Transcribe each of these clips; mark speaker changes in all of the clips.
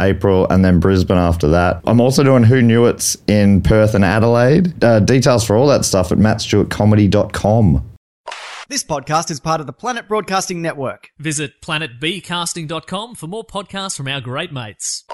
Speaker 1: April, and then Brisbane after that. I'm also doing Who Knew It's in Perth and Adelaide. Uh, details for all that stuff at mattstewartcomedy.com.
Speaker 2: This podcast is part of the Planet Broadcasting Network.
Speaker 3: Visit planetbcasting.com for more podcasts from our great mates.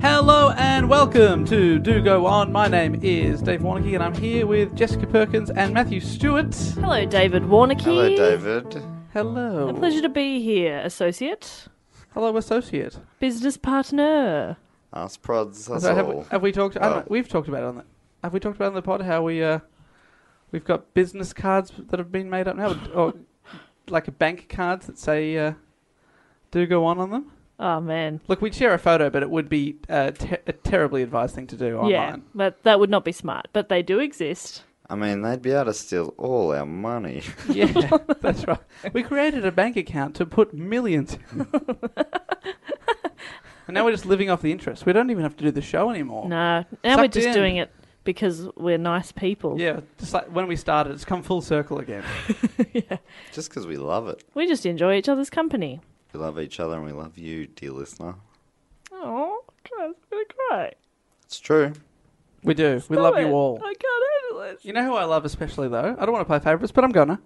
Speaker 4: Hello and welcome to Do Go On. My name is Dave Warnicky and I'm here with Jessica Perkins and Matthew Stewart.
Speaker 5: Hello, David Warnicky.
Speaker 1: Hello, David.
Speaker 4: Hello.
Speaker 5: A pleasure to be here, associate,
Speaker 4: Hello, associate.
Speaker 5: business partner.
Speaker 1: Us prods, that's
Speaker 4: So have, we, have we talked? I don't know, we've talked about it on the. Have we talked about it on the pod how we uh, we've got business cards that have been made up now, or like bank cards that say uh, "do go on" on them.
Speaker 5: Oh, man.
Speaker 4: Look, we'd share a photo, but it would be uh, ter- a terribly advised thing to do online.
Speaker 5: Yeah, but that would not be smart, but they do exist.
Speaker 1: I mean, they'd be able to steal all our money.
Speaker 4: Yeah, that's right. We created a bank account to put millions. in. and now we're just living off the interest. We don't even have to do the show anymore.
Speaker 5: No, now we're
Speaker 4: Oh. Sucked
Speaker 5: just
Speaker 4: in.
Speaker 5: doing it because we're nice people.
Speaker 4: Yeah, just like when we started, it's come full circle again.
Speaker 1: Just because we love it.
Speaker 5: We just enjoy each other's company.
Speaker 1: We love each other and we love you, dear listener.
Speaker 5: Oh, I'm going to cry.
Speaker 1: It's true.
Speaker 4: We do. we love you
Speaker 5: it.
Speaker 4: all.
Speaker 5: I can't handle it.
Speaker 4: You know who I love especially though? I don't want to play favourites, but I'm gonna.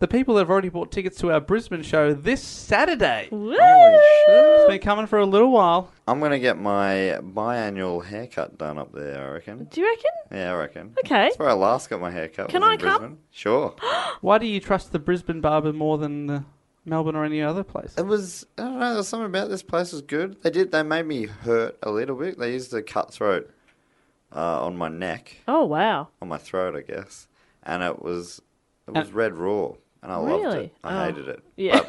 Speaker 4: The people that have already bought tickets to our Brisbane show this Saturday. It's been coming for a little while.
Speaker 1: I'm going to get my biannual haircut done up there, I reckon.
Speaker 5: Do you reckon?
Speaker 1: Yeah, I reckon.
Speaker 5: Okay.
Speaker 1: That's where I last got my haircut.
Speaker 5: Can
Speaker 1: was
Speaker 5: I
Speaker 1: in
Speaker 5: come?
Speaker 1: Brisbane. Sure.
Speaker 4: Why do you trust the Brisbane barber more than uh, Melbourne or any other place?
Speaker 1: It was, I don't know, there was something about this place was good. They did, they made me hurt a little bit. They used the cutthroat uh, on my neck,
Speaker 5: Oh, wow.
Speaker 1: on my throat, I guess. And it was, it was red raw. And I loved it.
Speaker 5: Uh, Really?
Speaker 1: I
Speaker 5: Oh.
Speaker 1: hated it.
Speaker 5: Yeah.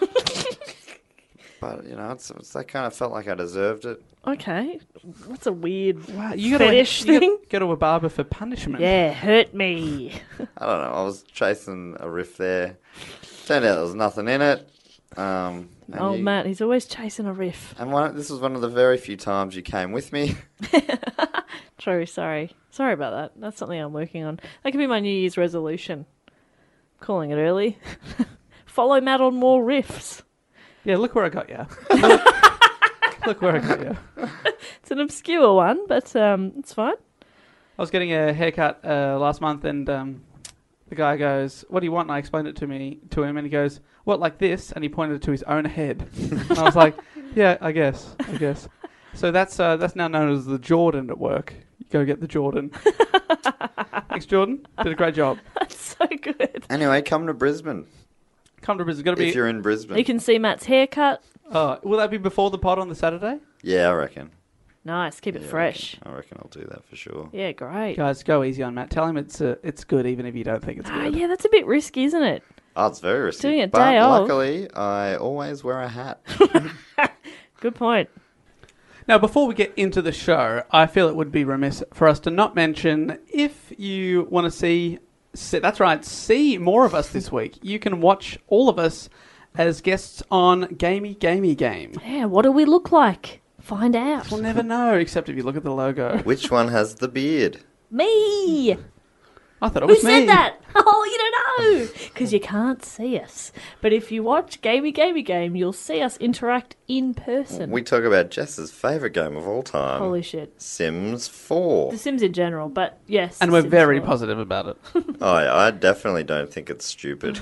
Speaker 1: But, you know, it's, it's, that kind of felt like I deserved it.
Speaker 5: okay. That's a weird
Speaker 4: Wow, you gotta,
Speaker 5: fetish
Speaker 4: you gotta
Speaker 5: thing.
Speaker 4: go to a barber for punishment.
Speaker 5: Yeah, hurt me.
Speaker 1: I don't know. I was chasing a riff there. Turned out there was nothing in it. Um, and
Speaker 5: Old
Speaker 1: you-
Speaker 5: Matt, he's always chasing a riff.
Speaker 1: And one, this was one of the very few times you came with me.
Speaker 5: True, sorry. Sorry about that. That's something I'm working on. That could be my New Year's resolution. Calling it early. Follow Matt on more riffs.
Speaker 4: Yeah, look where I got you. look where I got you.
Speaker 5: It's an obscure one, but um, it's fine.
Speaker 4: I was getting a haircut uh, last month, and um, the guy goes, "What do you want?" And I explained it to me to him, and he goes, "What like this?" And he pointed to his own head. and I was like, "Yeah, I guess, I guess." So that's uh, that's now known as the Jordan at work. You go get the Jordan. Thanks, Jordan. Did a great job.
Speaker 5: That's so good.
Speaker 1: anyway, come to Brisbane
Speaker 4: Come to Brisbane. Got to
Speaker 1: if
Speaker 4: be.
Speaker 1: you're in Brisbane.
Speaker 5: You can see Matt's haircut.
Speaker 4: Uh, will that be before the pod on the Saturday?
Speaker 1: Yeah, I reckon.
Speaker 5: Nice, keep it
Speaker 1: Yeah, I
Speaker 5: fresh.
Speaker 1: reckon. I reckon I'll do that for sure.
Speaker 5: Yeah, great.
Speaker 4: Guys, go easy on Matt. Tell him it's uh, it's good, even if you don't think it's
Speaker 5: Ah,
Speaker 4: good.
Speaker 5: yeah, that's a bit risky, isn't it?
Speaker 1: Oh, it's very risky.
Speaker 5: Doing it
Speaker 1: but
Speaker 5: day off.
Speaker 1: luckily, I always wear a hat.
Speaker 5: Good point.
Speaker 4: Now, before we get into the show, I feel it would be remiss for us to not mention if you want to see, see that's right, see more of us this week, you can watch all of us as guests on Gamey Gamey Game.
Speaker 5: Yeah, what do we look like? Find out.
Speaker 4: We'll never know, except if you look at the logo.
Speaker 1: Which one has the beard?
Speaker 5: Me!
Speaker 4: I thought it
Speaker 5: Who
Speaker 4: was
Speaker 5: said
Speaker 4: me.
Speaker 5: that? Oh, you don't know! Because you can't see us. But if you watch Gamey Gamey Game, you'll see us interact in person.
Speaker 1: We talk about Jess's favourite game of all time
Speaker 5: Holy shit.
Speaker 1: Sims 4.
Speaker 5: The Sims in general, but yes.
Speaker 4: And we're
Speaker 5: Sims
Speaker 4: very
Speaker 5: four.
Speaker 4: positive about it.
Speaker 1: I, I definitely don't think it's stupid.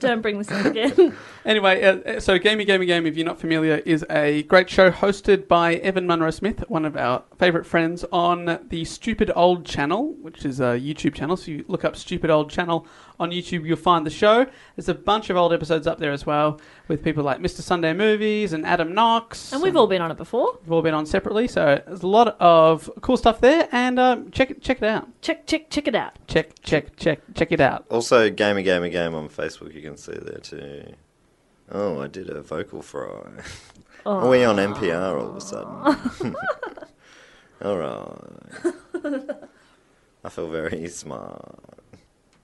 Speaker 5: Don't bring this up again.
Speaker 4: Anyway, uh, so Gamey Gamey Game, if you're not familiar, is a great show hosted by Evan Munro Smith, one of our favourite friends on the Stupid Old channel, which is a YouTube channel. So you look up Stupid old channel on YouTube. You'll find the show. There's a bunch of old episodes up there as well with people like Mr. Sunday Movies and Adam Knox.
Speaker 6: And we've all been on it before.
Speaker 4: We've all been on separately, so there's a lot of cool stuff there. And um, check it, check it out.
Speaker 6: Check, check, check it out.
Speaker 4: Check, check, check, check it out.
Speaker 1: Also, Gamer Gamer Game on Facebook, you can see there too. Oh, I did a vocal fry. Are we on NPR all of a sudden? all right. I feel very smart.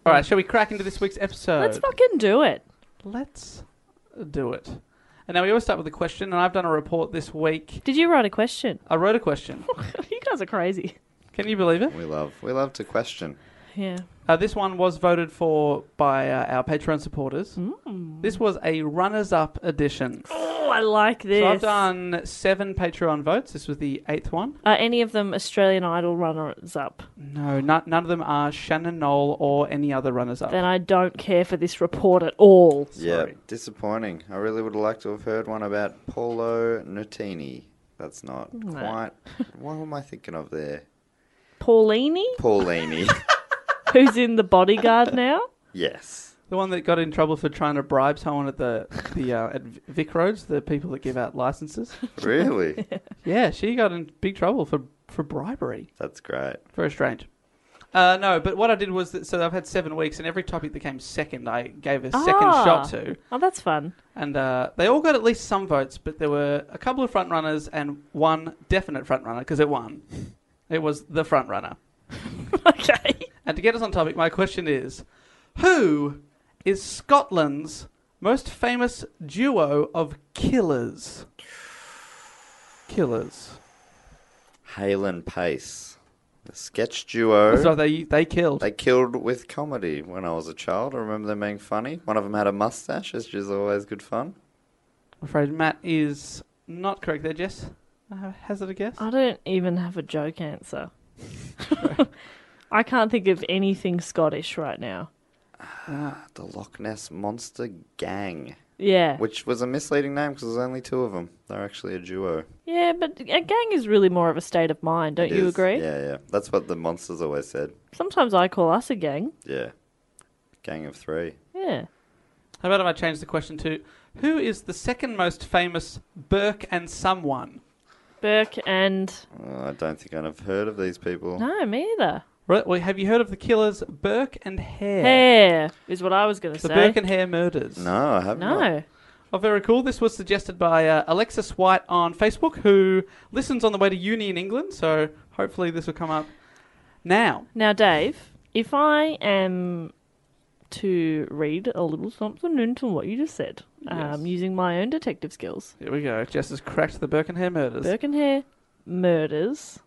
Speaker 4: All right, shall we crack into this week's episode?
Speaker 6: Let's fucking do it.
Speaker 4: Let's do it. And now we always start with a question, and I've done a report this week.
Speaker 6: Did you write a question?
Speaker 4: I wrote a question.
Speaker 6: you guys are crazy.
Speaker 4: Can you believe it?
Speaker 1: We love we love to question.
Speaker 6: Yeah.
Speaker 4: Uh, this one was voted for by uh, our Patreon supporters.
Speaker 6: Mm.
Speaker 4: This was a runners up edition.
Speaker 6: Oh, I like this.
Speaker 4: So I've done seven Patreon votes. This was the eighth one.
Speaker 6: Are any of them Australian Idol runners up?
Speaker 4: No, not, none of them are Shannon Knoll or any other runners up.
Speaker 6: Then I don't care for this report at all.
Speaker 1: Yeah, disappointing. I really would have liked to have heard one about Paolo Nutini. That's not quite. What am I thinking of there?
Speaker 6: Paulini,
Speaker 1: Paulini.
Speaker 6: who's in the bodyguard now?
Speaker 1: yes.
Speaker 4: The one that got in trouble for trying to bribe someone at the the uh, at Vic Roads, the people that give out licenses.
Speaker 1: Really?
Speaker 4: Yeah, she got in big trouble for for bribery.
Speaker 1: That's great.
Speaker 4: Very strange. Uh, no, but what I did was that so I've had seven weeks, and every topic that came second, I gave a second
Speaker 6: Ah.
Speaker 4: shot to,
Speaker 6: Oh, that's fun.
Speaker 4: and uh, they all got at least some votes. But there were a couple of front runners and one definite front runner because it won. It was the front runner.
Speaker 6: okay.
Speaker 4: And to get us on topic, my question is: Who is Scotland's most famous duo of killers? Killers.
Speaker 1: Halen Pace, the sketch
Speaker 4: So
Speaker 1: duo.
Speaker 4: they they killed.
Speaker 1: They killed with comedy when I was a child. I remember them being funny. One of them had a mustache, which is always good fun.
Speaker 4: I'm afraid Matt is not correct there, Jess. Uh, hazard a guess?
Speaker 6: I don't even have a joke answer. I can't think of anything Scottish right now.
Speaker 1: The Loch Ness Monster Gang,
Speaker 6: Yeah.
Speaker 1: which was a misleading name because there's only two of them. They're actually a duo.
Speaker 6: Yeah, but a gang is really more of a state of mind, don't
Speaker 1: It
Speaker 6: you
Speaker 1: is.
Speaker 6: agree?
Speaker 1: Yeah, yeah. That's what the monsters always said.
Speaker 6: Sometimes I call us a gang.
Speaker 1: Yeah. Gang of three.
Speaker 6: Yeah.
Speaker 4: How about if I change the question to who is the second most famous Burke and someone?
Speaker 6: Burke and.
Speaker 1: Oh, I don't think I've heard of these people.
Speaker 6: No, me either.
Speaker 4: Right, well, have you heard of the killers Burke and Hare?
Speaker 6: Hair is what I was going to
Speaker 4: The
Speaker 6: say.
Speaker 4: Burke and Hare murders.
Speaker 1: No, I haven't.
Speaker 6: no.
Speaker 4: Oh, very cool. This was suggested by uh, Alexis White on Facebook, who listens on the way to uni in England, so hopefully this will come up now.
Speaker 6: Now, Dave, if I am to read a little something into what you just said, um, using my own detective skills,
Speaker 4: Here we go. Jess has cracked the Burke and Hare murders.
Speaker 6: Burke and Hare murders.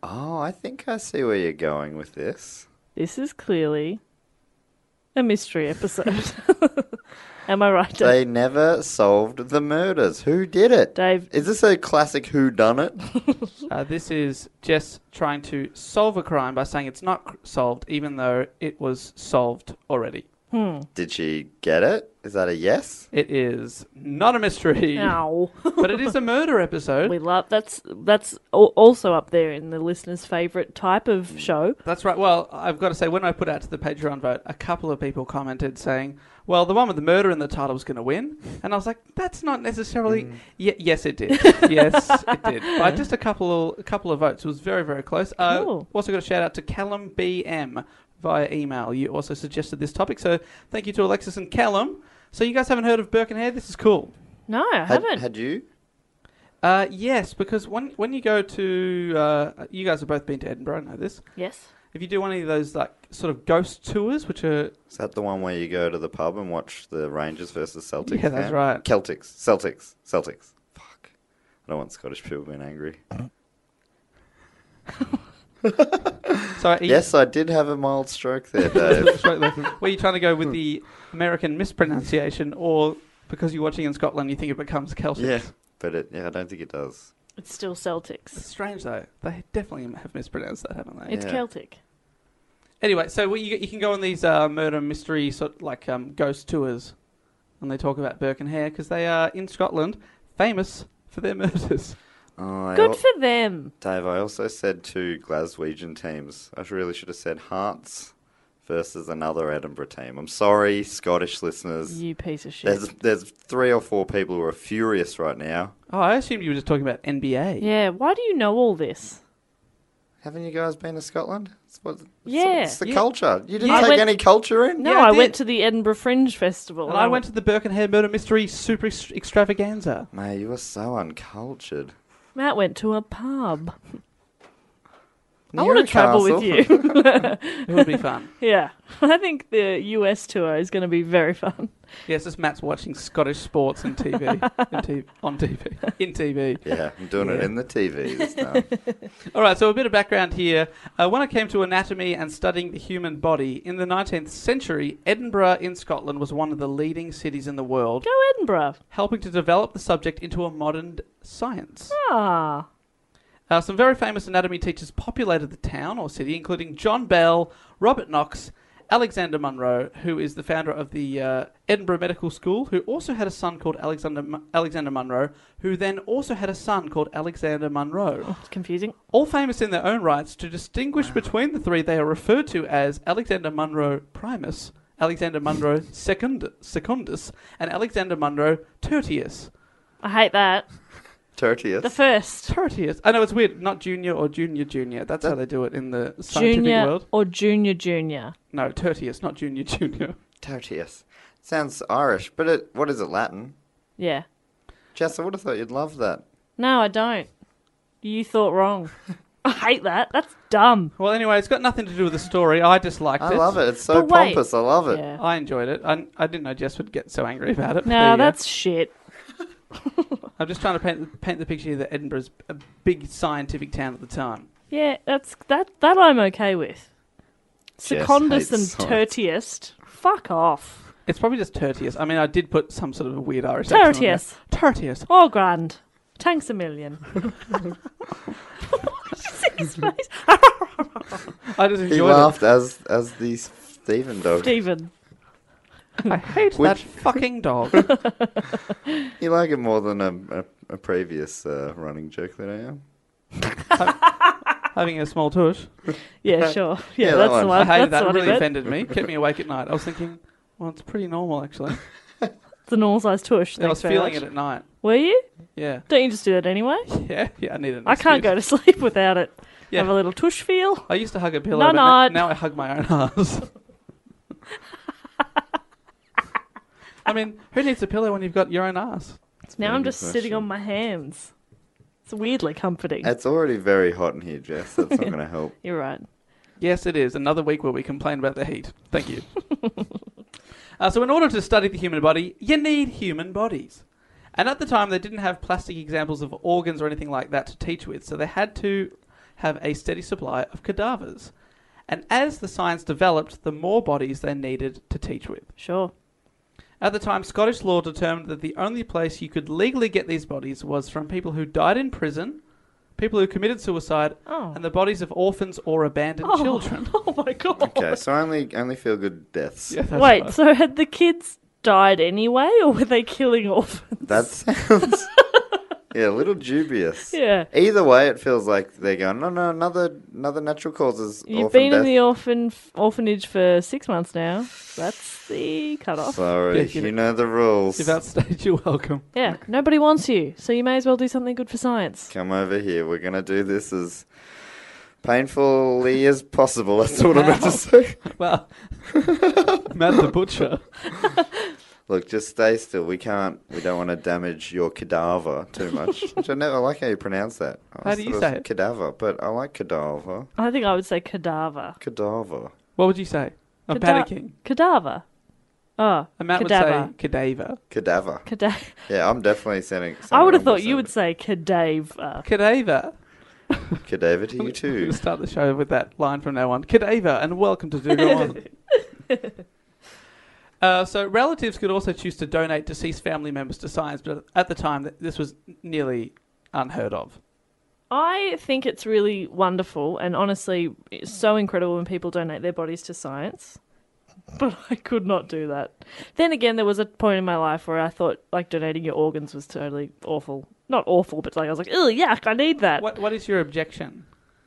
Speaker 1: Oh, I think I see where you're going with this.
Speaker 6: This is clearly a mystery episode. am I right, Dave?
Speaker 1: They never solved the murders. Who did it?
Speaker 6: Dave,
Speaker 1: Is this a classic Who Done It?
Speaker 4: Uh, this is Jess trying to solve a crime by saying it's not cr- solved, even though it was solved already.
Speaker 1: Did she get it? Is that a yes?
Speaker 4: It is not a mystery,
Speaker 6: ow.
Speaker 4: but it is a murder episode.
Speaker 6: we love that's that's al- also up there in the listener's favorite type
Speaker 1: Mm.
Speaker 6: of show.
Speaker 4: That's right. Well, I've got to say, when I put out to the Patreon vote, a couple of people commented saying, well, the one with the murder in the title was going to win. And I was like, that's not necessarily. Ye- yes, it did. yes, it did. By just a couple, a couple of votes. It was very, very close. Uh,
Speaker 6: Cool.
Speaker 4: Also, got a shout out to Callum BM via email. You also suggested this topic. So thank you to Alexis and Callum. So you guys haven't heard of Burke and Hare? This is cool.
Speaker 6: No, I
Speaker 1: Had,
Speaker 6: haven't.
Speaker 1: had you?
Speaker 4: Uh, yes, because when when you go to uh, you guys have both been to Edinburgh, I know this.
Speaker 6: yes.
Speaker 4: If you do one of those like sort of ghost tours, which are
Speaker 1: Is that the one where you go to the pub and watch the Rangers versus Celtics?
Speaker 4: Yeah, that's
Speaker 1: game?
Speaker 4: right.
Speaker 1: Celtics, Celtics, Celtics. Fuck. I don't want Scottish people being angry.
Speaker 4: so are you-
Speaker 1: Yes, I did have a mild stroke there, Dave.
Speaker 4: were you trying to go with the American mispronunciation, or because you're watching in Scotland, you think it becomes Celtic?
Speaker 1: yeah, but it, yeah, I don't think it does.
Speaker 6: It's still Celtics.
Speaker 4: It's strange though. They definitely have mispronounced that, haven't they?
Speaker 6: It's
Speaker 1: Yeah.
Speaker 6: Celtic.
Speaker 4: Anyway, so what you, you can go on these uh, murder mystery sort like um, ghost tours, and they talk about Burke and Hare because they are in Scotland famous for their murders.
Speaker 1: Oh, I al-
Speaker 6: Good for them.
Speaker 1: Dave, I also said two Glaswegian teams. I sh- really should have said Hearts versus another Edinburgh team. I'm sorry, Scottish listeners.
Speaker 6: You piece of shit.
Speaker 1: There's there's three or four people who are furious right now.
Speaker 4: Oh, I assumed you were just talking about NBA.
Speaker 6: Yeah, why do you know all this?
Speaker 1: Haven't you guys been to Scotland? It's, what, it's-
Speaker 6: Yeah.
Speaker 1: it's the
Speaker 6: Yeah.
Speaker 1: culture. You didn't
Speaker 6: I
Speaker 1: take
Speaker 6: went-
Speaker 1: any culture in.
Speaker 6: No,
Speaker 4: Yeah, I
Speaker 6: I, went
Speaker 4: did.
Speaker 6: to the Edinburgh Fringe Festival.
Speaker 4: And I went to the Birkenhead Murder Mystery Super ex- Extravaganza.
Speaker 1: Mate, you are so uncultured.
Speaker 6: Matt went to a pub. I
Speaker 1: Near
Speaker 6: want
Speaker 1: a
Speaker 6: to travel
Speaker 1: castle.
Speaker 6: with you.
Speaker 4: It would be fun.
Speaker 6: yeah, I think the US tour is going to be very fun.
Speaker 4: yes, it's Matt's watching Scottish sports and TV, in TV on TV in TV.
Speaker 1: Yeah, I'm doing it
Speaker 4: Yeah.
Speaker 1: in the TV this time.
Speaker 4: All right, so a bit of background here. Uh, when it came to anatomy and studying the human body in the 19th century, Edinburgh in Scotland was one of the leading cities in the world,
Speaker 6: Go Edinburgh.
Speaker 4: helping to develop the subject into a modern science.
Speaker 6: Ah,
Speaker 4: Uh, some very famous anatomy teachers populated the town or city, including John Bell, Robert Knox, Alexander Munro, who is the founder of the uh, Edinburgh Medical School, who also had a son called Alexander Mu- Alexander Munro, who then also had a son called Alexander Munro.
Speaker 6: Oh, it's confusing.
Speaker 4: All famous in their own rights, to distinguish between the three, they are referred to as Alexander Munro Primus, Alexander Munro Secund- Secundus, and Alexander Munro Tertius.
Speaker 6: I hate that. The
Speaker 1: Tertius.
Speaker 6: first
Speaker 4: Tertius. I know it's weird. Not junior or junior junior. That's how they do it in the scientific
Speaker 6: junior
Speaker 4: world.
Speaker 6: or junior junior.
Speaker 4: No, tertius, not junior junior.
Speaker 1: Tertius. Sounds Irish, but it, what is it, Latin?
Speaker 6: Yeah.
Speaker 1: Jess, I would have thought you'd love that.
Speaker 6: No, I don't. You thought wrong. I hate that. That's dumb.
Speaker 4: Well, anyway, it's got nothing to do with the story. I just liked
Speaker 1: I
Speaker 4: it.
Speaker 1: love it. It's so
Speaker 6: But wait.
Speaker 1: pompous. I love it.
Speaker 6: Yeah.
Speaker 4: I enjoyed it. I, I didn't know Jess would get so angry about it. but there
Speaker 6: No,
Speaker 4: you go.
Speaker 6: that's shit.
Speaker 4: I'm just trying to paint paint the picture that Edinburgh's a big scientific town at the time.
Speaker 6: Yeah, that's that. That I'm okay with.
Speaker 1: Jess
Speaker 6: Secondus
Speaker 1: hates
Speaker 6: and
Speaker 1: science.
Speaker 6: Tertius. Fuck off.
Speaker 4: It's probably just tertius. I mean, I did put some sort of a weird Irish accent on there.
Speaker 6: Tertius.
Speaker 4: Tertius.
Speaker 6: All grand. Tanks a million. See his face.
Speaker 4: I just
Speaker 1: He
Speaker 4: enjoyed
Speaker 1: laughed as as the Stephen dog.
Speaker 6: Stephen.
Speaker 4: it. I hate that
Speaker 1: Which-
Speaker 4: fucking dog.
Speaker 1: You like it more than a, a, a previous uh, running joke that I am.
Speaker 4: Having a small tush.
Speaker 6: Yeah, sure.
Speaker 1: Yeah,
Speaker 6: Yeah,
Speaker 1: that
Speaker 6: that's
Speaker 1: one.
Speaker 6: the
Speaker 4: I
Speaker 6: one.
Speaker 4: hated that.
Speaker 6: That's the
Speaker 4: It
Speaker 6: one
Speaker 4: really
Speaker 6: of it.
Speaker 4: offended me. Kept me awake at night. I was thinking, well, it's pretty normal actually.
Speaker 6: The normal-sized tush.
Speaker 4: I was
Speaker 6: thanks very
Speaker 4: feeling
Speaker 6: much.
Speaker 4: it at night.
Speaker 6: Were you?
Speaker 4: Yeah,
Speaker 6: Don't you just do that anyway?
Speaker 4: yeah, yeah. I need an
Speaker 6: I can't go
Speaker 4: excuse.
Speaker 6: to sleep without it.
Speaker 4: Yeah.
Speaker 6: Have a little tush feel.
Speaker 4: I used to hug a pillow,
Speaker 6: No,
Speaker 4: but na-
Speaker 6: not.
Speaker 4: now I hug my own ass. I mean, who needs a pillow when you've got your own ass?
Speaker 6: Now
Speaker 1: very
Speaker 6: I'm
Speaker 1: good
Speaker 6: just sitting
Speaker 1: question.
Speaker 6: on my hands. It's weirdly comforting.
Speaker 1: It's already very hot in here, Jess. That's not going to help.
Speaker 6: You're right.
Speaker 4: Yes, it is another week where we complain about the heat. Thank you. uh, so, in order to study the human body, you need human bodies. And at the time, they didn't have plastic examples of organs or anything like that to teach with, so they had to have a steady supply of cadavers. And as the science developed, the more bodies they needed to teach with.
Speaker 6: Sure.
Speaker 4: At the time, Scottish law determined that the only place you could legally get these bodies was from people who died in prison, people who committed suicide,
Speaker 6: Oh.
Speaker 4: and the bodies of orphans or abandoned
Speaker 6: Oh.
Speaker 4: children.
Speaker 6: Oh my god.
Speaker 1: Okay, so only only feel good deaths.
Speaker 4: Yeah, that's
Speaker 6: Wait,
Speaker 4: right.
Speaker 6: so had the kids died anyway, or were they killing orphans?
Speaker 1: That sounds yeah a little dubious.
Speaker 6: Yeah.
Speaker 1: Either way, it feels like they're going. No, no, another another natural causes.
Speaker 6: You've
Speaker 1: orphan
Speaker 6: been
Speaker 1: death.
Speaker 6: in the orphan orphanage for six months now. That's the cutoff.
Speaker 1: Sorry,
Speaker 4: Yeah, you
Speaker 1: you know the rules.
Speaker 4: You've outstayed. You're welcome.
Speaker 6: yeah, nobody wants you, so you may as well do something good for science.
Speaker 1: Come over here. We're going to do this as painfully as possible. That's what I meant to say.
Speaker 4: Well, Matt the butcher.
Speaker 1: Look, just stay still. We can't. We don't want to damage your cadaver too much. Which I never I like how you pronounce that. I
Speaker 4: How
Speaker 1: was
Speaker 4: do you
Speaker 1: sort of
Speaker 4: say it?
Speaker 1: Cadaver, but I like cadaver.
Speaker 6: I think I would say cadaver.
Speaker 1: Cadaver.
Speaker 4: What would you say? I'm
Speaker 6: Cada-
Speaker 4: panicking.
Speaker 6: Cadaver. Oh,
Speaker 4: And Matt
Speaker 6: cadaver.
Speaker 4: would say cadaver.
Speaker 1: Cadaver.
Speaker 6: Cada-
Speaker 1: Yeah, I'm definitely sending.
Speaker 6: I would have
Speaker 1: sending
Speaker 6: thought you
Speaker 1: wrong
Speaker 6: would say cadaver.
Speaker 4: Cadaver.
Speaker 1: with it. Cadaver to you
Speaker 4: We're
Speaker 1: too.
Speaker 4: going to start the show with that line from now on. Cadaver, and welcome to Do Go On. Uh, so relatives could also choose to donate deceased family members to science, but at the time th- this was nearly unheard of.
Speaker 6: I think it's really wonderful and honestly it's so incredible when people donate their bodies to science. But I could not do that. Then again, there was a point in my life where I thought like donating your organs was totally awful. Not awful, but like I was like, oh yuck, I need that.
Speaker 4: What What is your objection?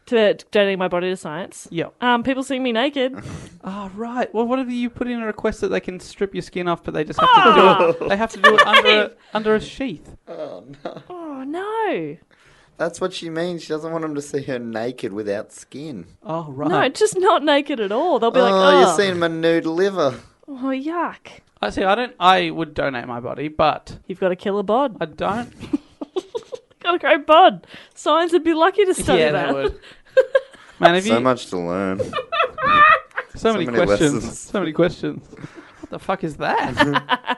Speaker 6: to donating my body to science.
Speaker 4: Yep.
Speaker 6: Um, people seeing me naked.
Speaker 4: Ah, right. Well, what if you put in a request that they can strip your skin off, but they just have to do it? They have to do it under a, under a sheath.
Speaker 6: oh no,
Speaker 1: That's what she means. She doesn't want him to see her naked without skin.
Speaker 4: Oh,
Speaker 6: no,
Speaker 4: right.
Speaker 6: just not naked at all. They'll be like,
Speaker 1: oh,
Speaker 6: oh,
Speaker 1: you're seeing my nude liver.
Speaker 6: oh yuck,
Speaker 4: I see. I don't. I would donate my body, but
Speaker 6: you've got to kill a bod.
Speaker 4: I don't.
Speaker 6: got a great bod. Science would be lucky to study
Speaker 4: yeah,
Speaker 6: that.
Speaker 4: they would. Man, if
Speaker 1: So
Speaker 4: you
Speaker 1: much to learn.
Speaker 4: so many,
Speaker 1: many
Speaker 4: questions,
Speaker 1: lessons.
Speaker 4: so many questions. What the fuck is that?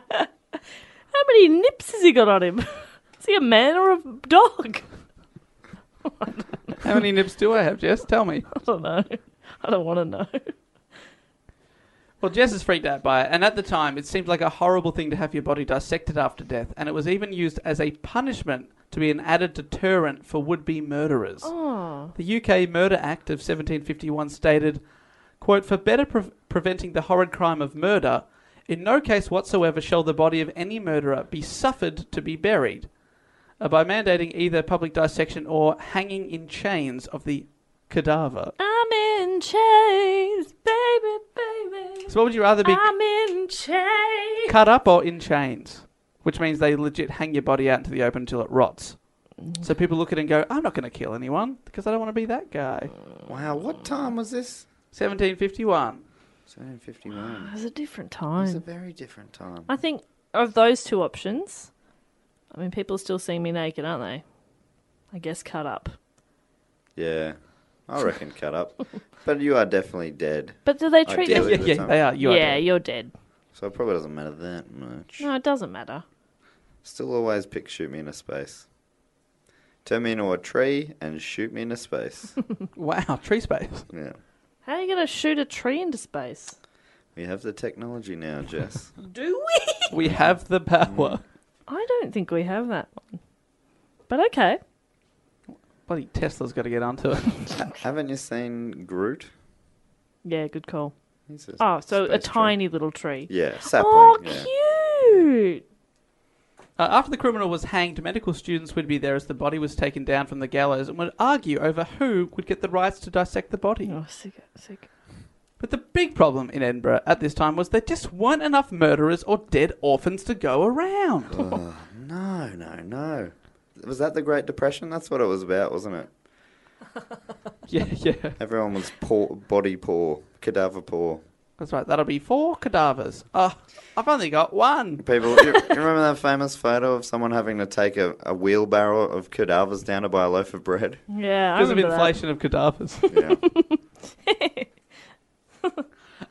Speaker 6: How many nips has he got on him? Is he a man or a dog?
Speaker 4: How many nips do I have, Jess? Tell me.
Speaker 6: I don't know. I don't want to know.
Speaker 4: Well, Jess is freaked out by it, and at the time, it seemed like a horrible thing to have your body dissected after death, and it was even used as a punishment to be an added deterrent for would-be murderers.
Speaker 6: Oh,
Speaker 4: The UK Murder Act of 1751 stated, quote, For better pre- preventing the horrid crime of murder, in no case whatsoever shall the body of any murderer be suffered to be buried, uh, by mandating either public dissection or hanging in chains of the cadaver.
Speaker 6: I'm in chains, baby, baby.
Speaker 4: So, what would you rather be
Speaker 6: I'm in chains.
Speaker 4: cut up or in chains? Which means they legit hang your body out into the open until it rots. So people look at it and go, I'm not going to kill anyone because I don't want to be that guy.
Speaker 1: Wow, what time was this?
Speaker 4: 1751.
Speaker 1: 7.51.
Speaker 6: It was a different
Speaker 1: It's a
Speaker 6: time.
Speaker 1: very different time.
Speaker 6: I think of those two options, I mean, people are still seeing me naked, aren't they? I guess cut up.
Speaker 1: Yeah, I reckon cut up. But you are definitely dead,
Speaker 6: But do they
Speaker 1: I
Speaker 6: treat
Speaker 1: do.
Speaker 4: Yeah, yeah,
Speaker 6: them?
Speaker 1: Really?
Speaker 4: yeah, they are. You are.
Speaker 6: yeah,
Speaker 4: dead.
Speaker 6: you're dead.
Speaker 1: so it probably doesn't matter that much.
Speaker 6: No, it doesn't matter.
Speaker 1: Still always pick shoot me into space. Turn me into a tree and shoot me into space.
Speaker 4: Wow, tree space.
Speaker 1: yeah.
Speaker 6: How are you going to shoot a tree into space?
Speaker 1: We have the technology now, Jess.
Speaker 6: Do we?
Speaker 4: We have the power.
Speaker 6: I don't think we have that one. But okay.
Speaker 4: Bloody Tesla's got to get onto it.
Speaker 1: Haven't you seen Groot?
Speaker 6: Yeah, good call.
Speaker 1: He's a
Speaker 6: Oh, so a
Speaker 1: space tree.
Speaker 6: tiny little tree.
Speaker 1: Yeah, sapling.
Speaker 6: oh,
Speaker 1: yeah.
Speaker 6: cute.
Speaker 4: Uh, after the criminal was hanged, medical students would be there as the body was taken down from the gallows and would argue over who would get the rights to dissect the body.
Speaker 6: Oh, sick, sick.
Speaker 4: But the big problem in Edinburgh at this time was there just weren't enough murderers or dead orphans to go around.
Speaker 1: No, no, no. Was that the Great Depression? That's what it was about, wasn't it?
Speaker 4: yeah, yeah.
Speaker 1: Everyone was poor, body poor, cadaver poor.
Speaker 4: That's right. That'll be four cadavers. Oh, I've only got one.
Speaker 1: People, you, you remember that famous photo of someone having to take a, a wheelbarrow of cadavers down to buy a loaf of bread?
Speaker 6: Yeah, I
Speaker 4: Because of
Speaker 6: remember that.
Speaker 4: inflation of cadavers.
Speaker 1: Yeah.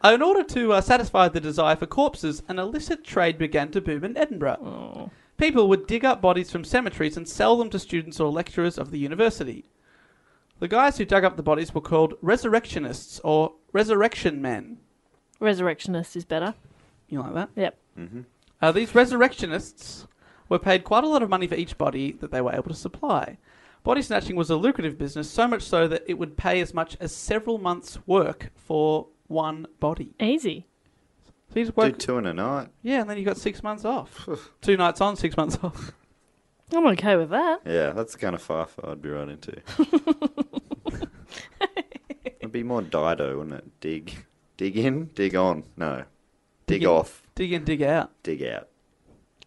Speaker 4: Uh, In order to uh, satisfy the desire for corpses, an illicit trade began to boom in Edinburgh.
Speaker 6: Oh.
Speaker 4: People would dig up bodies from cemeteries and sell them to students or lecturers of the university. The guys who dug up the bodies were called resurrectionists or resurrection men.
Speaker 6: Resurrectionist is better.
Speaker 4: You like that?
Speaker 6: Yep.
Speaker 4: Uh, these resurrectionists were paid quite a lot of money for each body that they were able to supply. Body snatching was a lucrative business, so much so that it would pay as much as several months' work for one body.
Speaker 6: Easy.
Speaker 4: So you just
Speaker 1: Do
Speaker 4: work
Speaker 1: two in a night.
Speaker 4: Yeah, and then you got six months off. Two nights on, six months off.
Speaker 6: I'm okay with that.
Speaker 1: Yeah, that's the kind of faff I'd be right into. It'd be more Dido, wouldn't it? Dig, dig in, dig on. No, dig,
Speaker 4: Dig in.
Speaker 1: off,
Speaker 4: Dig in, dig out.
Speaker 1: dig out.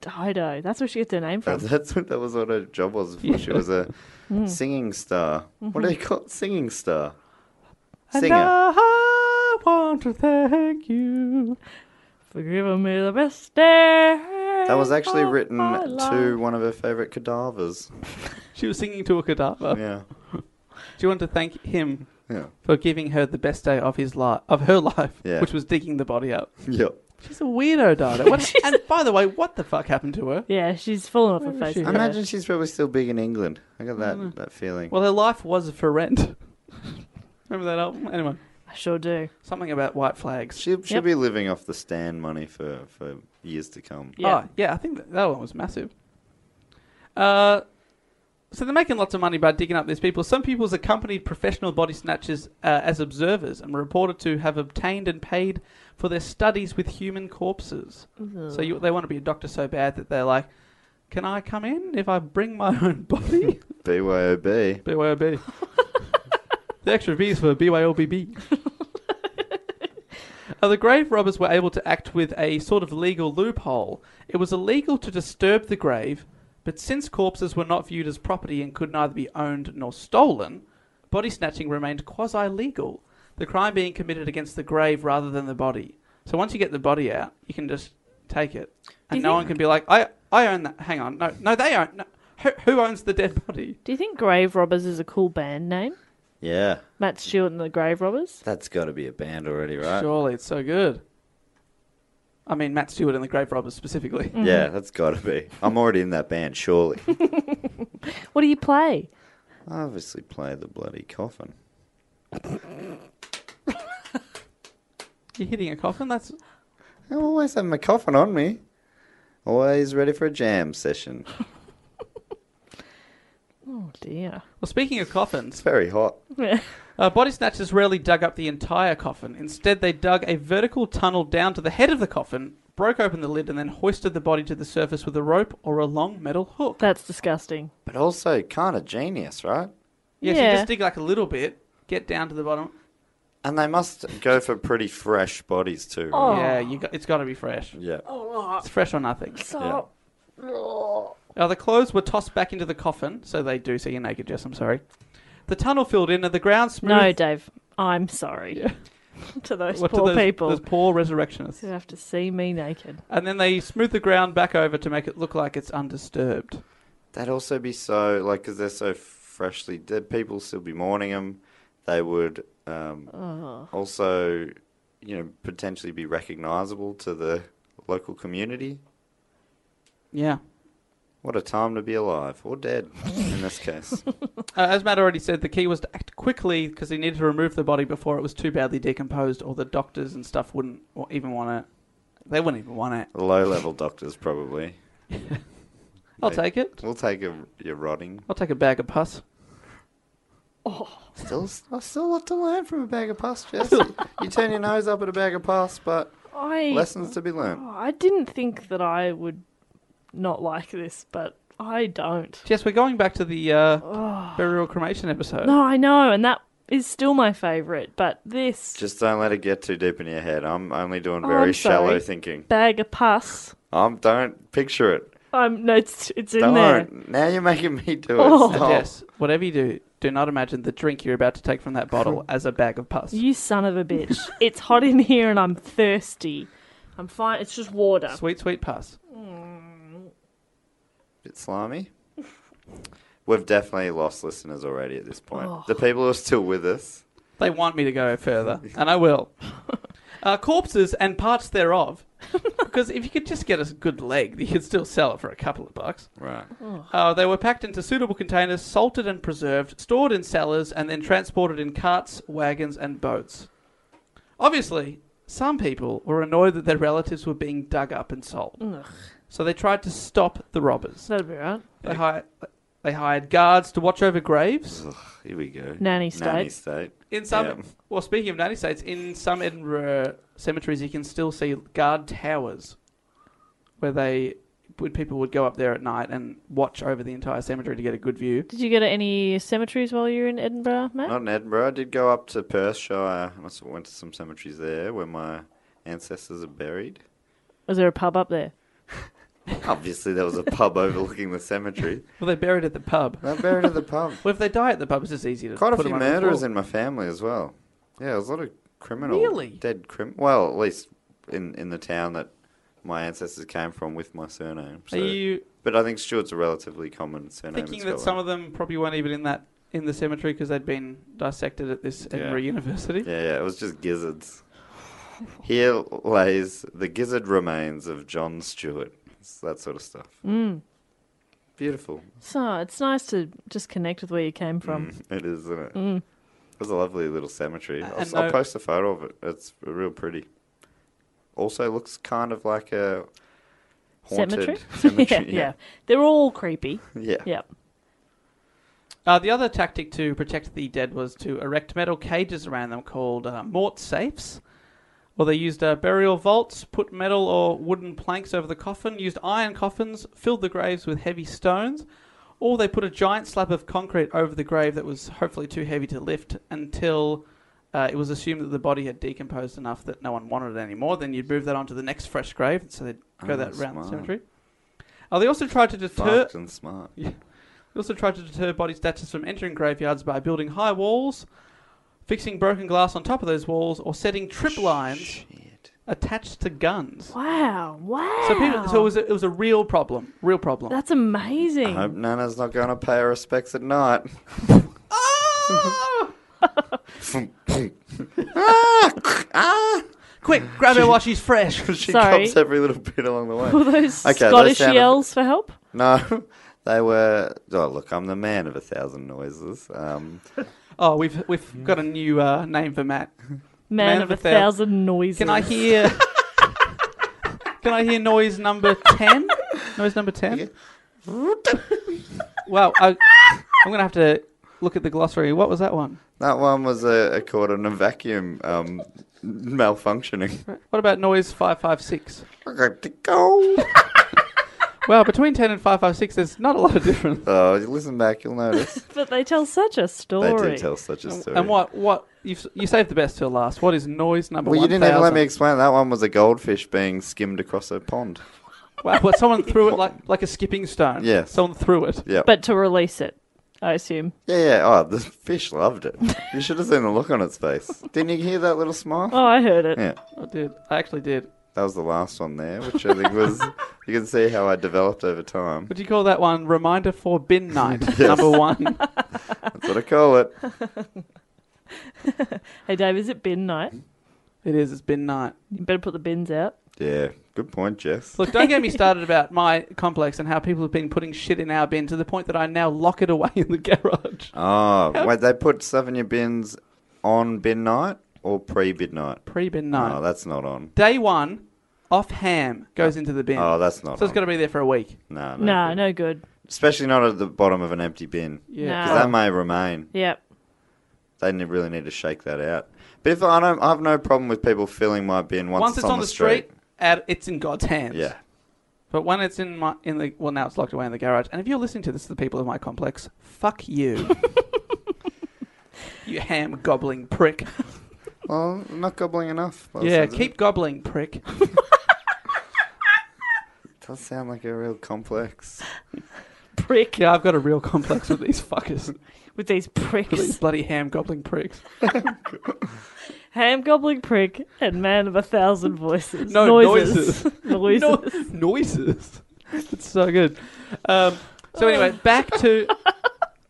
Speaker 6: Dido. That's where she gets her name
Speaker 1: That,
Speaker 6: from.
Speaker 1: that's what that was what her job was. Before. She was a singing star. What do they call it? Singing star.
Speaker 4: And
Speaker 1: Singer.
Speaker 4: I want to thank you.
Speaker 6: For giving me the best day.
Speaker 1: That was actually
Speaker 6: of
Speaker 1: written
Speaker 6: my
Speaker 1: to
Speaker 6: life.
Speaker 1: one of her favorite cadavers.
Speaker 4: She was singing to a cadaver.
Speaker 1: Yeah,
Speaker 4: She wanted to thank him
Speaker 1: yeah,
Speaker 4: for giving her the best day of his life, of her life,
Speaker 1: Yeah.
Speaker 4: which was digging the body up.
Speaker 1: yep.
Speaker 4: She's a weirdo, Dido. What, and by the way, what the fuck happened to her?
Speaker 6: Yeah, she's fallen off her
Speaker 4: Where is
Speaker 6: face.
Speaker 4: she?
Speaker 6: with
Speaker 1: I
Speaker 6: her.
Speaker 1: imagine she's probably still big in England. I got that that feeling.
Speaker 4: Well, her life was for rent. Remember that album? Anyway,
Speaker 6: I sure do.
Speaker 4: something about white flags.
Speaker 1: She she'll
Speaker 6: Yep.
Speaker 1: be living off the stand money for, for years to come.
Speaker 6: Yeah.
Speaker 4: Oh, yeah, I think that, that one was massive. Uh, so they're making lots of money by digging up these people. Some people's accompanied professional body snatchers uh, as observers and were reported to have obtained and paid for their studies with human corpses. So you, they want to be a doctor so bad that they're like, can I come in if I bring my own body?
Speaker 1: BYOB.
Speaker 4: BYOB. The extra B's for BYOBB. Uh, the grave robbers were able to act with a sort of legal loophole. It was illegal to disturb the grave, but since corpses were not viewed as property and could neither be owned nor stolen, body snatching remained quasi legal, the crime being committed against the grave rather than the body. So once you get the body out, you can just take it.
Speaker 6: Do you
Speaker 4: And no one
Speaker 6: think-
Speaker 4: can be like, I, I own that. Hang on. No, no they own. No. Who, who owns the dead body?
Speaker 6: Do you think Grave Robbers is a cool band name?
Speaker 1: Yeah,
Speaker 6: Matt Stewart and the Grave Robbers?
Speaker 1: that's got to be a band already, right?
Speaker 4: Surely it's so good. I mean, Matt Stewart and the Grave Robbers specifically.
Speaker 1: Yeah, that's got to be. I'm already in that band, surely.
Speaker 6: What do you play?
Speaker 1: I obviously play the bloody coffin.
Speaker 4: You're hitting a coffin. That's
Speaker 1: I always have my coffin on me. Always ready for a jam session.
Speaker 6: Oh dear.
Speaker 4: well. Speaking of coffins,
Speaker 1: It's very hot.
Speaker 4: Uh, body snatchers rarely dug up the entire coffin. Instead, they dug a vertical tunnel down to the head of the coffin, broke open the lid, and then hoisted the body to the surface with a rope or a long metal hook.
Speaker 6: That's disgusting.
Speaker 1: But also kind of genius, right?
Speaker 4: yeah, so
Speaker 6: Yeah.
Speaker 4: you just dig like a little bit, get down to the bottom.
Speaker 1: And they must go for pretty fresh bodies too. right?
Speaker 6: Oh.
Speaker 4: Yeah, you got, it's got to be fresh.
Speaker 1: Yeah.
Speaker 4: It's fresh or nothing.
Speaker 1: yeah.
Speaker 4: Uh, the clothes were tossed back into the coffin, so they do see you naked, Jess. I'm sorry. The tunnel filled in and the ground smooth.
Speaker 6: No, Dave. I'm sorry to those
Speaker 4: What to
Speaker 6: poor
Speaker 4: those-
Speaker 6: people
Speaker 4: Those poor resurrectionists.
Speaker 6: who have to see me naked.
Speaker 4: And then they smooth the ground back over to make it look like it's undisturbed.
Speaker 1: That'd also be so, like, because they're so freshly dead, people still be mourning them. They would um, also, you know, potentially be recognizable to the local community.
Speaker 4: Yeah.
Speaker 1: What a time to be alive, or dead in this case.
Speaker 4: Uh, as Matt already said, the key was to act quickly because he needed to remove the body before it was too badly decomposed, or the doctors and stuff wouldn't wa- even want it. They wouldn't even want it.
Speaker 1: Low level doctors, probably.
Speaker 4: I'll
Speaker 1: They-
Speaker 4: take it.
Speaker 1: We'll take a, your rotting.
Speaker 4: I'll take a bag of pus.
Speaker 1: Still, I still lot to learn from a bag of pus, Jess. you turn your nose up at a bag of pus, but
Speaker 6: I
Speaker 1: lessons to be learned.
Speaker 6: I didn't think that I would not like this, but I don't.
Speaker 4: Jess, we're going back to the uh, burial cremation episode.
Speaker 6: No, I know, and that is still my favourite, but this
Speaker 1: Just don't let it get too deep in your head. I'm only doing
Speaker 6: Oh,
Speaker 1: very
Speaker 6: I'm
Speaker 1: shallow
Speaker 6: sorry.
Speaker 1: thinking.
Speaker 6: bag of pus.
Speaker 1: Um, don't picture it.
Speaker 6: Um, no, it's it's in there.
Speaker 1: Don't. Now you're making me do it.
Speaker 6: Oh.
Speaker 1: Stop.
Speaker 4: Jess, whatever you do, do not imagine the drink you're about to take from that bottle as a bag of pus.
Speaker 6: You son of a bitch! it's hot in here, and I'm thirsty. I'm fine. It's just water.
Speaker 4: Sweet, sweet pus.
Speaker 1: Bit slimy. We've definitely lost listeners already at this point.
Speaker 6: Oh.
Speaker 1: The people who are still with us.
Speaker 4: They want me to go further, and I will. Uh, corpses and parts thereof, because if you could just get a good leg, you could still sell it for a couple of bucks.
Speaker 1: Right.
Speaker 4: Uh, they were packed into suitable containers, salted and preserved, stored in cellars, and then transported in carts, wagons, and boats. Obviously, some people were annoyed that their relatives were being dug up and sold. So they tried to stop the robbers.
Speaker 6: That'll be right.
Speaker 4: They hired, they hired guards to watch over graves.
Speaker 1: Here we go.
Speaker 6: Nanny state.
Speaker 1: Nanny state.
Speaker 4: In some,
Speaker 1: Yeah.
Speaker 4: well, speaking of nanny states, in some Edinburgh cemeteries, you can still see guard towers, where they, would people would go up there at night and watch over the entire cemetery to get a good view.
Speaker 6: Did you go to any cemeteries while you were in Edinburgh, Matt?
Speaker 1: Not in Edinburgh. I did go up to Perthshire. and I also went to some cemeteries there where my ancestors are buried.
Speaker 6: Was there a pub up there?
Speaker 1: Obviously, there was a pub overlooking the cemetery.
Speaker 4: Well, they're buried at the pub.
Speaker 1: They're buried at the pub.
Speaker 4: Well, if they die at the pub, it's just easy to
Speaker 1: Quite a
Speaker 4: put
Speaker 1: few
Speaker 4: 'em under the
Speaker 1: murderers
Speaker 4: floor.
Speaker 1: in my family as well. Yeah, there's a lot of criminal,
Speaker 4: Really?
Speaker 1: dead crim. Well, at least in in the town that my ancestors came from with my surname. So.
Speaker 4: Are you
Speaker 1: But I think Stuart's a relatively common surname. in
Speaker 4: thinking that
Speaker 1: Scotland.
Speaker 4: some of them probably weren't even in that in the cemetery because they'd been dissected at this Edinburgh University?
Speaker 1: Yeah, yeah, it was just gizzards. Here lays the gizzard remains of John Stuart. It's that sort of stuff.
Speaker 4: Hmm.
Speaker 1: Beautiful.
Speaker 6: So it's nice to just connect with where you came from.
Speaker 1: It is, isn't it? Mm. It was a lovely little cemetery. I'll,
Speaker 4: and
Speaker 1: I'll
Speaker 4: no-
Speaker 1: post a photo of it. It's real pretty. Also looks kind of like a
Speaker 6: Cemetery?
Speaker 1: haunted cemetery.
Speaker 6: yeah, yeah. They're all creepy.
Speaker 1: Yeah.
Speaker 6: Yep.
Speaker 4: Uh, the other tactic to protect the dead was to erect metal cages around them called uh, mort safes. Well, they used uh, burial vaults, put metal or wooden planks over the coffin, used iron coffins, filled the graves with heavy stones, Or they put a giant slab of concrete over the grave that was hopefully too heavy to lift until uh, it was assumed that the body had decomposed enough that no one wanted it anymore. Then you'd move that onto the next fresh grave, so they'd go
Speaker 1: Oh,
Speaker 4: that round the
Speaker 1: smart.
Speaker 4: cemetery. Oh, they also tried to deter.
Speaker 1: Fucked and smart.
Speaker 4: They also tried to deter body snatchers from entering graveyards by building high walls, fixing broken glass on top of those walls, or setting trip lines
Speaker 1: Shit.
Speaker 4: attached to guns.
Speaker 6: Wow. Wow.
Speaker 4: So, people, so it was a, it was a real problem. Real problem.
Speaker 6: That's
Speaker 1: I
Speaker 6: amazing.
Speaker 1: hope Nana's not going to pay her respects at night. ah! ah!
Speaker 4: Quick, grab her while she's fresh.
Speaker 1: She
Speaker 6: Sorry.
Speaker 1: comes every little bit along the way.
Speaker 6: Were those
Speaker 1: Okay, those
Speaker 6: Scottish
Speaker 1: sounded-
Speaker 6: yells for help?
Speaker 1: No, they were. Oh, look, I'm the man of a thousand noises. Um,
Speaker 4: Oh, we've we've got a new uh, name for Matt.
Speaker 6: Man, of, a
Speaker 4: thou-
Speaker 6: thousand noises.
Speaker 4: Can I hear? can I hear noise number ten? Noise number ten. wow, I, I'm gonna have to look at the glossary. What was that one?
Speaker 1: that one was a, a caught in a vacuum um, malfunctioning.
Speaker 4: What about noise five five six?
Speaker 1: I got to go.
Speaker 4: Well, between ten and five five six, there's not a lot of difference.
Speaker 1: Oh, you listen back, you'll notice.
Speaker 6: But they tell such a story.
Speaker 1: They do tell such a story.
Speaker 4: And what what you you saved the best till last? What is noise number?
Speaker 1: Well, you didn't even let
Speaker 4: 1000?
Speaker 1: me explain. That one was a goldfish being skimmed across a pond.
Speaker 4: Wow, what, someone threw it like like a skipping stone.
Speaker 1: Yes.
Speaker 4: someone threw it.
Speaker 1: Yeah.
Speaker 6: But to release it, I assume.
Speaker 1: Yeah, yeah. Oh, the fish loved it. You should have seen the look on its face. Didn't you hear that little smile?
Speaker 6: Oh, I heard it.
Speaker 1: Yeah.
Speaker 4: I did. I actually did.
Speaker 1: That was the last one there, which I think was. You can see how I developed over time.
Speaker 4: Would you call that one reminder for bin night number one?
Speaker 1: That's what I call it.
Speaker 6: Hey, Dave, is it bin night?
Speaker 4: It is. It's bin night.
Speaker 6: You better put the bins out.
Speaker 1: Yeah. Good point, Jess.
Speaker 4: Look, don't get me started about my complex and how people have been putting shit in our bin to the point that I now lock it away in the garage.
Speaker 1: Oh, wait. They put stuff in your bins on bin night or pre bin night?
Speaker 4: Pre bin
Speaker 1: No,
Speaker 4: night.
Speaker 1: Oh, that's not on.
Speaker 4: Day one, off ham goes into the bin.
Speaker 1: Oh, that's not.
Speaker 4: so it's
Speaker 1: on.
Speaker 4: got to be there for a week.
Speaker 1: No, no,
Speaker 6: No,
Speaker 1: good.
Speaker 6: no good.
Speaker 1: Especially not at the bottom of an empty bin.
Speaker 6: Yeah.
Speaker 1: 'Cause that may remain.
Speaker 6: Yep.
Speaker 1: They ne- really need to shake that out. But if I don't, I have no problem with people filling my bin once,
Speaker 4: Once, it's, on the street, out, it's in God's hands.
Speaker 1: Yeah.
Speaker 4: But when it's in my in the well now it's locked away in the garage. And if you're listening to this, the people of my complex, fuck you. you ham gobbling prick.
Speaker 1: Well, I'm not gobbling enough. Well,
Speaker 4: yeah,
Speaker 1: so that
Speaker 4: keep gobbling prick.
Speaker 1: Does sound like a real complex.
Speaker 6: Prick
Speaker 4: Yeah, I've got a real complex with these fuckers.
Speaker 6: with these
Speaker 4: These
Speaker 6: pricks.
Speaker 4: bloody ham gobbling pricks.
Speaker 6: Ham gobbling prick and man of a thousand voices.
Speaker 4: No,
Speaker 6: noises. Noises.
Speaker 4: No- noises. It's so good. Um, so anyway, back to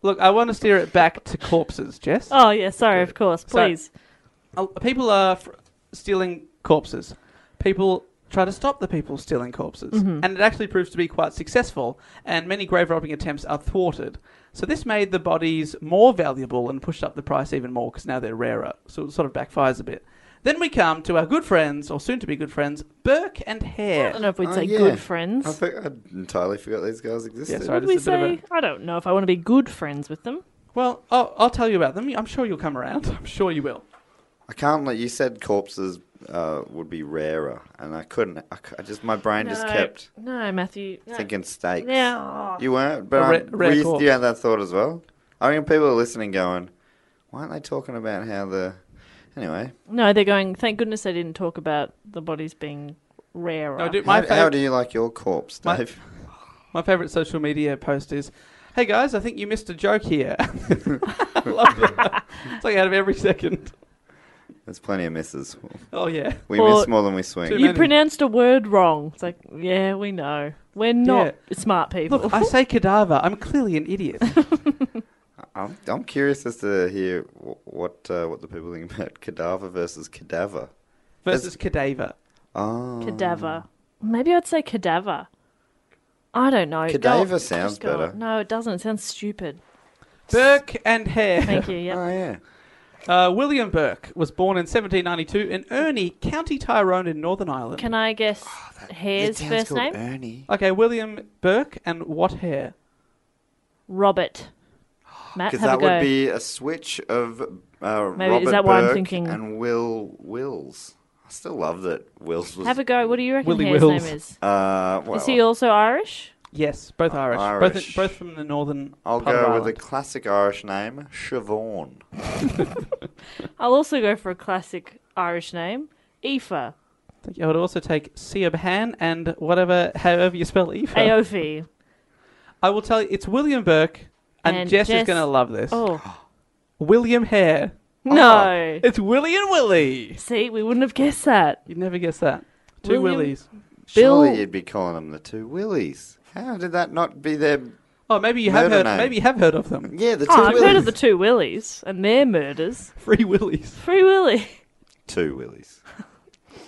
Speaker 4: look. I want to steer it back to corpses, Jess.
Speaker 6: Oh, yeah, sorry, of course.
Speaker 4: So-
Speaker 6: Please.
Speaker 4: Uh, People are f- stealing corpses. People try to stop the people stealing corpses, and it actually proves to be quite successful. And many grave robbing attempts are thwarted. So this made the bodies more valuable and pushed up the price even more because now they're rarer. So it sort of backfires a bit. Then we come to our good friends, or soon to be good friends, Burke and
Speaker 6: I don't
Speaker 4: Hare.
Speaker 6: know if we'd
Speaker 1: Oh,
Speaker 6: say
Speaker 1: yeah.
Speaker 6: good
Speaker 1: I
Speaker 6: friends.
Speaker 1: think I entirely forgot these guys existed.
Speaker 4: Yeah, sorry.
Speaker 6: Would we
Speaker 4: it's a bit of
Speaker 6: say? I don't know if I want to be good friends with them.
Speaker 4: Well, I'll, I'll tell you about them. I'm sure you'll come around. I'm sure you will.
Speaker 1: I can't let you said corpses uh, would be rarer, and I couldn't. I, c- I just my brain just
Speaker 6: No,
Speaker 1: kept
Speaker 6: No, Matthew. No.
Speaker 1: thinking steaks.
Speaker 6: No.
Speaker 1: You weren't, but
Speaker 4: A ra-
Speaker 1: um,
Speaker 4: rare
Speaker 1: were you,
Speaker 4: corpse.
Speaker 1: you had that thought as well. I mean, people are listening, going, "Why aren't they talking about how the?" Anyway,
Speaker 6: No, they're going. Thank goodness they didn't talk about the bodies being rarer.
Speaker 4: No, dude,
Speaker 1: how,
Speaker 4: my,
Speaker 1: how
Speaker 4: fav-
Speaker 1: do you like your corpse,
Speaker 4: My-
Speaker 1: Dave?
Speaker 4: my favorite social media post is, "Hey guys, I think you missed a joke here." I love that. It's like out of every second.
Speaker 1: There's plenty of misses.
Speaker 4: Oh yeah,
Speaker 1: We
Speaker 6: Or-
Speaker 1: miss more than we swing.
Speaker 4: Too
Speaker 6: you
Speaker 4: many.
Speaker 6: pronounced a word wrong. It's like, yeah, we know. We're not smart people.
Speaker 4: look, I say cadaver. I'm clearly an idiot.
Speaker 1: I'm, I'm curious as to hear wh- what uh, what the people think about cadaver versus cadaver.
Speaker 4: Versus cadaver.
Speaker 1: Oh,
Speaker 6: cadaver. Maybe I'd say cadaver. I don't know. Go-
Speaker 1: Cadaver
Speaker 6: just
Speaker 1: sounds
Speaker 6: go-
Speaker 1: better.
Speaker 6: No, it doesn't. It sounds stupid.
Speaker 4: Burke and Hare.
Speaker 6: Thank you. Yeah.
Speaker 1: Oh yeah.
Speaker 4: Uh, William Burke was born in 1792 in Ernie, County Tyrone, in Northern Ireland.
Speaker 6: Can I guess
Speaker 4: Oh,
Speaker 6: Hare's
Speaker 1: That town's
Speaker 6: first
Speaker 1: called
Speaker 6: name?
Speaker 4: eh?
Speaker 1: Ernie.
Speaker 4: okay, William Burke and what Hare?
Speaker 6: Robert. Matt,
Speaker 1: Because
Speaker 6: Uh, have
Speaker 1: that
Speaker 6: a go.
Speaker 1: would be a switch of uh,
Speaker 6: Maybe-
Speaker 1: Robert
Speaker 6: is that why I'm
Speaker 1: Burke
Speaker 6: thinking-
Speaker 1: and Will Wills. I still love that Wills was.
Speaker 6: Have a go. What do you reckon
Speaker 4: Willy
Speaker 6: Hare's
Speaker 4: Wills.
Speaker 6: name is?
Speaker 1: uh, well,
Speaker 6: Is he also Irish?
Speaker 4: Yes, both Irish.
Speaker 1: Irish.
Speaker 4: Both both from the northern.
Speaker 1: I'll
Speaker 4: part
Speaker 1: go
Speaker 4: of
Speaker 1: with a
Speaker 4: Ireland.
Speaker 1: classic Irish name, Siobhan.
Speaker 6: I'll also go for a classic Irish name, Aoife.
Speaker 4: I think I would also take Siobhan and whatever, however you spell Eva.
Speaker 6: Aoife.
Speaker 4: I will tell you, it's William Burke, and,
Speaker 6: And
Speaker 4: Jess,
Speaker 6: Jess-
Speaker 4: is going to love this.
Speaker 6: Oh
Speaker 4: William Hare.
Speaker 6: no!
Speaker 4: It's Willie and Willie.
Speaker 6: See, we wouldn't have guessed that.
Speaker 4: You'd never guess that. Two
Speaker 6: William-
Speaker 4: Willies.
Speaker 6: Bill-
Speaker 1: Surely you'd be calling them the two Willies. How did that not be their?
Speaker 4: Oh, maybe you have
Speaker 1: Murder
Speaker 4: heard.
Speaker 1: name.
Speaker 4: Maybe you have heard of them.
Speaker 1: Yeah, the two
Speaker 6: Oh, I've
Speaker 1: Willies.
Speaker 6: heard of the two Willies and their murders.
Speaker 4: Free Willies.
Speaker 6: Free Willy.
Speaker 1: two Willies.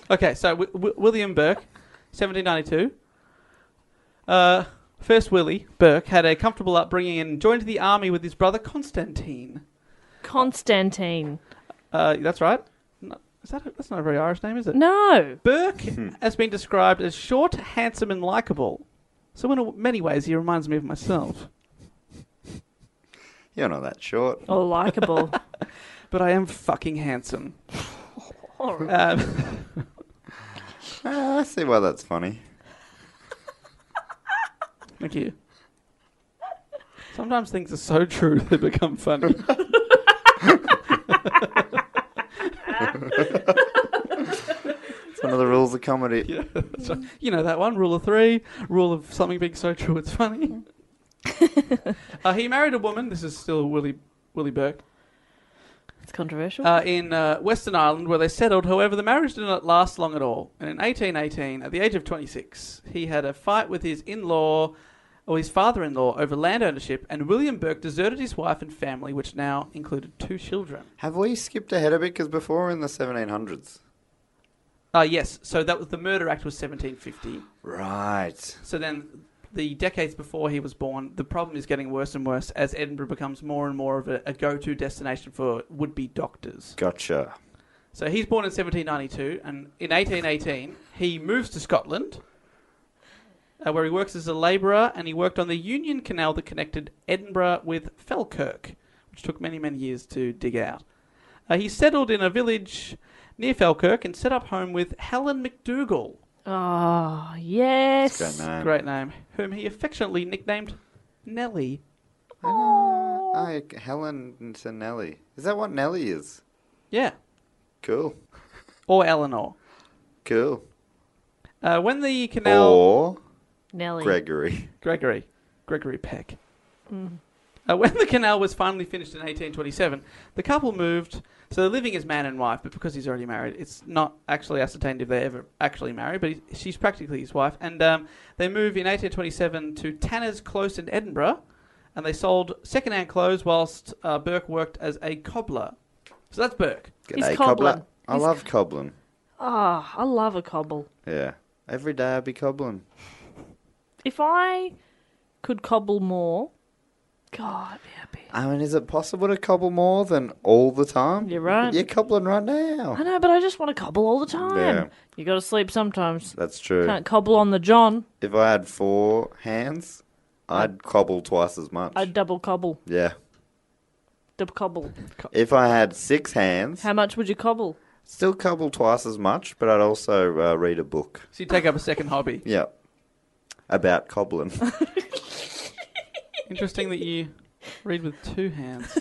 Speaker 4: Okay, so w- w- William Burke, 1792. Uh, first Willie Burke had a comfortable upbringing and joined the army with his brother Constantine.
Speaker 6: Constantine.
Speaker 4: Uh, that's right. No, is that a, that's not a very Irish name, is it?
Speaker 6: No.
Speaker 4: Burke has been described as short, handsome, and likable. So in a- many ways, he reminds me of myself.
Speaker 1: You're not that short.
Speaker 6: Or likable.
Speaker 4: But I am fucking handsome. Um,
Speaker 1: Ah, I see why that's funny.
Speaker 4: thank you. Sometimes things are so true they become funny.
Speaker 1: It's one of the rules of comedy.
Speaker 4: Yeah, that's right. you know that one rule of three, rule of something being so true it's funny. uh, he married a woman. This is still Willie Willie Burke
Speaker 6: It's controversial.
Speaker 4: uh, in uh, Western Ireland, where they settled. However, the marriage did not last long at all. And in 1818, at the age of 26, he had a fight with his in-law or his father-in-law over land ownership, and William Burke deserted his wife and family, which now included two children.
Speaker 1: Have we skipped ahead a bit? Because before we're in the 1700s.
Speaker 4: Uh, yes, so that was the Murder Act was 1750.
Speaker 1: Right.
Speaker 4: So then, the decades before he was born, the problem is getting worse and worse as Edinburgh becomes more and more of a, a go-to destination for would-be doctors.
Speaker 1: Gotcha.
Speaker 4: So he's born in 1792, and in 1818 he moves to Scotland, uh, where he works as a labourer, and he worked on the Union Canal that connected Edinburgh with Falkirk, which took many many years to dig out. Uh, he settled in a village near Falkirk and set up home with Helen McDougall,
Speaker 6: oh,
Speaker 1: It's a great
Speaker 6: yes.
Speaker 1: name.
Speaker 4: great name, whom he affectionately nicknamed Nellie.
Speaker 1: Hi, Ah, Helen to Nelly. Is that what Nelly is?
Speaker 4: Yeah,
Speaker 1: Cool.
Speaker 4: or Eleanor.
Speaker 1: Cool.
Speaker 4: Uh, when the canal
Speaker 1: Or
Speaker 6: Nelly.
Speaker 1: Gregory.
Speaker 4: Gregory, Gregory Peck. Uh, when the canal was finally finished in 1827, the couple moved. So they're living as man and wife, but because he's already married, it's not actually ascertained if they ever actually marry. But he, she's practically his wife, and um, they move in 1827 to Tanner's Close in Edinburgh, and they sold second-hand clothes whilst uh, Burke worked as a cobbler. So that's Burke.
Speaker 6: He's
Speaker 1: G'day,
Speaker 6: Coblin.
Speaker 1: I
Speaker 6: He's-
Speaker 1: love Coblin.
Speaker 6: Oh, I love a cobble.
Speaker 1: Yeah. Every day I be Coblin.
Speaker 6: If I could cobble more, God, I'd be happy.
Speaker 1: I mean, is it possible to cobble more than all the time?
Speaker 6: You're right.
Speaker 1: You're cobbling right
Speaker 6: I
Speaker 1: now.
Speaker 6: know, but I just want to cobble all the time.
Speaker 1: Yeah.
Speaker 6: You got to sleep sometimes.
Speaker 1: That's true.
Speaker 6: Can't cobble on the John.
Speaker 1: If I had four hands, I'd cobble twice as much.
Speaker 6: I double cobble.
Speaker 1: Yeah.
Speaker 6: Double cobble.
Speaker 1: If I had six hands,
Speaker 6: How much would you cobble?
Speaker 1: still cobble twice as much, but I'd also uh, read a book.
Speaker 4: So you take up a second hobby.
Speaker 1: Yeah. About cobbling.
Speaker 4: Interesting that you read with two hands.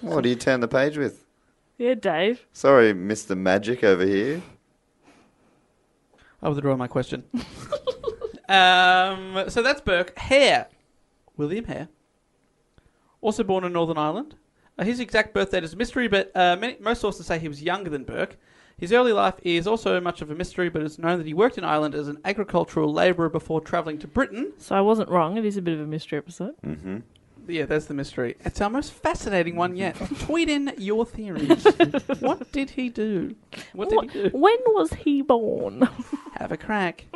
Speaker 1: what do you turn the page with?
Speaker 6: Yeah, Dave.
Speaker 1: Sorry, Mr. Magic over here.
Speaker 4: I withdraw my question. um, so that's Burke. Hare. William Hare. Also born in Northern Ireland. Uh, his exact birth date is a mystery, but uh, many, most sources say he was younger than Burke. His early life is also much of a mystery, but it's known that he worked in Ireland as an agricultural labourer before travelling to Britain.
Speaker 6: So I wasn't wrong. It is a bit of a mystery episode.
Speaker 4: Mm-hmm. Yeah, that's the mystery. It's our most fascinating one yet. Tweet in your theories. what did he do? What did he do?
Speaker 6: When was he born?
Speaker 4: Have a crack.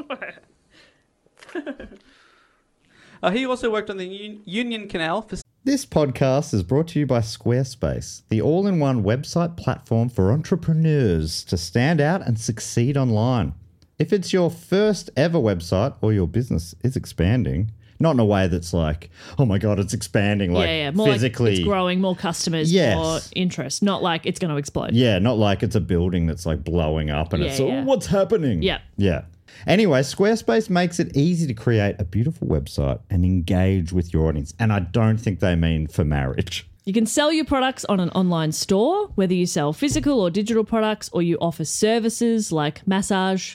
Speaker 4: uh, he also worked on the Un- Union Canal for
Speaker 7: This podcast is brought to you by Squarespace, the all in one website platform for entrepreneurs to stand out and succeed online. If it's your first ever website or your business is expanding, not in a way that's like, oh my God, it's expanding, like
Speaker 5: yeah, yeah, more
Speaker 7: physically.
Speaker 5: like it's growing, more customers,
Speaker 7: Yes.
Speaker 5: more interest. Not like it's going to explode.
Speaker 7: Yeah, not like it's a building that's like blowing up and
Speaker 5: Yeah,
Speaker 7: it's all,
Speaker 5: yeah.
Speaker 7: what's happening?
Speaker 5: Yeah.
Speaker 7: Yeah. Anyway, Squarespace makes it easy to create a beautiful website and engage with your audience. And I don't think they mean for marriage.
Speaker 5: You can sell your products on an online store, whether you sell physical or digital products, or you offer services like massage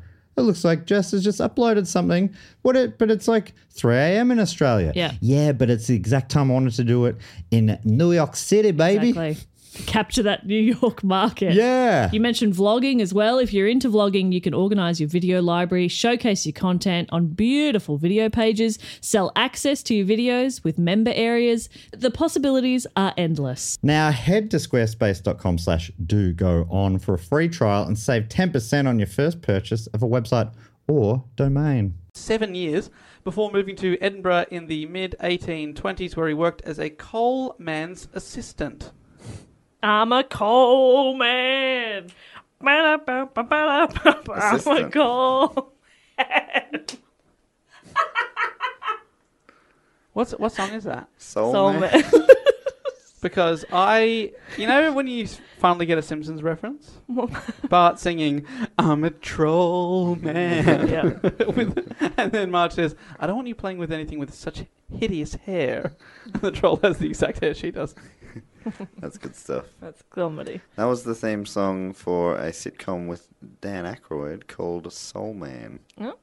Speaker 7: it looks like Jess has just uploaded something. What it? But it's like 3 a.m. in Australia.
Speaker 5: Yeah.
Speaker 7: Yeah, but it's the exact time I wanted to do it in New York City, baby.
Speaker 5: Exactly. Capture that New York market.
Speaker 7: Yeah.
Speaker 5: You mentioned vlogging as well. If you're into vlogging, you can organize your video library, showcase your content on beautiful video pages, sell access to your videos with member areas. The possibilities are endless.
Speaker 7: Now head to squarespace.com slash do go on for a free trial and save 10% on your first purchase of a website or domain.
Speaker 4: seven years before moving to Edinburgh in the mid 1820s, where he worked as a coal man's assistant.
Speaker 6: I'm a coal man. Ba-da-ba-ba-ba-da-ba-ba. I'm a
Speaker 1: Assistant.
Speaker 6: coal.
Speaker 4: What's what song is that?
Speaker 1: Soul,
Speaker 6: Soul
Speaker 1: man.
Speaker 6: man.
Speaker 4: Because I, you know, when you finally get a Simpsons reference, Bart singing "I'm a troll man,"
Speaker 6: yeah.
Speaker 4: with, and then Marge says, "I don't want you playing with anything with such hideous hair." And the troll has the exact hair she does.
Speaker 1: That's good stuff.
Speaker 6: That's comedy.
Speaker 1: That was the theme song for a sitcom with Dan Aykroyd called Soul Man.
Speaker 6: Oh.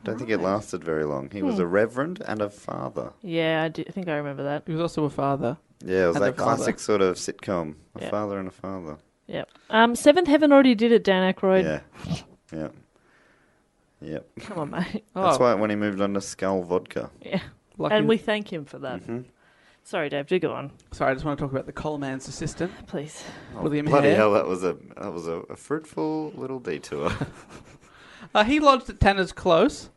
Speaker 1: I don't think it lasted very long. He was
Speaker 4: Hmm.
Speaker 1: a reverend and a father.
Speaker 6: Yeah, I, do, I think I remember that.
Speaker 4: He was also a father.
Speaker 1: Yeah, it was
Speaker 4: And a
Speaker 1: that
Speaker 4: father.
Speaker 1: classic sort of sitcom. A
Speaker 6: Yeah.
Speaker 1: father and a father.
Speaker 6: Yep. Um, Seventh Heaven already did it, Dan Aykroyd.
Speaker 1: Yeah. Yeah. Yep.
Speaker 6: Come on, mate.
Speaker 4: Oh,
Speaker 1: That's why when he moved on to Skull Vodka.
Speaker 6: Yeah.
Speaker 4: lucky.
Speaker 6: And we thank him for that.
Speaker 1: Mm-hmm.
Speaker 6: Sorry, Dave, do go on,
Speaker 4: Sorry, I just want to talk about the coal man's assistant,
Speaker 6: please.
Speaker 4: William
Speaker 1: Bloody
Speaker 4: Hare.
Speaker 1: hell, that was a that was a, a fruitful little detour.
Speaker 4: Uh, he lodged at Tanner's Close.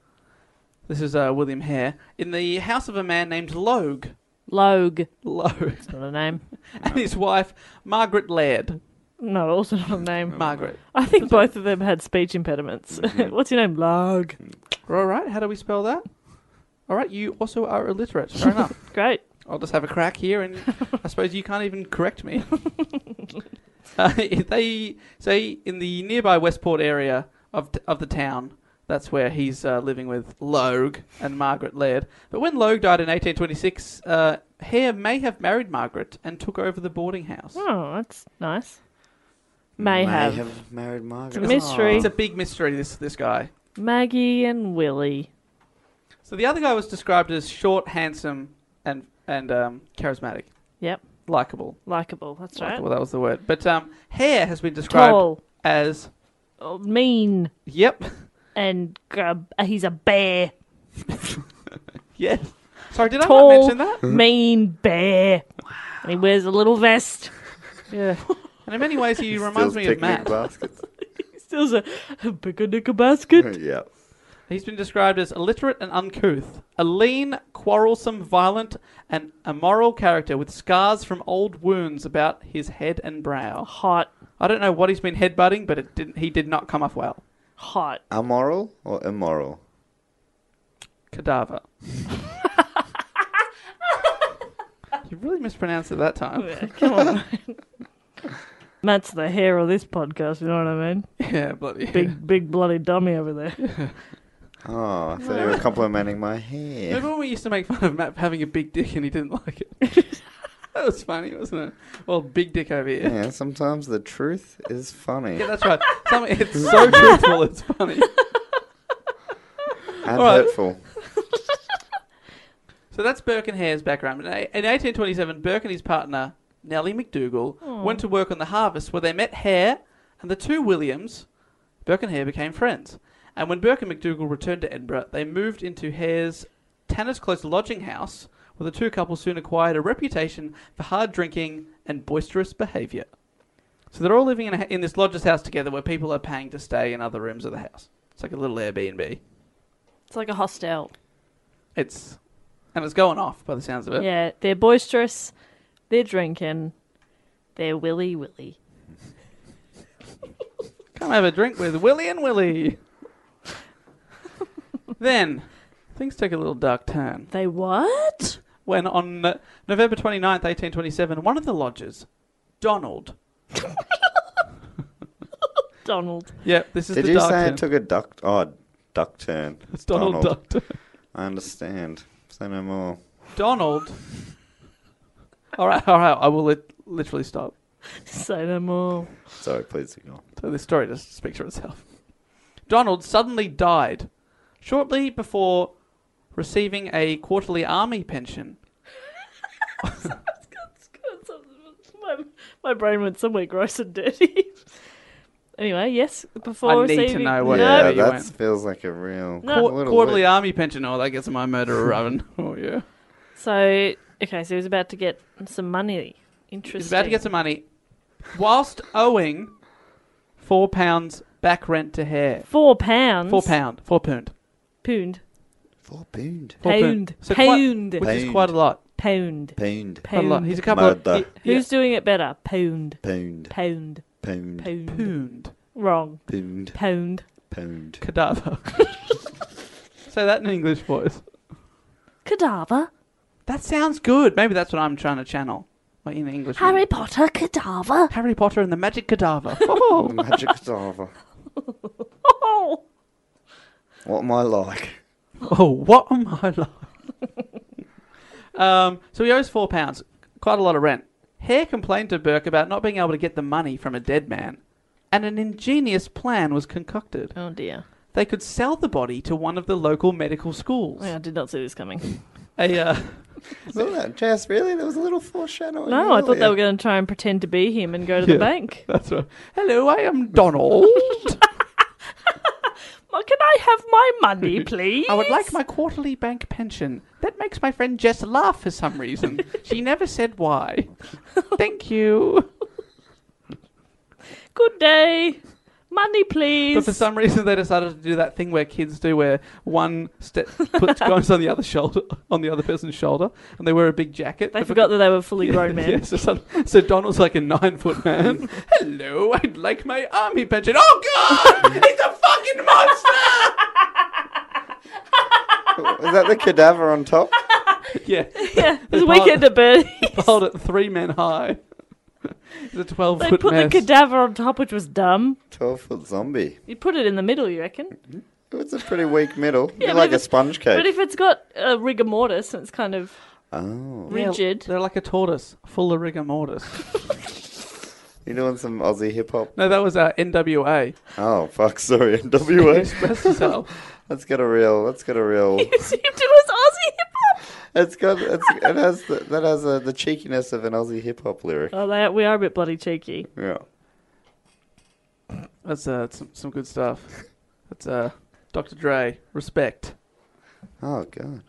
Speaker 4: This is uh, William Hare in the house of a man named Logue.
Speaker 6: Logue.
Speaker 4: Logue
Speaker 6: It's not a name.
Speaker 4: and his wife Margaret Laird.
Speaker 6: No, also not a name.
Speaker 4: Margaret.
Speaker 6: I think both of them had speech impediments. What's your name? Logue.
Speaker 4: All right. How do we spell that? All right. You also are illiterate. Fair enough.
Speaker 6: Great.
Speaker 4: I'll just have a crack here, and I suppose you can't even correct me. uh, they say in the nearby Westport area of t- of the town. That's where he's uh, living with Logue and Margaret Laird. But when Logue died in 1826, uh, Hare may have married Margaret and took over the boarding house.
Speaker 6: Oh, that's nice. May, have.
Speaker 1: married
Speaker 6: It's a
Speaker 1: Margaret.
Speaker 6: mystery.
Speaker 4: It's a big mystery. This this guy.
Speaker 6: Maggie and Willie.
Speaker 4: So the other guy was described as short, handsome, and and um, charismatic,
Speaker 6: Yep.
Speaker 4: likable.
Speaker 6: Likable. That's right.
Speaker 4: Well, that was the word. But um, hair has been described
Speaker 6: Tall.
Speaker 4: as
Speaker 6: Oh, mean.
Speaker 4: yep,
Speaker 6: And uh, he's a bear.
Speaker 4: yes. Sorry, did I not
Speaker 6: Tall,
Speaker 4: mention that?
Speaker 6: mean bear. And he wears a little vest.
Speaker 4: Yeah. And in many ways, he
Speaker 1: Steals
Speaker 4: reminds me of
Speaker 1: picnic
Speaker 4: Matt.
Speaker 1: baskets.
Speaker 6: He steals a, a picnic basket.
Speaker 1: yeah.
Speaker 4: He's been described as illiterate and uncouth, a lean, quarrelsome, violent, and immoral character with scars from old wounds about his head and brow.
Speaker 6: Hot.
Speaker 4: I don't know what he's been headbutting, but it didn't. He did not come off well.
Speaker 6: Hot.
Speaker 1: Amoral or immoral?
Speaker 4: Cadaver. you really mispronounced it that time.
Speaker 6: Yeah, come on. mate. Matt's the hair of this podcast, you know what I mean?
Speaker 4: Yeah, bloody.
Speaker 6: Big, big bloody dummy over there.
Speaker 1: Oh, I thought you were complimenting my hair.
Speaker 4: Remember when we used to make fun of Matt for having a big dick and he didn't like it? that was funny, wasn't it? Well, big dick over here.
Speaker 1: Yeah, sometimes the truth is funny.
Speaker 4: Yeah, that's right. Some, it's so truthful, it's funny.
Speaker 1: and
Speaker 4: right.
Speaker 1: hurtful.
Speaker 4: So that's Burke and Hare's background. In a- in 1827, Burke and his partner, Nellie McDougall, went to work on the harvest where they met Hare and the two Williams. Burke and Hare became friends. And when Burke and McDougall returned to Edinburgh, they moved into Hare's Tanner's Close lodging house, where the two couples soon acquired a reputation for hard drinking and boisterous behaviour. So they're all living in, a, in this lodger's house together where people are paying to stay in other rooms of the house. It's like a little Airbnb.
Speaker 6: It's like a hostel.
Speaker 4: It's and it's going off by the sounds of it.
Speaker 6: Yeah, they're boisterous, they're drinking, they're willy willy.
Speaker 4: Come have a drink with Willie and Willie. then things take a little dark turn
Speaker 6: They what?
Speaker 4: when on uh, November 29th, 1827, one of the lodgers, Donald.
Speaker 6: Donald.
Speaker 4: Yep, this is
Speaker 1: Did
Speaker 4: the
Speaker 1: you
Speaker 4: dark
Speaker 1: say
Speaker 4: turn.
Speaker 1: it took a duck? Oh, duck turn.
Speaker 4: it's Donald, Duck Turn.
Speaker 1: I understand. Say no more.
Speaker 4: Donald. all right, all right. I will lit literally stop.
Speaker 6: Say no more.
Speaker 1: Sorry, please ignore.
Speaker 4: So this story just speaks for itself. Donald suddenly died shortly before receiving a quarterly army pension.
Speaker 6: My, my brain went somewhere gross and dirty. anyway, yes, before
Speaker 4: I need to
Speaker 6: receiving...
Speaker 4: know what-
Speaker 6: No,
Speaker 1: yeah,
Speaker 4: you
Speaker 1: that
Speaker 4: went.
Speaker 1: feels like a real
Speaker 6: No.
Speaker 1: a
Speaker 6: Qu-
Speaker 1: little
Speaker 4: quarterly
Speaker 1: bit.
Speaker 4: army pension. Oh, that gets my murderer oven. Oh yeah.
Speaker 6: So okay, so he was about to get some money. Interesting.
Speaker 4: He's about to get some money, whilst owing four pounds back rent to Hare.
Speaker 6: four pounds.
Speaker 4: Four pound. Four pound.
Speaker 6: Pound.
Speaker 1: Four pound.
Speaker 4: Four
Speaker 6: Pound.
Speaker 4: So quite-
Speaker 6: pound.
Speaker 4: Which is
Speaker 1: Pound.
Speaker 4: quite a lot.
Speaker 6: Pound.
Speaker 1: Pound.
Speaker 4: Quite a lot.
Speaker 6: Pound.
Speaker 4: He's a couple of.
Speaker 1: Murder.
Speaker 4: he-
Speaker 6: Who's doing it better? Pound.
Speaker 1: Pound.
Speaker 6: Pound.
Speaker 1: Pound.
Speaker 6: Pound.
Speaker 4: pooned?
Speaker 6: Wrong.
Speaker 1: Pound.
Speaker 6: Pound.
Speaker 1: Pound.
Speaker 4: Cadaver. Say that in an English voice.
Speaker 6: Cadaver.
Speaker 4: That sounds good. Maybe that's what I'm trying to channel. Like in English.
Speaker 6: Harry Potter cadaver.
Speaker 4: Harry Potter and the Magic Cadaver. Oh.
Speaker 1: Magic Cadaver.
Speaker 6: Oh.
Speaker 1: What am I like?
Speaker 4: Oh, what am I like? um, so he owes four pounds, quite a lot of rent. Hare complained to Burke about not being able to get the money from a dead man, and an ingenious plan was concocted.
Speaker 6: Oh dear.
Speaker 4: They could sell the body to one of the local medical schools.
Speaker 6: Yeah, I did not see this coming.
Speaker 4: A, uh,
Speaker 1: Isn't that just really? There was a little foreshadowing.
Speaker 6: No, I thought they
Speaker 1: earlier.
Speaker 6: were going to try and pretend to be him and go to
Speaker 4: Yeah.
Speaker 6: the bank.
Speaker 4: that's right. Hello, I am Donald.
Speaker 6: Well, can I have my money, please?
Speaker 4: I would like my quarterly bank pension. That makes my friend Jess laugh for some reason. she never said why. Thank you.
Speaker 6: good day. Money, please.
Speaker 4: But for some reason, they decided to do that thing where kids do, where one step puts goes on the other shoulder, on the other person's shoulder, and they wear a big jacket.
Speaker 6: they
Speaker 4: But
Speaker 6: forgot that they were fully
Speaker 4: Yeah,
Speaker 6: grown men.
Speaker 4: yeah, so, sudden- so Donald's like a nine foot man. Hello, I'd like my army pension. Oh God, it's a fucking monster!
Speaker 1: Is that the cadaver on top?
Speaker 4: yeah,
Speaker 6: Yeah, it was
Speaker 4: They
Speaker 6: a
Speaker 4: piled-
Speaker 6: weekend at Bernie.
Speaker 4: piled it three men high. It's a twelve
Speaker 6: They
Speaker 4: foot
Speaker 6: put
Speaker 4: mess.
Speaker 6: the cadaver on top, which was dumb.
Speaker 1: Twelve foot zombie.
Speaker 6: You put it in the middle, you reckon?
Speaker 1: It's a pretty weak middle.
Speaker 6: Yeah,
Speaker 1: You're
Speaker 6: but
Speaker 1: like
Speaker 6: if
Speaker 1: a
Speaker 6: it-
Speaker 1: sponge cake.
Speaker 6: But if it's got a rigor mortis and it's kind of
Speaker 1: oh,
Speaker 4: Yeah,
Speaker 6: rigid,
Speaker 4: they're like a tortoise, full of rigor mortis.
Speaker 1: you're doing some Aussie hip hop.
Speaker 4: no, that was uh, NWA.
Speaker 1: Oh fuck, sorry, NWA.
Speaker 4: Express yourself.
Speaker 1: That's got a real. That's got a real.
Speaker 6: you seem to us Aussie hip hop.
Speaker 1: It's got. It's, it has the, that has uh the cheekiness of an Aussie hip hop lyric.
Speaker 6: Oh, they, we are a bit bloody cheeky.
Speaker 1: Yeah.
Speaker 4: That's uh, some, some good stuff. That's uh, Dr. Dre, respect.
Speaker 1: Oh god.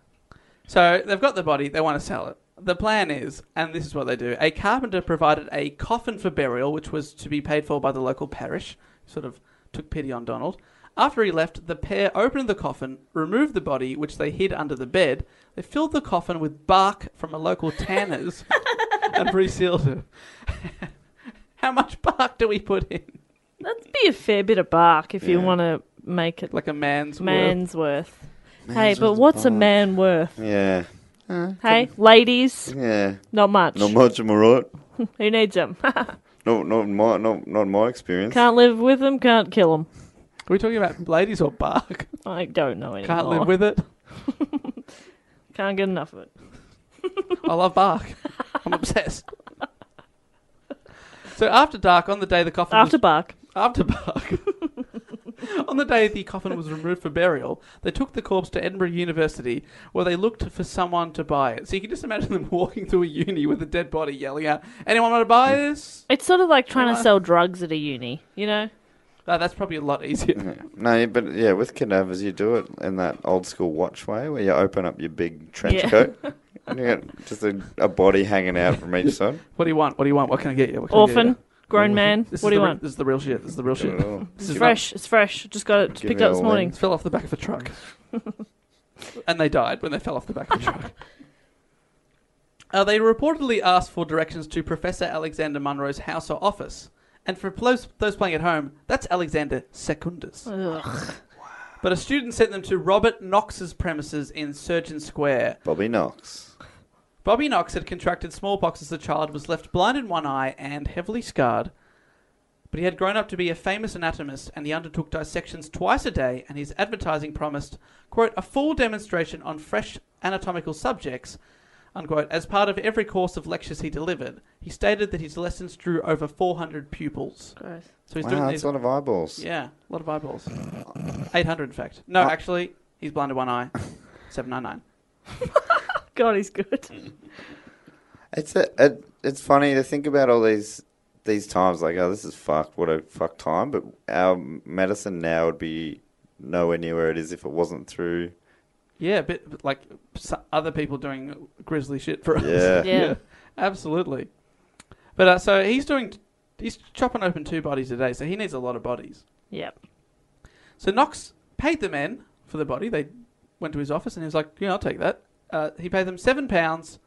Speaker 4: So they've got the body, they want to sell it. The plan is, and this is what they do a carpenter provided a coffin for burial, which was to be paid for by the local parish, sort of took pity on Donald. After he left, the pair opened the coffin, removed the body, which they hid under the bed. They filled the coffin with bark from a local tanner's and resealed it. How much bark do we put in?
Speaker 6: That'd be a fair bit of bark if you
Speaker 1: Yeah.
Speaker 6: want to make it
Speaker 4: Like a man's worth.
Speaker 6: man's worth. hey,
Speaker 1: Man's
Speaker 6: but
Speaker 1: worth
Speaker 6: what's a
Speaker 1: bark.
Speaker 6: man worth?
Speaker 1: Yeah.
Speaker 6: Hey, ladies,
Speaker 1: Yeah.
Speaker 6: not much.
Speaker 1: Not much, am I right?
Speaker 6: Who needs them?
Speaker 1: No, not in my, not, not in my experience.
Speaker 6: can't live with them, can't kill them.
Speaker 4: Are we talking about ladies or bark?
Speaker 6: I don't know anymore.
Speaker 4: Can't live with it.
Speaker 6: Can't get enough of it.
Speaker 4: I love bark. I'm obsessed. So after dark, on the day the coffin
Speaker 6: After
Speaker 4: was,
Speaker 6: bark.
Speaker 4: after bark, on the day the coffin was removed for burial, they took the corpse to Edinburgh University, where they looked for someone to buy it. So you can just imagine them walking through a uni with a dead body, yelling out, "Anyone want to buy this?"
Speaker 6: It's sort of like trying to
Speaker 4: Hello.
Speaker 6: sell drugs at a uni, you know?
Speaker 4: Oh, that's probably a lot easier.
Speaker 1: Yeah. No, but yeah, with cadavers you do it in that old school watch way where you open up your big trench
Speaker 6: Yeah.
Speaker 1: coat and you got just a, a body hanging out from each side.
Speaker 4: What do you want? What do you want? What can I get you? What can I get
Speaker 6: Orphan,
Speaker 4: you?
Speaker 6: grown man.
Speaker 4: This is
Speaker 6: What do you
Speaker 4: the re-
Speaker 6: want?
Speaker 4: This is the real shit. This is the real shit.
Speaker 1: Oh.
Speaker 6: It's fresh. It's fresh. Just got it. Just
Speaker 1: Give
Speaker 6: picked
Speaker 1: it
Speaker 6: up this
Speaker 1: a
Speaker 6: morning.
Speaker 1: wing.
Speaker 4: It fell off the back of a truck. and they died when they fell off the back of the truck. Uh, they reportedly asked for directions to Professor Alexander Munro's house or office. And for those, those playing at home, that's Alexander Secundus.
Speaker 6: Ugh.
Speaker 4: But a student sent them to Robert Knox's premises in Surgeon Square.
Speaker 1: Bobby Knox.
Speaker 4: Bobby Knox had contracted smallpox as a child, was left blind in one eye, and heavily scarred. But he had grown up to be a famous anatomist, and he undertook dissections twice a day, and his advertising promised, quote, a full demonstration on fresh anatomical subjects, unquote, as part of every course of lectures he delivered. He stated that his lessons drew over 400 pupils.
Speaker 6: Gross.
Speaker 4: So he's doing
Speaker 1: Wow,
Speaker 4: these...
Speaker 1: that's a lot of eyeballs.
Speaker 4: Yeah, a lot of eyeballs. 800, in fact. No,
Speaker 1: Uh,
Speaker 4: actually, he's blind in one eye. 799.
Speaker 6: God, he's good.
Speaker 1: It's a, it, it's funny to think about all these these times. Like, oh, this is fucked. What a fuck time. But our medicine now would be nowhere near where it is if it wasn't through.
Speaker 4: Yeah, a bit like s- other people doing grisly shit for us.
Speaker 1: Yeah.
Speaker 6: Yeah.
Speaker 4: absolutely. But uh, so he's doing, he's chopping open two bodies a day, so he needs a lot of bodies.
Speaker 6: Yep.
Speaker 4: So Knox paid the men for the body. They went to his office and he was like, "Yeah, I'll take that." Uh, he paid them seven pounds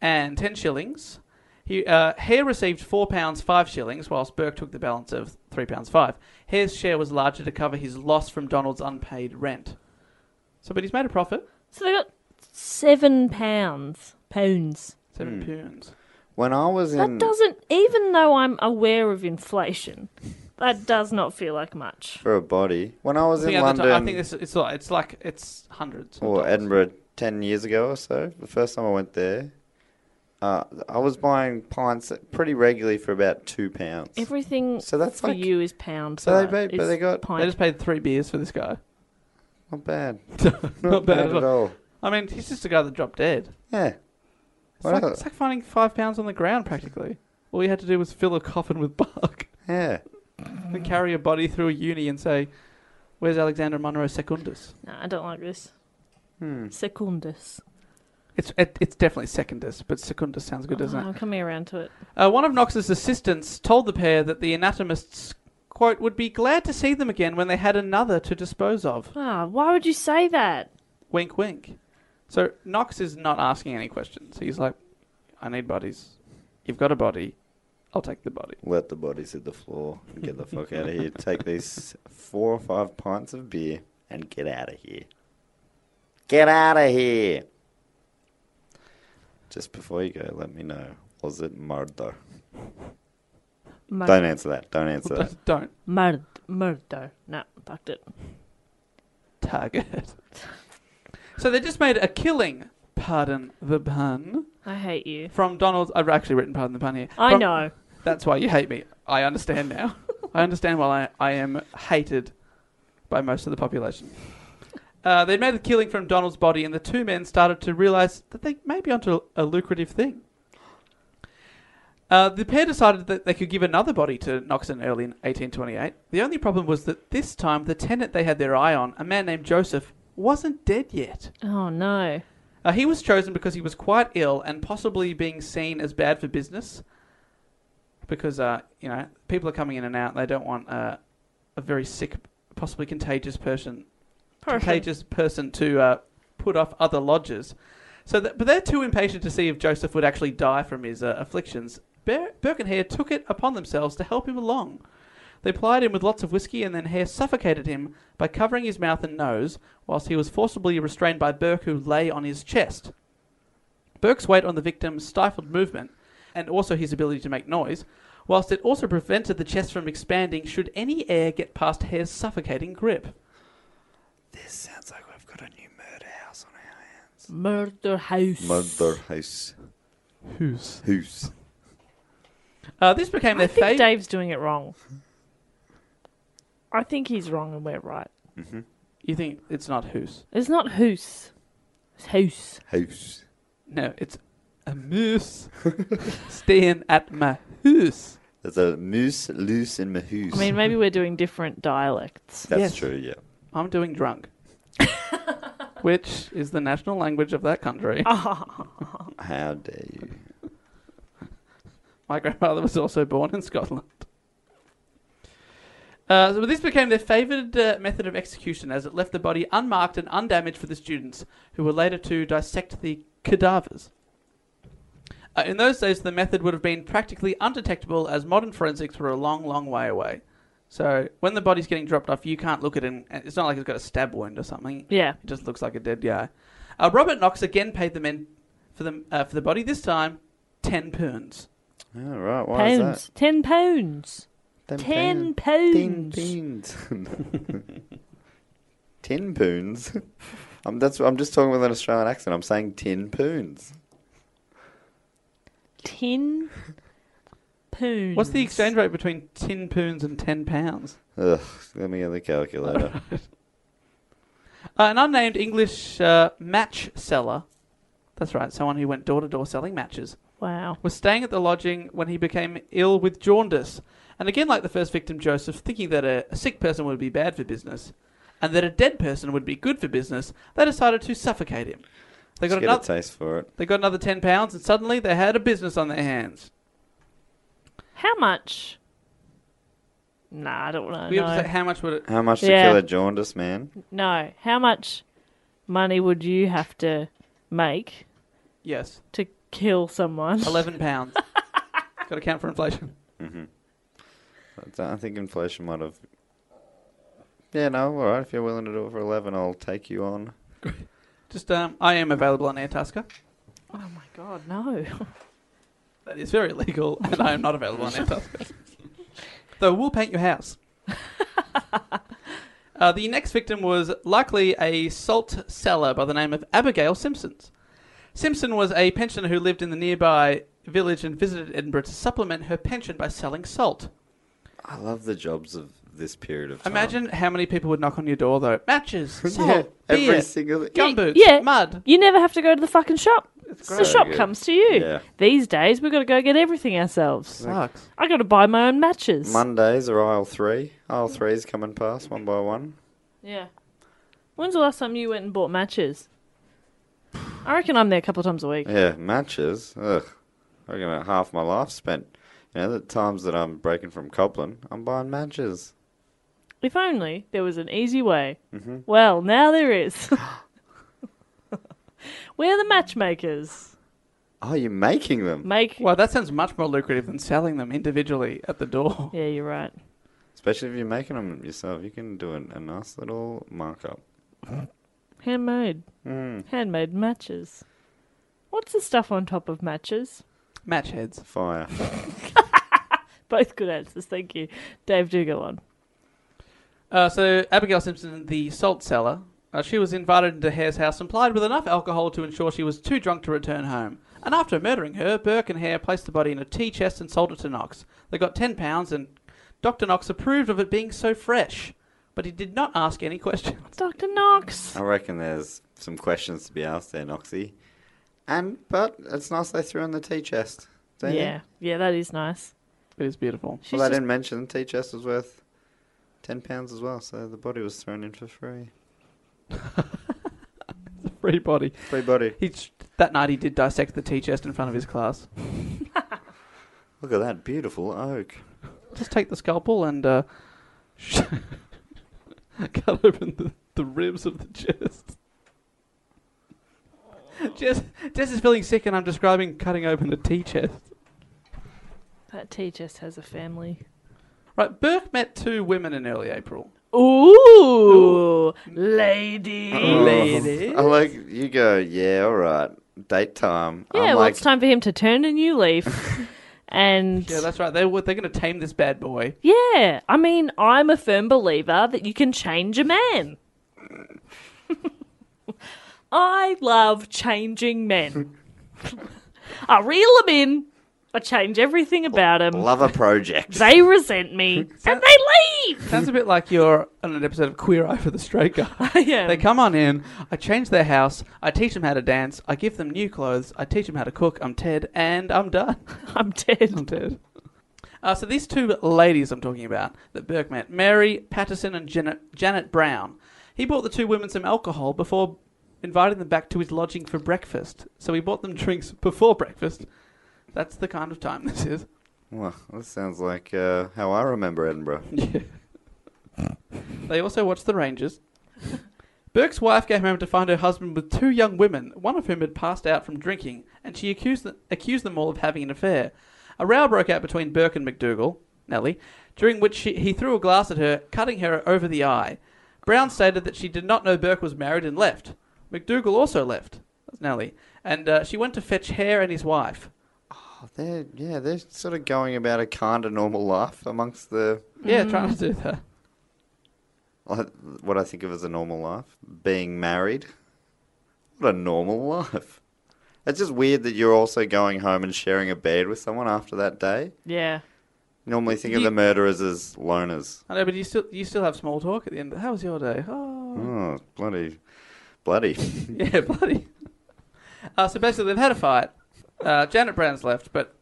Speaker 4: and ten shillings. He uh, Hare received four pounds five shillings, whilst Burke took the balance of three pounds five. Hare's share was larger to cover his loss from Donald's unpaid rent. So, but he's made a profit.
Speaker 6: So they got seven pounds. Pounds.
Speaker 4: Seven pounds.
Speaker 1: When I was in,
Speaker 6: That doesn't, even though I'm aware of inflation, that does not feel like much.
Speaker 1: for a body. When I was
Speaker 4: I think,
Speaker 1: in
Speaker 4: at the
Speaker 1: London
Speaker 4: ti- I think it's, it's like it's like it's hundreds. of
Speaker 1: or
Speaker 4: dollars.
Speaker 1: Edinburgh ten years ago or so, the first time I went there, uh, I was buying pints pretty regularly for about two pounds.
Speaker 6: Everything
Speaker 1: So that's
Speaker 6: for
Speaker 1: like-
Speaker 6: you is pound.
Speaker 1: So they
Speaker 6: right?
Speaker 1: paid- but
Speaker 6: It's
Speaker 1: they got-
Speaker 4: They
Speaker 6: pint.
Speaker 4: just paid three beers for this guy.
Speaker 1: Not bad.
Speaker 4: Not, bad, at all.
Speaker 1: all.
Speaker 4: I mean, he's just a guy that dropped dead.
Speaker 1: Yeah.
Speaker 4: It's
Speaker 1: What
Speaker 4: like,
Speaker 1: other-
Speaker 4: it's like finding five pounds on the ground practically. All you had to do was fill a coffin with bark
Speaker 1: Yeah.
Speaker 4: and carry a body through a uni and say, "Where's Alexander Munro Secundus?"
Speaker 6: No, I don't like this.
Speaker 1: Hmm.
Speaker 6: Secundus.
Speaker 4: It's it, it's definitely Secundus, but Secundus sounds good, doesn't
Speaker 6: Oh,
Speaker 4: it?
Speaker 6: I'm coming around to it.
Speaker 4: Uh, one of Knox's assistants told the pair that the anatomists quote would be glad to see them again when they had another to dispose of.
Speaker 6: Ah, why would you say that?
Speaker 4: Wink, wink. So Knox is not asking any questions. He's like, "I need bodies. You've got a body. I'll take the body."
Speaker 1: Let the bodies hit the floor. Get the fuck out of here. Take these four or five pints of beer and get out of here. Get out of here. Just before you go, let me know. Was it murder?
Speaker 6: Mur-
Speaker 1: Don't answer that. Don't answer that.
Speaker 4: Don't
Speaker 6: murder. Murder. No, fucked it.
Speaker 4: target. so they just made a killing, pardon the pun,
Speaker 6: I hate you.
Speaker 4: from Donald's. I've actually written pardon the pun here.
Speaker 6: I
Speaker 4: From-
Speaker 6: know.
Speaker 4: That's why you hate me. I understand now. I understand why I, I am hated by most of the population. Uh, they made the killing from Donald's body, and the two men started to realize that they may be onto a lucrative thing. Uh, the pair decided that they could give another body to Knoxon early in 1828. The only problem was that this time the tenant they had their eye on, a man named Joseph, wasn't dead yet.
Speaker 6: Oh no.
Speaker 4: Uh, he was chosen because he was quite ill and possibly being seen as bad for business. Because, uh, you know, people are coming in and out. They don't want uh, a very sick, possibly contagious person, contagious person to uh, put off other lodgers. So, that, but they're too impatient to see if Joseph would actually die from his uh, afflictions. Ber- Burke and Hare took it upon themselves to help him along. They plied him with lots of whiskey, and then Hare suffocated him by covering his mouth and nose, whilst he was forcibly restrained by Burke, who lay on his chest. Burke's weight on the victim stifled movement, and also his ability to make noise, whilst it also prevented the chest from expanding should any air get past Hare's suffocating grip.
Speaker 1: This sounds like we've got a new murder house on our hands.
Speaker 6: Murder house.
Speaker 1: Murder house.
Speaker 4: Who's?
Speaker 1: Who's?
Speaker 4: Uh, this became
Speaker 6: I
Speaker 4: their
Speaker 6: think
Speaker 4: favorite.
Speaker 6: Dave's doing it wrong. I think he's wrong and we're right.
Speaker 4: you think it's not who's?
Speaker 6: It's not hoose. It's house.
Speaker 1: House.
Speaker 4: No, it's a moose staying at my house.
Speaker 1: There's a moose loose in my hoose.
Speaker 6: I mean, maybe we're doing different dialects.
Speaker 1: That's
Speaker 4: Yes.
Speaker 1: true, yeah.
Speaker 4: I'm doing drunk. Which is the national language of that country.
Speaker 1: How dare you?
Speaker 4: My grandfather was also born in Scotland. Uh, so this became their favoured uh, method of execution, as it left the body unmarked and undamaged for the students, who were later to dissect the cadavers. Uh, in those days, the method would have been practically undetectable, as modern forensics were a long, long way away. So when the body's getting dropped off, you can't look at it. And and it's not like it's got a stab wound or something.
Speaker 6: Yeah.
Speaker 4: It just looks like a dead guy. Uh, Robert Knox again paid the men for the uh, for the body. This time, ten pounds.
Speaker 1: Oh, right. Why
Speaker 6: pounds.
Speaker 1: is
Speaker 6: Ten pounds.
Speaker 1: that? Ten
Speaker 6: Ten pounds.
Speaker 1: pounds. ten poons. I'm, that's, I'm just talking with an Australian accent. I'm saying ten poons.
Speaker 6: Ten pounds.
Speaker 4: What's the exchange rate between ten pounds and ten pounds?
Speaker 1: Ugh, let me get the calculator.
Speaker 4: Uh, an unnamed English uh, match seller. That's right, someone who went door to door selling matches.
Speaker 6: Wow.
Speaker 4: was staying at the lodging when he became ill with jaundice. And again, like the first victim, Joseph, thinking that a, a sick person would be bad for business and that a dead person would be good for business, they decided to suffocate him. They
Speaker 1: Just
Speaker 4: got,
Speaker 1: get
Speaker 4: another,
Speaker 1: a taste for it.
Speaker 4: they got another £10 pounds and suddenly they had a business on their hands.
Speaker 6: How much? Nah, I don't know.
Speaker 4: We have to
Speaker 6: No.
Speaker 4: say, how much would it.
Speaker 1: How much
Speaker 6: Yeah.
Speaker 1: to kill a jaundice man?
Speaker 6: no. How much money would you have to make
Speaker 4: Yes,
Speaker 6: to kill someone?
Speaker 4: £11. pounds. got to count for inflation.
Speaker 1: I don't- Mm-hmm. I think inflation might have. Yeah, no, all right. If you're willing to do it for 11, I'll take you on.
Speaker 4: Just, um, I am available on Airtasker.
Speaker 6: Oh my god, no.
Speaker 4: That is very illegal, and I am not available on Airtasker. Though we'll paint your house. uh, the next victim was likely a salt seller by the name of Abigail Simpson. Simpson was a pensioner who lived in the nearby village and visited Edinburgh to supplement her pension by selling salt.
Speaker 1: I love the jobs of this period of time.
Speaker 4: Imagine how many people would knock on your door, though. Matches, salt,
Speaker 1: Yeah, every
Speaker 4: beer,
Speaker 1: single.
Speaker 4: gumboots,
Speaker 6: Yeah.
Speaker 4: mud.
Speaker 6: You never have to go to the fucking shop. The
Speaker 1: great.
Speaker 6: shop
Speaker 1: Good.
Speaker 6: comes to you.
Speaker 1: Yeah.
Speaker 6: These days, we've got to go get everything ourselves.
Speaker 4: Sucks.
Speaker 6: I got to buy my own matches.
Speaker 1: Mondays are aisle three. Aisle three's coming past one by one.
Speaker 6: yeah. When's the last time you went and bought matches? I reckon I'm there a couple of times a week.
Speaker 1: Yeah, matches. Ugh. I reckon about half my life spent. You know, the times that I'm breaking from Copland, I'm buying matches.
Speaker 6: If only there was an easy way. Well, now there is. We're the matchmakers.
Speaker 1: Oh, you're making them.
Speaker 6: Make.
Speaker 4: Well, that sounds much more lucrative than selling them individually at the door.
Speaker 6: Yeah, you're right.
Speaker 1: Especially if you're making them yourself, you can do an, a nice little markup.
Speaker 6: Handmade. Handmade matches. What's the stuff on top of matches?
Speaker 4: Match heads.
Speaker 1: Fire.
Speaker 6: Both good answers, thank you. Dave, do go on.
Speaker 4: Uh, so Abigail Simpson, the salt seller, uh, she was invited into Hare's house and plied with enough alcohol to ensure she was too drunk to return home. And after murdering her, Burke and Hare placed the body in a tea chest and sold it to Knox. They got ten pounds, and Doctor Knox approved of it being so fresh, but he did not ask any questions.
Speaker 6: Dr. Knox.
Speaker 1: I reckon there's some questions to be asked there, Noxie. And but it's nice they threw in the tea chest. Didn't
Speaker 6: Yeah, yeah, that is nice.
Speaker 4: It is beautiful.
Speaker 1: They?
Speaker 6: She's
Speaker 1: Well, they
Speaker 6: just-
Speaker 1: didn't mention the tea chest was worth ten pounds as well, so the body was thrown in for free.
Speaker 4: Free body.
Speaker 1: Free body.
Speaker 4: He that night he did dissect the tea chest in front of his class.
Speaker 1: Look at that beautiful oak.
Speaker 4: Just take the scalpel and uh, cut open the, the ribs of the chest. Jess, Jess is feeling sick, and I'm describing cutting open a tea chest.
Speaker 6: That tea chest has a family.
Speaker 4: Right, Burke met two women in early April.
Speaker 6: Ooh, lady.
Speaker 1: I Um, like you go, yeah, all right. Date time.
Speaker 6: Yeah,
Speaker 1: I'm
Speaker 6: well,
Speaker 1: like,
Speaker 6: it's time for him to turn a new leaf. and
Speaker 4: Yeah, that's right. They were, they're going to tame this bad boy.
Speaker 6: yeah, I mean, I'm a firm believer that you can change a man. I love changing men. I reel them in. I change everything about them.
Speaker 1: love a project.
Speaker 6: They resent me and they leave.
Speaker 4: Sounds a bit like you're on an episode of Queer Eye for the Straight Guy.
Speaker 6: Yeah.
Speaker 4: They come on in, I change their house, I teach them how to dance, I give them new clothes, I teach them how to cook, I'm Ted, and I'm done.
Speaker 6: I'm dead.
Speaker 4: I'm dead. Uh, so these two ladies I'm talking about that Burke met, Mary Patterson and Janet, Janet Brown. He bought the two women some alcohol before inviting them back to his lodging for breakfast. So he bought them drinks before breakfast. That's the kind of time this is.
Speaker 1: Well, that sounds like uh, how I remember Edinburgh.
Speaker 4: They also watched the Rangers. Burke's wife came home to find her husband with two young women, one of whom had passed out from drinking, and she accused, the, accused them all of having an affair. A row broke out between Burke and McDougal, Nellie, during which she, he threw a glass at her, cutting her over the eye. Brown stated that she did not know Burke was married and left. McDougal also left. That's Nellie. And uh, she went to fetch Hare and his wife.
Speaker 1: They're, yeah, they're sort of going about a kind of normal life amongst the
Speaker 4: Yeah, trying to do that.
Speaker 1: I- what I think of as a normal life, being married. What a normal life. It's just weird that you're also going home and sharing a bed with someone after that day.
Speaker 6: Yeah.
Speaker 1: Normally think of
Speaker 4: You-
Speaker 1: the murderers as loners.
Speaker 4: I know, but you still you still have small talk at the end. How was your day? Oh,
Speaker 1: Oh, bloody, bloody.
Speaker 4: yeah, bloody. Uh, so basically, they've had a fight. Uh, Janet Brown's left, but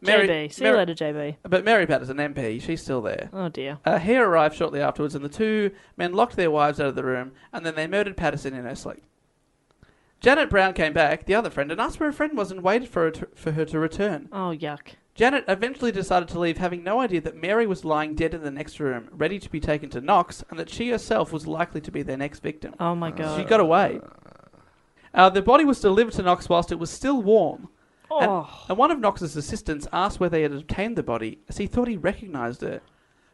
Speaker 4: Mary.
Speaker 6: JB. See
Speaker 4: Mary-
Speaker 6: you later, JB.
Speaker 4: But Mary Patterson, MP, she's still there.
Speaker 6: Oh dear.
Speaker 4: Uh, Hare arrived shortly afterwards, and the two men locked their wives out of the room, and then they murdered Patterson in her sleep. Janet Brown came back, the other friend, and asked where her friend was and waited for her to, for her to return.
Speaker 6: Oh yuck.
Speaker 4: Janet eventually decided to leave, having no idea that Mary was lying dead in the next room, ready to be taken to Knox, and that she herself was likely to be their next victim.
Speaker 6: Oh my god.
Speaker 4: She got away. Uh, the body was delivered to Knox whilst it was still warm, and,
Speaker 6: oh.
Speaker 4: and one of Knox's assistants asked where they had obtained the body, as he thought he recognised her.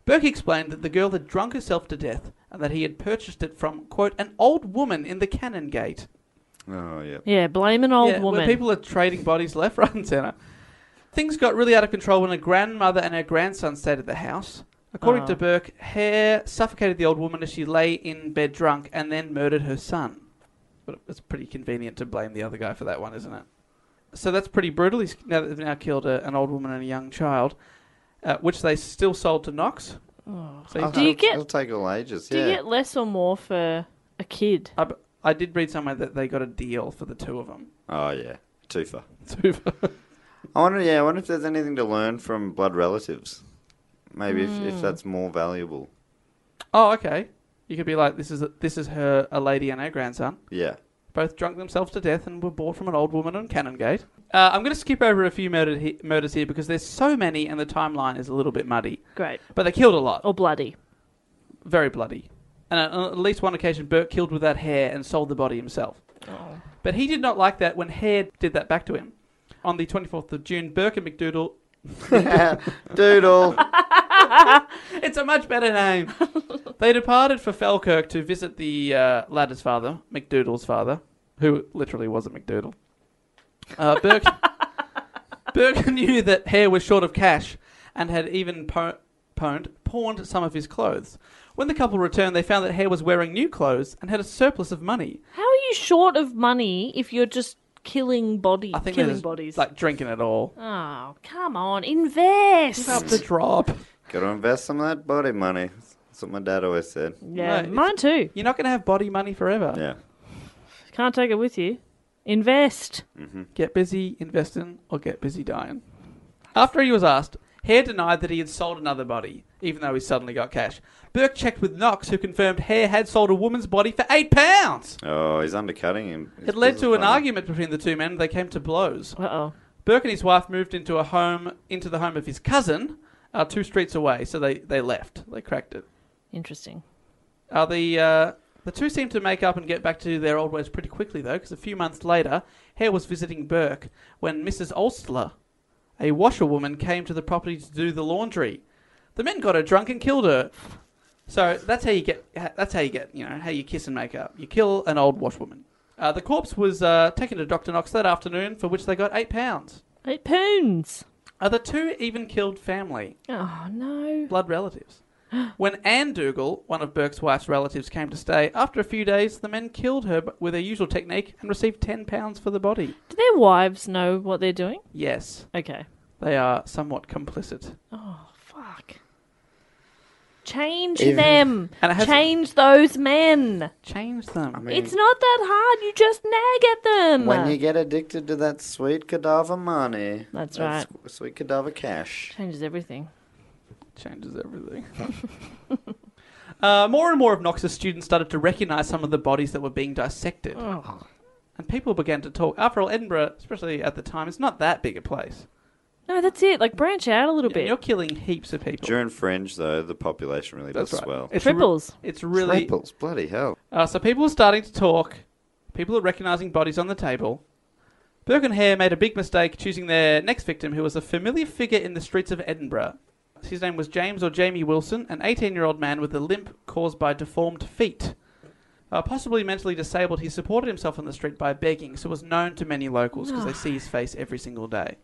Speaker 4: Burke explained that the girl had drunk herself to death, and that he had purchased it from, quote, an old woman in the Canongate.
Speaker 1: Oh, yeah.
Speaker 6: Yeah. Blame an old
Speaker 4: Yeah,
Speaker 6: woman.
Speaker 4: Where people are trading bodies left, right, and centre. Things got really out of control when a grandmother and her grandson stayed at the house. According to
Speaker 6: Ah.
Speaker 4: Burke, Hare suffocated the old woman as she lay in bed drunk and then murdered her son. But it's pretty convenient to blame the other guy for that one, isn't it? So that's pretty brutal. He's now, they've now killed a, an old woman and a young child, uh, which they still sold to Knox. So he's
Speaker 6: Do you
Speaker 1: It'll-
Speaker 6: get-
Speaker 1: It'll take all ages,
Speaker 6: Do
Speaker 1: yeah.
Speaker 6: you get less or more for a kid?
Speaker 4: I, I did read somewhere that they got a deal for the two of them.
Speaker 1: Oh, yeah. Tufa.
Speaker 4: Two for-
Speaker 1: I wonder, yeah, I wonder if there's anything to learn from blood relatives. Maybe if,
Speaker 4: Hmm.
Speaker 1: if that's more valuable.
Speaker 4: Oh, okay. You could be like, this is this is her, a lady and her grandson,
Speaker 1: Yeah.
Speaker 4: both drunk themselves to death and were bought from an old woman on Canongate. Uh, I'm going to skip over a few murder he- murders here because there's so many and the timeline is a little bit muddy.
Speaker 6: Great.
Speaker 4: But they killed a lot,
Speaker 6: Or bloody.
Speaker 4: very bloody. And on at least one occasion, Burke killed without hair and sold the body himself. But he did not like that when Hare did that back to him. On the 24th of June, Burke and McDoodle.
Speaker 1: Doodle.
Speaker 4: It's a much better name. they departed for Falkirk to visit the uh, ladder's father, McDoodle's father, who literally wasn't McDoodle. Uh, Burke, Burke knew that Hare was short of cash and had even po- pawned, pawned some of his clothes. When the couple returned, they found that Hare was wearing new clothes and had a surplus of money.
Speaker 6: How are you short of money if you're just killing bodies?
Speaker 4: I think they're
Speaker 6: killing
Speaker 4: just,
Speaker 6: bodies.
Speaker 4: like drinking it all.
Speaker 6: oh, come on, invest.
Speaker 4: Up the drop.
Speaker 1: Gotta invest some of that body money. That's what my dad always said.
Speaker 6: Yeah,
Speaker 4: No,
Speaker 6: mine too.
Speaker 4: You're not going to have body money forever.
Speaker 1: Yeah.
Speaker 6: Can't take it with you. Invest.
Speaker 4: get busy investing or get busy dying. After he was asked, Hare denied that he had sold another body, even though he suddenly got cash. Burke checked with Knox, who confirmed Hare had sold a woman's body for eight pounds.
Speaker 1: Oh, he's undercutting him. His
Speaker 4: It led to
Speaker 1: business
Speaker 4: an
Speaker 1: plan.
Speaker 4: argument between the two men. and They came to blows.
Speaker 6: Uh oh.
Speaker 4: Burke and his wife moved into a home, into the home of his cousin, uh, two streets away. So they, they left. They cracked it.
Speaker 6: Interesting.
Speaker 4: Uh, the uh, the two seemed to make up and get back to their old ways pretty quickly, though, because a few months later, Hare was visiting Burke when Mrs. Ulster, a washerwoman, came to the property to do the laundry. The men got her drunk and killed her. So that's how you get. That's how you get. You know how you kiss and make up. You kill an old washwoman. Uh, the corpse was uh, taken to Doctor Knox that afternoon, for which they got eight pounds.
Speaker 6: Eight pounds.
Speaker 4: Are the two even killed family?
Speaker 6: Oh no.
Speaker 4: blood relatives. When Anne Dougal, one of Burke's wife's relatives, came to stay, after a few days, the men killed her b- with their usual technique and received £10 for the body.
Speaker 6: Do their wives know what they're doing?
Speaker 4: Yes,
Speaker 6: Okay.
Speaker 4: they are somewhat complicit.
Speaker 6: Fuck. Change
Speaker 1: Even-
Speaker 6: them.
Speaker 4: And it has-
Speaker 6: Change those men.
Speaker 4: Change them.
Speaker 1: I mean,
Speaker 6: It's not that hard. You just nag at them.
Speaker 1: when you get addicted to that sweet cadaver money.
Speaker 6: That's
Speaker 1: that s- Sweet cadaver cash.
Speaker 6: Changes everything.
Speaker 4: Changes everything. uh, more and more of Knox's students started to recognise some of the bodies that were being dissected. And people began to talk. After all, Edinburgh, especially at the time, is not that big a place.
Speaker 6: No, that's it. Like branch out a little
Speaker 4: And you're
Speaker 6: bit.
Speaker 4: killing heaps of people.
Speaker 1: During Fringe, though, the population really
Speaker 4: That's
Speaker 1: does
Speaker 4: right.
Speaker 1: swell.
Speaker 4: It's re-
Speaker 6: Triples.
Speaker 4: it's really
Speaker 1: Triples, bloody hell.
Speaker 4: Uh, so people are starting to talk. People are recognizing bodies on the table. Burke and Hare made a big mistake choosing their next victim, who was a familiar figure in the streets of Edinburgh. His name was James or Jamie Wilson, an 18 year old man with a limp caused by deformed feet. Uh, possibly mentally disabled, he supported himself on the street by begging, so was known to many locals because they see his face every single day.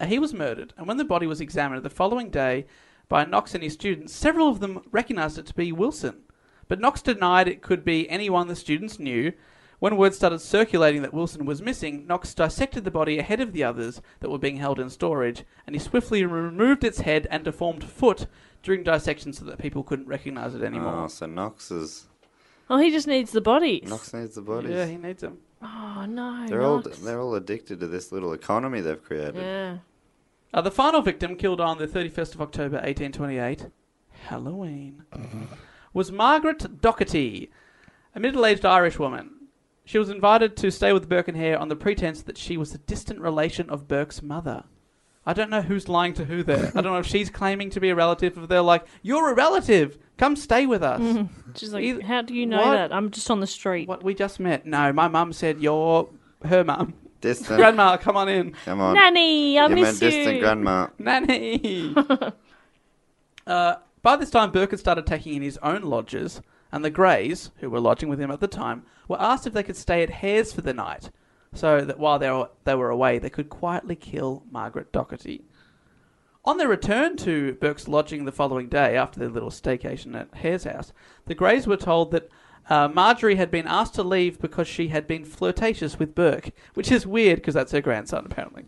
Speaker 4: Uh, he was murdered, and when the body was examined the following day by Knox and his students, several of them recognized it to be Wilson. But Knox denied it could be anyone the students knew. When word started circulating that Wilson was missing, Knox dissected the body ahead of the others that were being held in storage, and he swiftly removed its head and deformed foot during dissection so that people couldn't recognize it
Speaker 1: Oh,
Speaker 4: anymore.
Speaker 1: so Knox is
Speaker 6: Oh, he just needs the bodies.
Speaker 1: Knox needs the bodies.
Speaker 4: yeah, he needs them.
Speaker 6: Oh no.
Speaker 1: they're all
Speaker 6: Knox.
Speaker 1: they're all addicted to this little economy they've created.
Speaker 6: Yeah.
Speaker 4: Uh, the final victim, killed on the 31st of October 1828, Halloween, was Margaret Docherty, a middle aged Irish woman. She was invited to stay with Burke and Hare on the pretense that she was a distant relation of Burke's mother. I don't know who's lying to who there. I don't know if she's claiming to be a relative, if they're like, You're a relative! Come stay with us!
Speaker 6: Mm-hmm. She's like,
Speaker 4: Either-
Speaker 6: how do you know
Speaker 4: What?
Speaker 6: that? I'm just on the street.
Speaker 4: What we just met. No, my mum said, You're her mum.
Speaker 1: Distant
Speaker 4: Grandma, come on in.
Speaker 1: Come on.
Speaker 6: Nanny, I
Speaker 1: you meant
Speaker 6: miss you.
Speaker 1: distant grandma.
Speaker 4: Nanny. uh, by this time, Burke had started taking in his own lodgers, and the Greys, who were lodging with him at the time, were asked if they could stay at Hare's for the night, so that while they were, they were away, they could quietly kill Margaret Docherty. On their return to Burke's lodging the following day, after their little staycation at Hare's house, the Greys were told that uh, Marjorie had been asked to leave because she had been flirtatious with Burke, which is weird because that's her grandson, apparently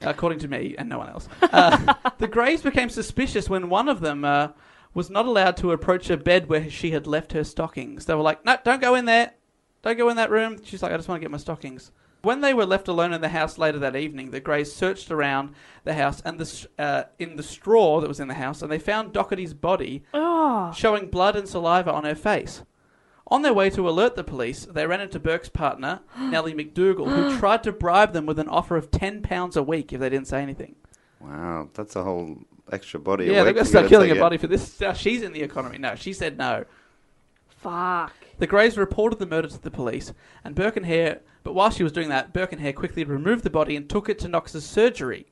Speaker 4: according to me and no one else. Uh, the Greys became suspicious when one of them uh, was not allowed to approach a bed where she had left her stockings. They were like, "No, don't go in there. Don't go in that room." She's like, "I just want to get my stockings." When they were left alone in the house later that evening, the Greys searched around the house and the s- uh, in the straw that was in the house, and they found Doherty's body,
Speaker 6: Oh,
Speaker 4: showing blood and saliva on her face. On their way to alert the police, they ran into Burke's partner, Nellie McDougal, who tried to bribe them with an offer of ten pounds a week if they didn't say anything.
Speaker 1: Wow, that's a whole extra body.
Speaker 4: yeah,
Speaker 1: a
Speaker 4: they're
Speaker 1: week
Speaker 4: gonna
Speaker 1: you
Speaker 4: start
Speaker 1: gotta
Speaker 4: killing
Speaker 1: take
Speaker 4: a
Speaker 1: it.
Speaker 4: body for this. Now she's in the economy. No, she said no.
Speaker 6: Fuck.
Speaker 4: The Greys reported the murder to the police, and Burke and Hare. But while she was doing that, Burke and Hare quickly removed the body and took it to Knox's surgery.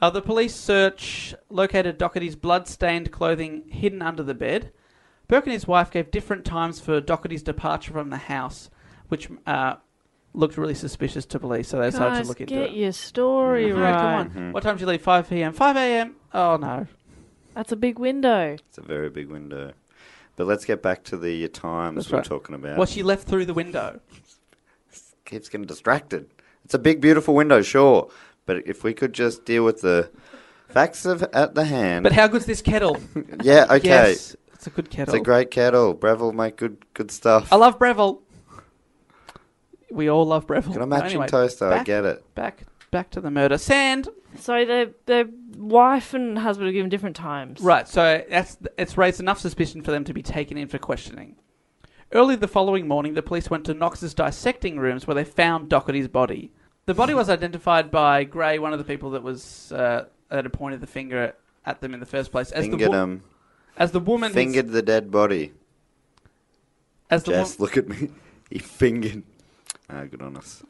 Speaker 4: Uh, the police search located Doherty's blood-stained clothing hidden under the bed. Burke and his wife gave different times for Doherty's departure from the house, which uh, looked really suspicious to police. So they decided
Speaker 6: Guys,
Speaker 4: to look into
Speaker 6: get
Speaker 4: it.
Speaker 6: your story
Speaker 4: Yeah,
Speaker 6: right.
Speaker 4: come on.
Speaker 1: Mm-hmm.
Speaker 4: What time did you leave? 5 p.m. 5 a.m. Oh no.
Speaker 6: That's a big window.
Speaker 1: It's a very big window. But let's get back to the times
Speaker 4: That's
Speaker 1: we're
Speaker 4: right.
Speaker 1: talking about.
Speaker 4: Well, she left through the window.
Speaker 1: keeps getting distracted. It's a big, beautiful window, sure, but if we could just deal with the facts of at the hand.
Speaker 4: But how good's this kettle?
Speaker 1: yeah, okay,
Speaker 4: Yes, it's a good kettle.
Speaker 1: it's a great kettle. Breville make good, good stuff.
Speaker 4: I love Breville. We all love Breville.
Speaker 1: Got a matching
Speaker 4: Anyway,
Speaker 1: toaster. I
Speaker 4: back-
Speaker 1: get it.
Speaker 4: Back, back to the murder. Sand.
Speaker 6: So their their wife and husband are given different times.
Speaker 4: Right, so that's it's raised enough suspicion for them to be taken in for questioning. Early the following morning, the police went to Knox's dissecting rooms where they found Doherty's body. The body was identified by Gray, one of the people that was uh, that had pointed the finger at them in the first place, as the
Speaker 1: Fingered
Speaker 4: wo-
Speaker 1: him.
Speaker 4: as the woman his-
Speaker 1: Fingered the dead body.
Speaker 4: as the
Speaker 1: Jess,
Speaker 4: wo-
Speaker 1: look at me. he fingered. Ah, good on us.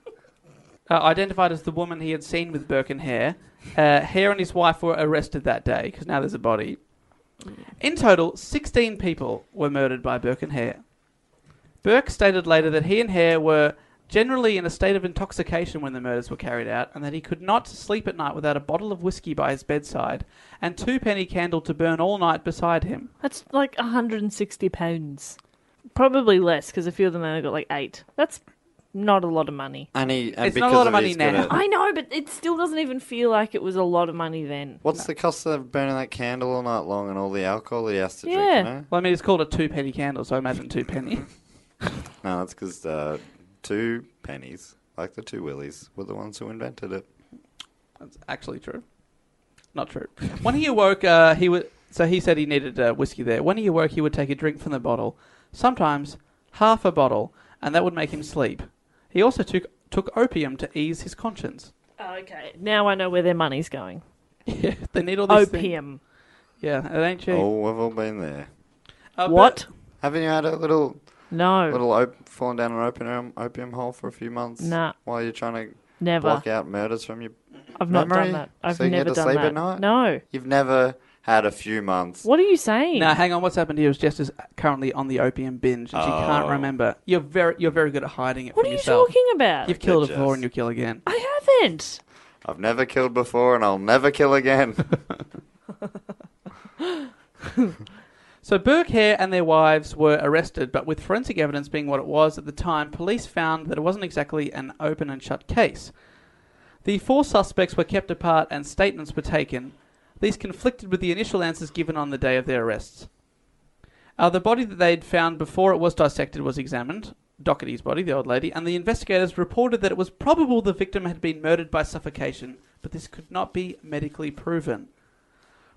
Speaker 4: uh, identified as the woman he had seen with Burke and Hare. Uh, Hare and his wife were arrested that day because now there's a body. In total, 16 people were murdered by Burke and Hare. Burke stated later that he and Hare were generally in a state of intoxication when the murders were carried out, and that he could not sleep at night without a bottle of whiskey by his bedside and two penny candle to burn all night beside him.
Speaker 6: That's like 160 pounds. Probably less because a few of them only got like eight. That's not a lot of money.
Speaker 1: And he, and
Speaker 4: It's not a
Speaker 1: because
Speaker 4: lot of money
Speaker 1: he's
Speaker 4: now.
Speaker 1: got a-
Speaker 6: I know, but it still doesn't even feel like it was a lot of money then.
Speaker 1: What's the cost of burning that candle all night long and all the alcohol he has to
Speaker 6: Yeah.
Speaker 1: drink? You know?
Speaker 4: Well, I mean, it's called a two penny candle, so I imagine two penny.
Speaker 1: No, that's because uh, two pennies, like the two willies, were the ones who invented it.
Speaker 4: That's actually true. Not true. When he awoke, uh, he would. So he said he needed uh, whiskey there. When he awoke, he would take a drink from the bottle, sometimes half a bottle, and that would make him sleep. He also took took opium to ease his conscience.
Speaker 6: Oh, okay. Now I know where their money's going.
Speaker 4: Yeah, they need all these things.
Speaker 6: Opium.
Speaker 4: Yeah, it ain't cheap.
Speaker 1: Oh, we've all been there.
Speaker 4: Uh, but-
Speaker 6: What?
Speaker 1: Haven't you had a little
Speaker 6: No.
Speaker 1: little op- falling down an opium opium hole for a few months?
Speaker 6: Nah.
Speaker 1: While you're trying to
Speaker 6: never.
Speaker 1: block out murders from you,
Speaker 6: I've not
Speaker 1: memory,
Speaker 6: done that. I've
Speaker 1: so you can
Speaker 6: never
Speaker 1: get to
Speaker 6: done
Speaker 1: sleep
Speaker 6: that.
Speaker 1: at night?
Speaker 6: No.
Speaker 1: you've never had a few months.
Speaker 6: What are you saying?
Speaker 4: Now, hang on. What's happened here is Jess is currently on the opium binge, and she can't
Speaker 1: Oh.
Speaker 4: remember. You're very, you're very good at hiding it
Speaker 6: what are
Speaker 4: from
Speaker 6: you
Speaker 4: yourself.
Speaker 6: talking about?
Speaker 4: You've killed
Speaker 1: Good,
Speaker 4: before,
Speaker 1: Jess.
Speaker 4: and you'll kill again.
Speaker 6: I haven't.
Speaker 1: I've never killed before, and I'll never kill again.
Speaker 4: So Burke Hare and their wives were arrested, but with forensic evidence being what it was at the time, police found that it wasn't exactly an open and shut case. The four suspects were kept apart and statements were taken. These conflicted with the initial answers given on the day of their arrests. Uh, the body that they'd found before it was dissected was examined, Doherty's body, the old lady, and the investigators reported that it was probable the victim had been murdered by suffocation, but this could not be medically proven.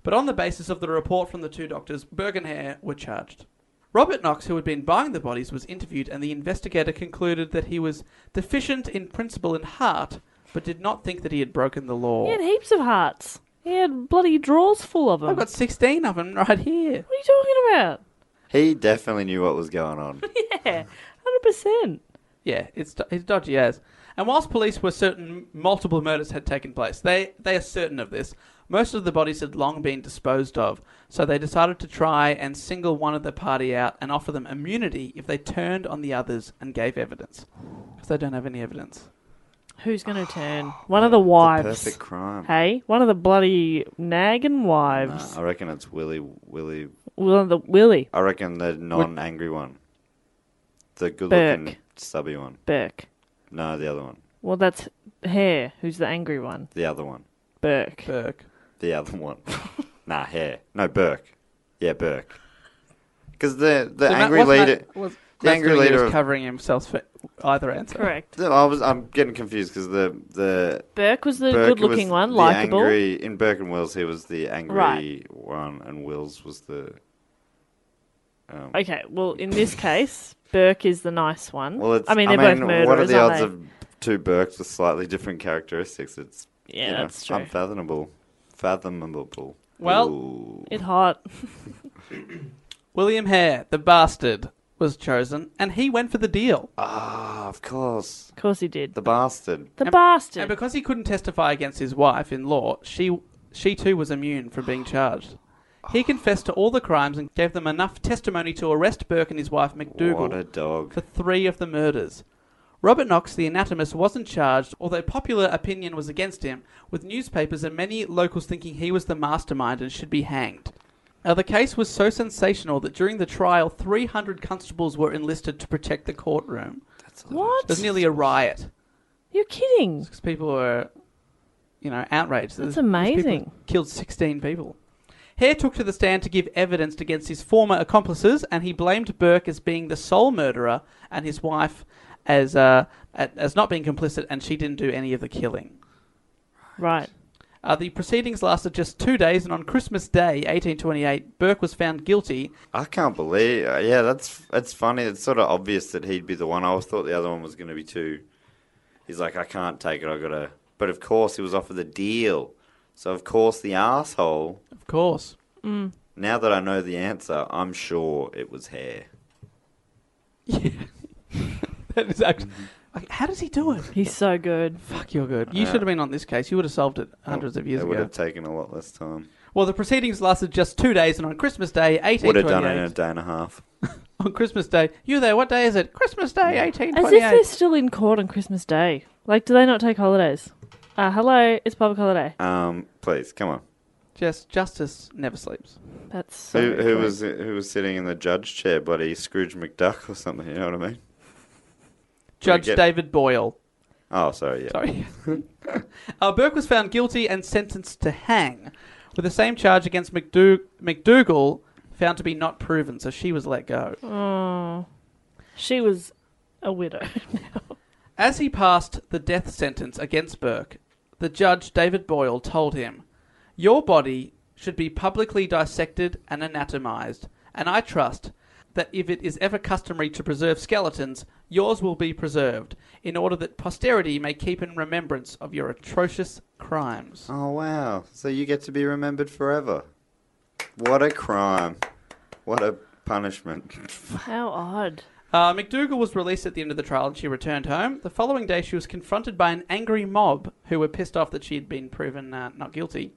Speaker 4: But on the basis of the report from the two doctors, Berg and Hare were charged. Robert Knox, who had been buying the bodies, was interviewed, and the investigator concluded that he was deficient in principle and heart, but did not think that he had broken the law.
Speaker 6: He had heaps of hearts. He had bloody drawers full of them.
Speaker 4: I've got 16 of them right here.
Speaker 6: What are you talking about?
Speaker 1: he definitely knew what was going on.
Speaker 6: Yeah, hundred percent.
Speaker 4: Yeah, it's do- it's dodgy as. And whilst police were certain multiple murders had taken place, they they are certain of this. Most of the bodies had long been disposed of, so they decided to try and single one of the party out and offer them immunity if they turned on the others and gave evidence, because they don't have any evidence.
Speaker 6: Who's going to turn? One of the
Speaker 1: The
Speaker 6: wives.
Speaker 1: perfect crime.
Speaker 6: Hey, one of the bloody nagging
Speaker 1: Nah,
Speaker 6: wives.
Speaker 1: I reckon it's Willy Willy.
Speaker 6: One of the Willie
Speaker 1: I reckon the non-angry one, the
Speaker 6: Burke.
Speaker 1: good-looking stubby one.
Speaker 6: Burke.
Speaker 1: No, the other one.
Speaker 6: Well, that's Hare, who's the angry one.
Speaker 1: The other one.
Speaker 6: Burke.
Speaker 4: Burke.
Speaker 1: The other one. nah, hair. No, Burke. Yeah, Burke. Because the the
Speaker 4: So Ma-
Speaker 1: angry
Speaker 4: what's Ma-
Speaker 1: leader.
Speaker 4: what's
Speaker 1: the
Speaker 4: Matt's
Speaker 1: angry
Speaker 4: doing here
Speaker 1: leader
Speaker 4: is
Speaker 1: of-
Speaker 4: covering himself for either answer.
Speaker 6: Correct.
Speaker 1: No, I was. I'm getting confused because the the
Speaker 6: Burke was the
Speaker 1: Burke
Speaker 6: good-looking
Speaker 1: was
Speaker 6: one,
Speaker 1: the
Speaker 6: likable.
Speaker 1: Angry in Burke and Wills, he was the angry
Speaker 6: Right.
Speaker 1: one, and Wills was the. Um,
Speaker 6: Okay, well, in this case, Burke is the nice one.
Speaker 1: well, it's,
Speaker 6: I mean, they're both murderers.
Speaker 1: What are the
Speaker 6: aren't
Speaker 1: odds
Speaker 6: they?
Speaker 1: of two Burks with slightly different characteristics? It's
Speaker 6: Yeah,
Speaker 1: you know,
Speaker 6: that's true.
Speaker 1: unfathomable, fathomable.
Speaker 4: Well-
Speaker 1: Ooh.
Speaker 6: It hot.
Speaker 4: William Hare, the bastard, was chosen, and he went for the deal.
Speaker 1: ah, of course,
Speaker 6: Of course he did.
Speaker 1: the
Speaker 6: The,
Speaker 1: bastard.
Speaker 6: bastard.
Speaker 4: And because he couldn't testify against his wife in law, she she too was immune from being charged. He confessed to all the crimes and gave them enough testimony to arrest Burke and his wife
Speaker 1: What a
Speaker 4: McDougal
Speaker 1: dog.
Speaker 4: for three of the murders. Robert Knox, the anatomist, wasn't charged, although popular opinion was against him, with newspapers and many locals thinking he was the mastermind and should be hanged. Now, the case was so sensational that during the trial, 300 constables were enlisted to protect the courtroom.
Speaker 6: what?
Speaker 4: There's nearly a riot
Speaker 6: You're kidding.
Speaker 4: because people were, you know, outraged.
Speaker 6: That's
Speaker 4: These people
Speaker 6: amazing.
Speaker 4: Killed 16 people. Hare took to the stand to give evidence against his former accomplices, and he blamed Burke as being the sole murderer and his wife as uh, at, as not being complicit, and she didn't do any of the killing.
Speaker 6: Right.
Speaker 4: Uh, the proceedings lasted just two days, and on Christmas Day, 1828, Burke was found guilty.
Speaker 1: I can't believe. Uh, yeah, that's that's funny. It's sort of obvious that he'd be the one. I always thought the other one was going to be too. He's like, I can't take it. I gotta. But of course, he was offered the deal. So of course, the asshole.
Speaker 4: Of course,
Speaker 1: Now that I know the answer, I'm sure it was hair.
Speaker 4: that is actually.
Speaker 1: Mm-hmm.
Speaker 4: How does he do it?
Speaker 6: He's so good.
Speaker 4: Fuck, you're good. You should have been on this case. You would have solved it hundreds of years
Speaker 1: Uh, It
Speaker 4: ago.
Speaker 1: would have taken a lot less time.
Speaker 4: Well, the proceedings lasted just two days, and on Christmas Day,
Speaker 1: Would have done it in a
Speaker 4: 1828.
Speaker 1: day and a half.
Speaker 4: On Christmas Day, you there? What day is it? Christmas Day,
Speaker 6: As if they're
Speaker 4: 1828.
Speaker 6: still in court on Christmas Day. Like, do they not take holidays? Uh, hello, it's public holiday.
Speaker 1: Um, please come on.
Speaker 4: Just justice never sleeps.
Speaker 6: That's so
Speaker 1: Who, who was who was sitting in the judge chair, bloody Scrooge McDuck or something? You know what I mean?
Speaker 4: Judge
Speaker 1: get-
Speaker 4: David Boyle.
Speaker 1: Oh, sorry. Yeah.
Speaker 4: Sorry. uh, Burke was found guilty and sentenced to hang, with the same charge against McDou- McDougal, found to be not proven, so she was let go.
Speaker 6: Oh. She was a widow.
Speaker 4: As he passed the death sentence against Burke, the judge, David Boyle, told him, Your body should be publicly dissected and anatomized, and I trust that if it is ever customary to preserve skeletons, yours will be preserved, in order that posterity may keep in remembrance of your atrocious crimes.
Speaker 1: Oh, wow. So you get to be remembered forever. What a crime. What a punishment.
Speaker 6: How odd.
Speaker 4: Uh, McDougal was released at the end of the trial and she returned home. The following day, she was confronted by an angry mob who were pissed off that she had been proven uh, not guilty.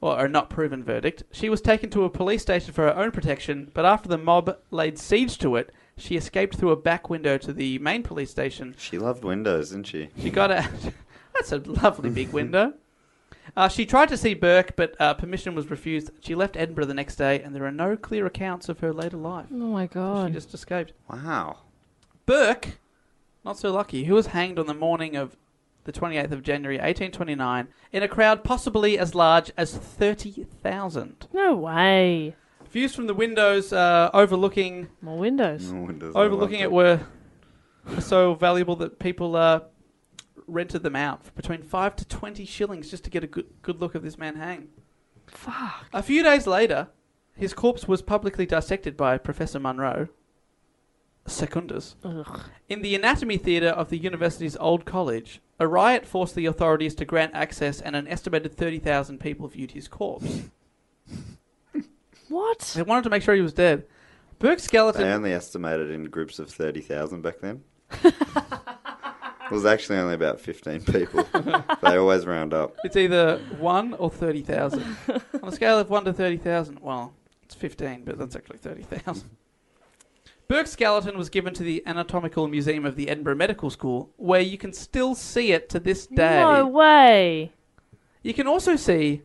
Speaker 4: Or a not proven verdict. She was taken to a police station for her own protection, but after the mob laid siege to it, she escaped through a back window to the main police station.
Speaker 1: She loved windows, didn't she?
Speaker 4: She got out. That's a lovely big window. Uh, she tried to see Burke, but uh, permission was refused. She left Edinburgh the next day, and there are no clear accounts of her later life.
Speaker 6: Oh my
Speaker 4: She
Speaker 6: god.
Speaker 4: just escaped.
Speaker 1: Wow.
Speaker 4: Burke, not so lucky, who was hanged on the morning of the 28th of January 1829 in a crowd possibly as large as 30,000.
Speaker 6: No way.
Speaker 4: Views from the windows uh, overlooking
Speaker 6: More windows.
Speaker 1: No Oh, windows, I
Speaker 4: overlooking
Speaker 1: loved
Speaker 4: it were so valuable that people uh, rented them out for between 5 to 20 shillings just to get a good, good look of this man hang. Fuck. A few days later, his corpse was publicly dissected by Professor Munro Secundus.
Speaker 6: Ugh.
Speaker 4: In the anatomy theatre of the university's old college, a riot forced the authorities to grant access, and an estimated 30,000 people viewed his corpse.
Speaker 6: What?
Speaker 4: They wanted to make sure he was dead. Burke's skeleton.
Speaker 1: They only estimated in groups of 30,000 back then. it was actually only about 15 people. they always round up.
Speaker 4: It's either 1 or 30,000. On a scale of 1 to 30,000, well, it's 15, but that's actually 30,000. Burke's skeleton was given to the Anatomical Museum of the Edinburgh Medical School, where you can still see it to this day.
Speaker 6: No way.
Speaker 4: You can also see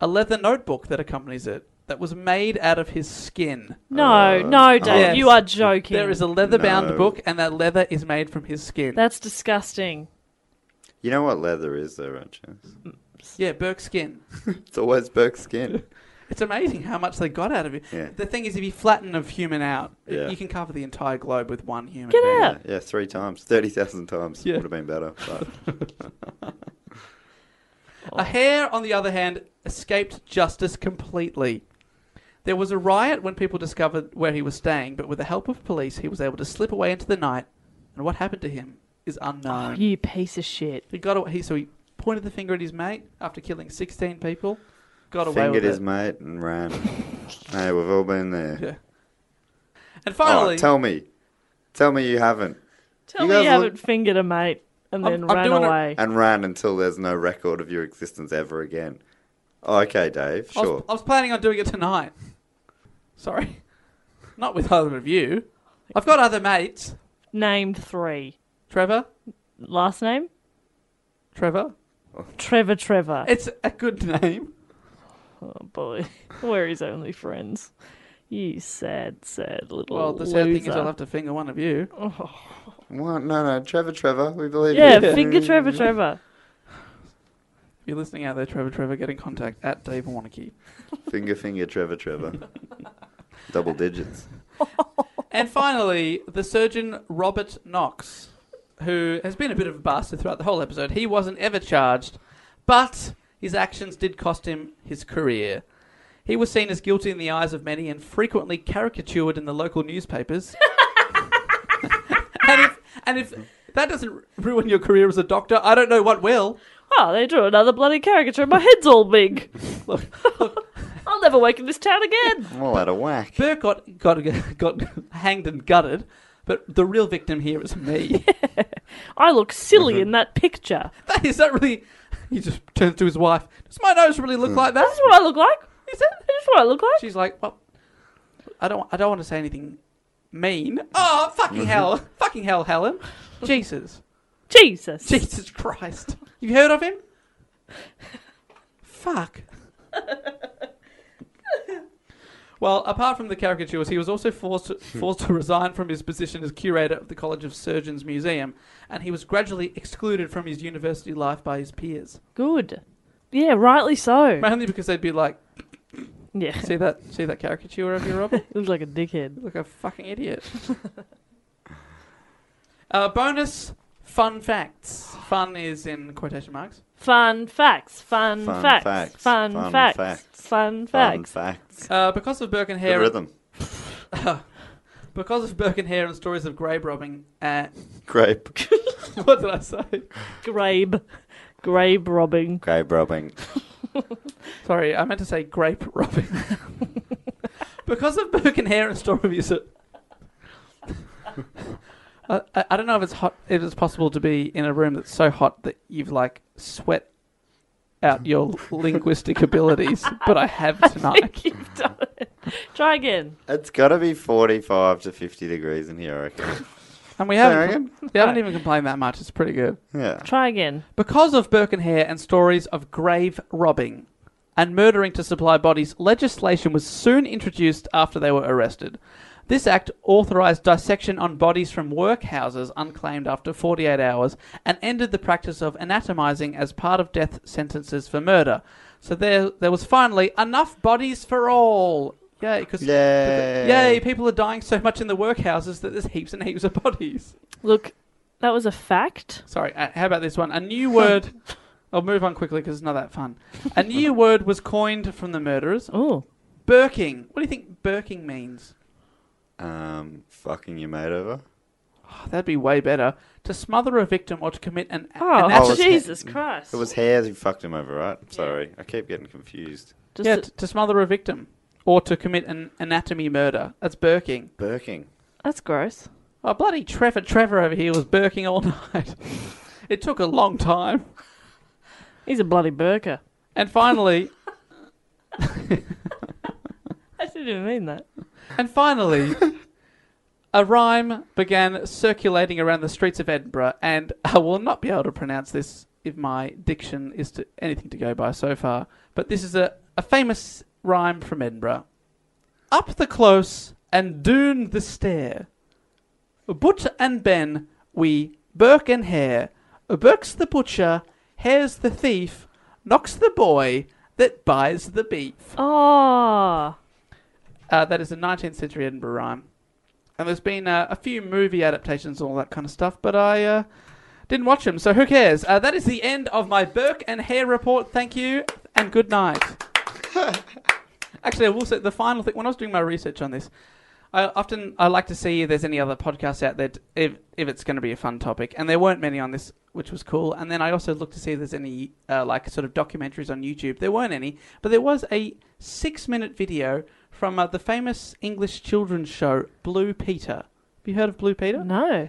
Speaker 4: a leather notebook that accompanies it that was made out of his skin.
Speaker 1: Uh,
Speaker 6: No, no, Dave.
Speaker 4: Yes.
Speaker 6: You are joking.
Speaker 4: There is a leather bound
Speaker 1: No.
Speaker 4: book, and that leather is made from his skin.
Speaker 6: That's disgusting.
Speaker 1: You know what leather is, though, right, Chance?
Speaker 4: yeah, Burke's skin.
Speaker 1: It's always Burke's skin.
Speaker 4: It's amazing how much they got out of it.
Speaker 1: Yeah.
Speaker 4: The thing is, if you flatten a human out,
Speaker 1: Yeah.
Speaker 4: you can cover the entire globe with one human.
Speaker 6: Get
Speaker 4: being.
Speaker 6: out.
Speaker 1: Yeah, three times. 30,000 times
Speaker 4: Yeah.
Speaker 1: would have been better. But
Speaker 4: A hare, on the other hand, escaped justice completely. There was a riot when people discovered where he was staying, but with the help of police, he was able to slip away into the night. And what happened to him is
Speaker 1: Oh,
Speaker 4: unknown.
Speaker 6: You piece of shit.
Speaker 4: He got away. He, so he pointed the finger at his mate after killing 16 people. Got away
Speaker 1: fingered
Speaker 4: with
Speaker 1: his
Speaker 4: it.
Speaker 1: mate and ran. hey, we've all been there.
Speaker 4: Yeah.
Speaker 1: Oh,
Speaker 4: And finally,
Speaker 1: tell me. Tell me you haven't.
Speaker 6: Tell
Speaker 1: You
Speaker 6: me
Speaker 1: guys
Speaker 6: you
Speaker 1: look-
Speaker 6: haven't fingered a mate and
Speaker 4: I'm-
Speaker 6: then
Speaker 4: I'm
Speaker 6: ran
Speaker 4: doing it-
Speaker 6: away.
Speaker 1: And ran until there's no record of your existence ever again. Oh, okay, Dave,
Speaker 4: I, was,
Speaker 1: sure.
Speaker 4: I was planning on doing it tonight. Sorry, not with either of you. I've got other mates.
Speaker 6: Named three.
Speaker 4: Trevor,
Speaker 6: Last name?
Speaker 4: Trevor.
Speaker 6: Trevor Trevor.
Speaker 4: It's a good name.
Speaker 6: Oh boy. We're his only friends. You sad, sad little
Speaker 4: Well, the sad thing is
Speaker 6: loser.
Speaker 4: I'll have to finger one of you.
Speaker 1: What? No, no, Trevor, Trevor, we believe
Speaker 6: Yeah,
Speaker 1: you.
Speaker 6: finger Trevor Trevor.
Speaker 4: If you're listening out there, Trevor, Trevor, get in contact at Dave Warnicky.
Speaker 1: Finger, finger, Trevor, Trevor. Double digits.
Speaker 4: and finally, the surgeon Robert Knox, who has been a bit of a bastard throughout the whole episode. He wasn't ever charged, but his actions did cost him his career. He was seen as guilty in the eyes of many and frequently caricatured in the local newspapers. and, if, and if that doesn't ruin your career as a doctor, I don't know what will.
Speaker 6: Oh, they drew another bloody caricature. My head's all big.
Speaker 4: Look,
Speaker 6: I'll never wake in this town again.
Speaker 1: I'm all out of whack.
Speaker 4: Burke got, got, got hanged and gutted, but the real victim here is me.
Speaker 6: I look silly
Speaker 4: Mm-hmm.
Speaker 6: in that picture.
Speaker 4: That is that really? He just turns to his wife. Does my nose really look like that?
Speaker 6: That's what I look like.
Speaker 4: Is it?
Speaker 6: That's what I look like.
Speaker 4: She's like, well, I don't, I don't want to say anything mean. Oh, fucking hell, fucking hell, Helen, Jesus,
Speaker 6: Jesus.
Speaker 4: Jesus Christ, you heard of him? Fuck. Well, apart from the caricatures, he was also forced to, forced to resign from his position as curator of the College of Surgeons Museum, and he was gradually excluded from his university life by his peers,
Speaker 6: Good. Yeah, rightly so.
Speaker 4: mainly because they'd be like,
Speaker 6: Yeah,
Speaker 4: See that? See that caricature of you, Robert?
Speaker 6: looks like a dickhead.
Speaker 4: Look, a fucking idiot. uh, bonus fun facts. Fun is in quotation marks.
Speaker 6: Fun facts. Fun,
Speaker 1: Fun
Speaker 6: facts,
Speaker 1: facts,
Speaker 6: Fun
Speaker 1: fun
Speaker 6: facts.
Speaker 1: facts,
Speaker 6: Fun
Speaker 1: Fun
Speaker 6: facts.
Speaker 1: facts.
Speaker 4: Uh, because of Burke and
Speaker 1: Good
Speaker 4: Hare,
Speaker 1: rhythm.
Speaker 4: Because of Burke and Hare and stories of grave robbing, uh,
Speaker 1: Grape.
Speaker 4: what did I say?
Speaker 6: Grabe. Grabe robbing.
Speaker 1: Grape robbing.
Speaker 4: Sorry, I meant to say grape robbing. because of Burke and Hare and story music. I, I, I don't know if it's hot. If it's possible to be in a room that's so hot that you've like sweat out your linguistic abilities, but I have tonight.
Speaker 6: You've done it. Try again.
Speaker 1: It's got to be 45 to 50 degrees in here, I reckon.
Speaker 4: And we
Speaker 1: I
Speaker 4: haven't.
Speaker 1: reckon.
Speaker 4: They haven't even complained that much. It's pretty good.
Speaker 1: Yeah.
Speaker 6: Try again.
Speaker 4: Because of Burke and Hare and stories of grave robbing and murdering to supply bodies, legislation was soon introduced after they were arrested. This act authorised dissection on bodies from workhouses unclaimed after 48 hours and ended the practice of anatomising as part of death sentences for murder. So there, there was finally enough bodies for all. Yay, because
Speaker 1: Yay.
Speaker 4: yay, people are dying so much in the workhouses that there's heaps and heaps of bodies.
Speaker 6: Look, that was a fact.
Speaker 4: Sorry, uh, how about this one? A new word. I'll move on quickly because it's not that fun. A new word was coined from the murderers.
Speaker 6: Oh,
Speaker 4: Birking. What do you think birking means?
Speaker 1: Um, fucking your mate over.
Speaker 4: Oh, that'd be way better. To smother a victim or to commit an.
Speaker 6: oh,
Speaker 4: an act-
Speaker 1: was-
Speaker 6: Jesus Christ!
Speaker 1: It was Hare who fucked him over, right? Sorry. I keep getting confused.
Speaker 6: Just
Speaker 4: yeah, t- to smother a victim or to commit an anatomy murder. That's birking.
Speaker 1: Birking.
Speaker 6: that's gross.
Speaker 4: Oh, bloody Trevor Trevor over here was birking all night. it took a long time.
Speaker 6: He's a bloody burker.
Speaker 4: And finally,
Speaker 6: I didn't even mean that.
Speaker 4: And finally, a rhyme began circulating around the streets of Edinburgh, and I will not be able to pronounce this if my diction is to anything to go by so far. But this is a, a famous rhyme from Edinburgh. Up the close and doon the stair. But and Ben, we Burke and Hare. Burke's the butcher, Hare's the thief, knocks the boy that buys the beef.
Speaker 6: Oh,
Speaker 4: Uh, that is a 19th century Edinburgh rhyme. And there's been uh, a few movie adaptations and all that kind of stuff, but I uh, didn't watch them, so who cares? Uh, that is the end of my Burke and Hare report. Thank you, and good night. Actually, I will say the final thing. When I was doing my research on this, I often I like to see if there's any other podcasts out there t- if if it's going to be a fun topic, and there weren't many on this, which was cool. And then I also looked to see if there's any uh, like sort of documentaries on YouTube. There weren't any, but there was a six minute video from uh, the famous English children's show Blue Peter. Have you heard of Blue Peter?
Speaker 6: no. Oh,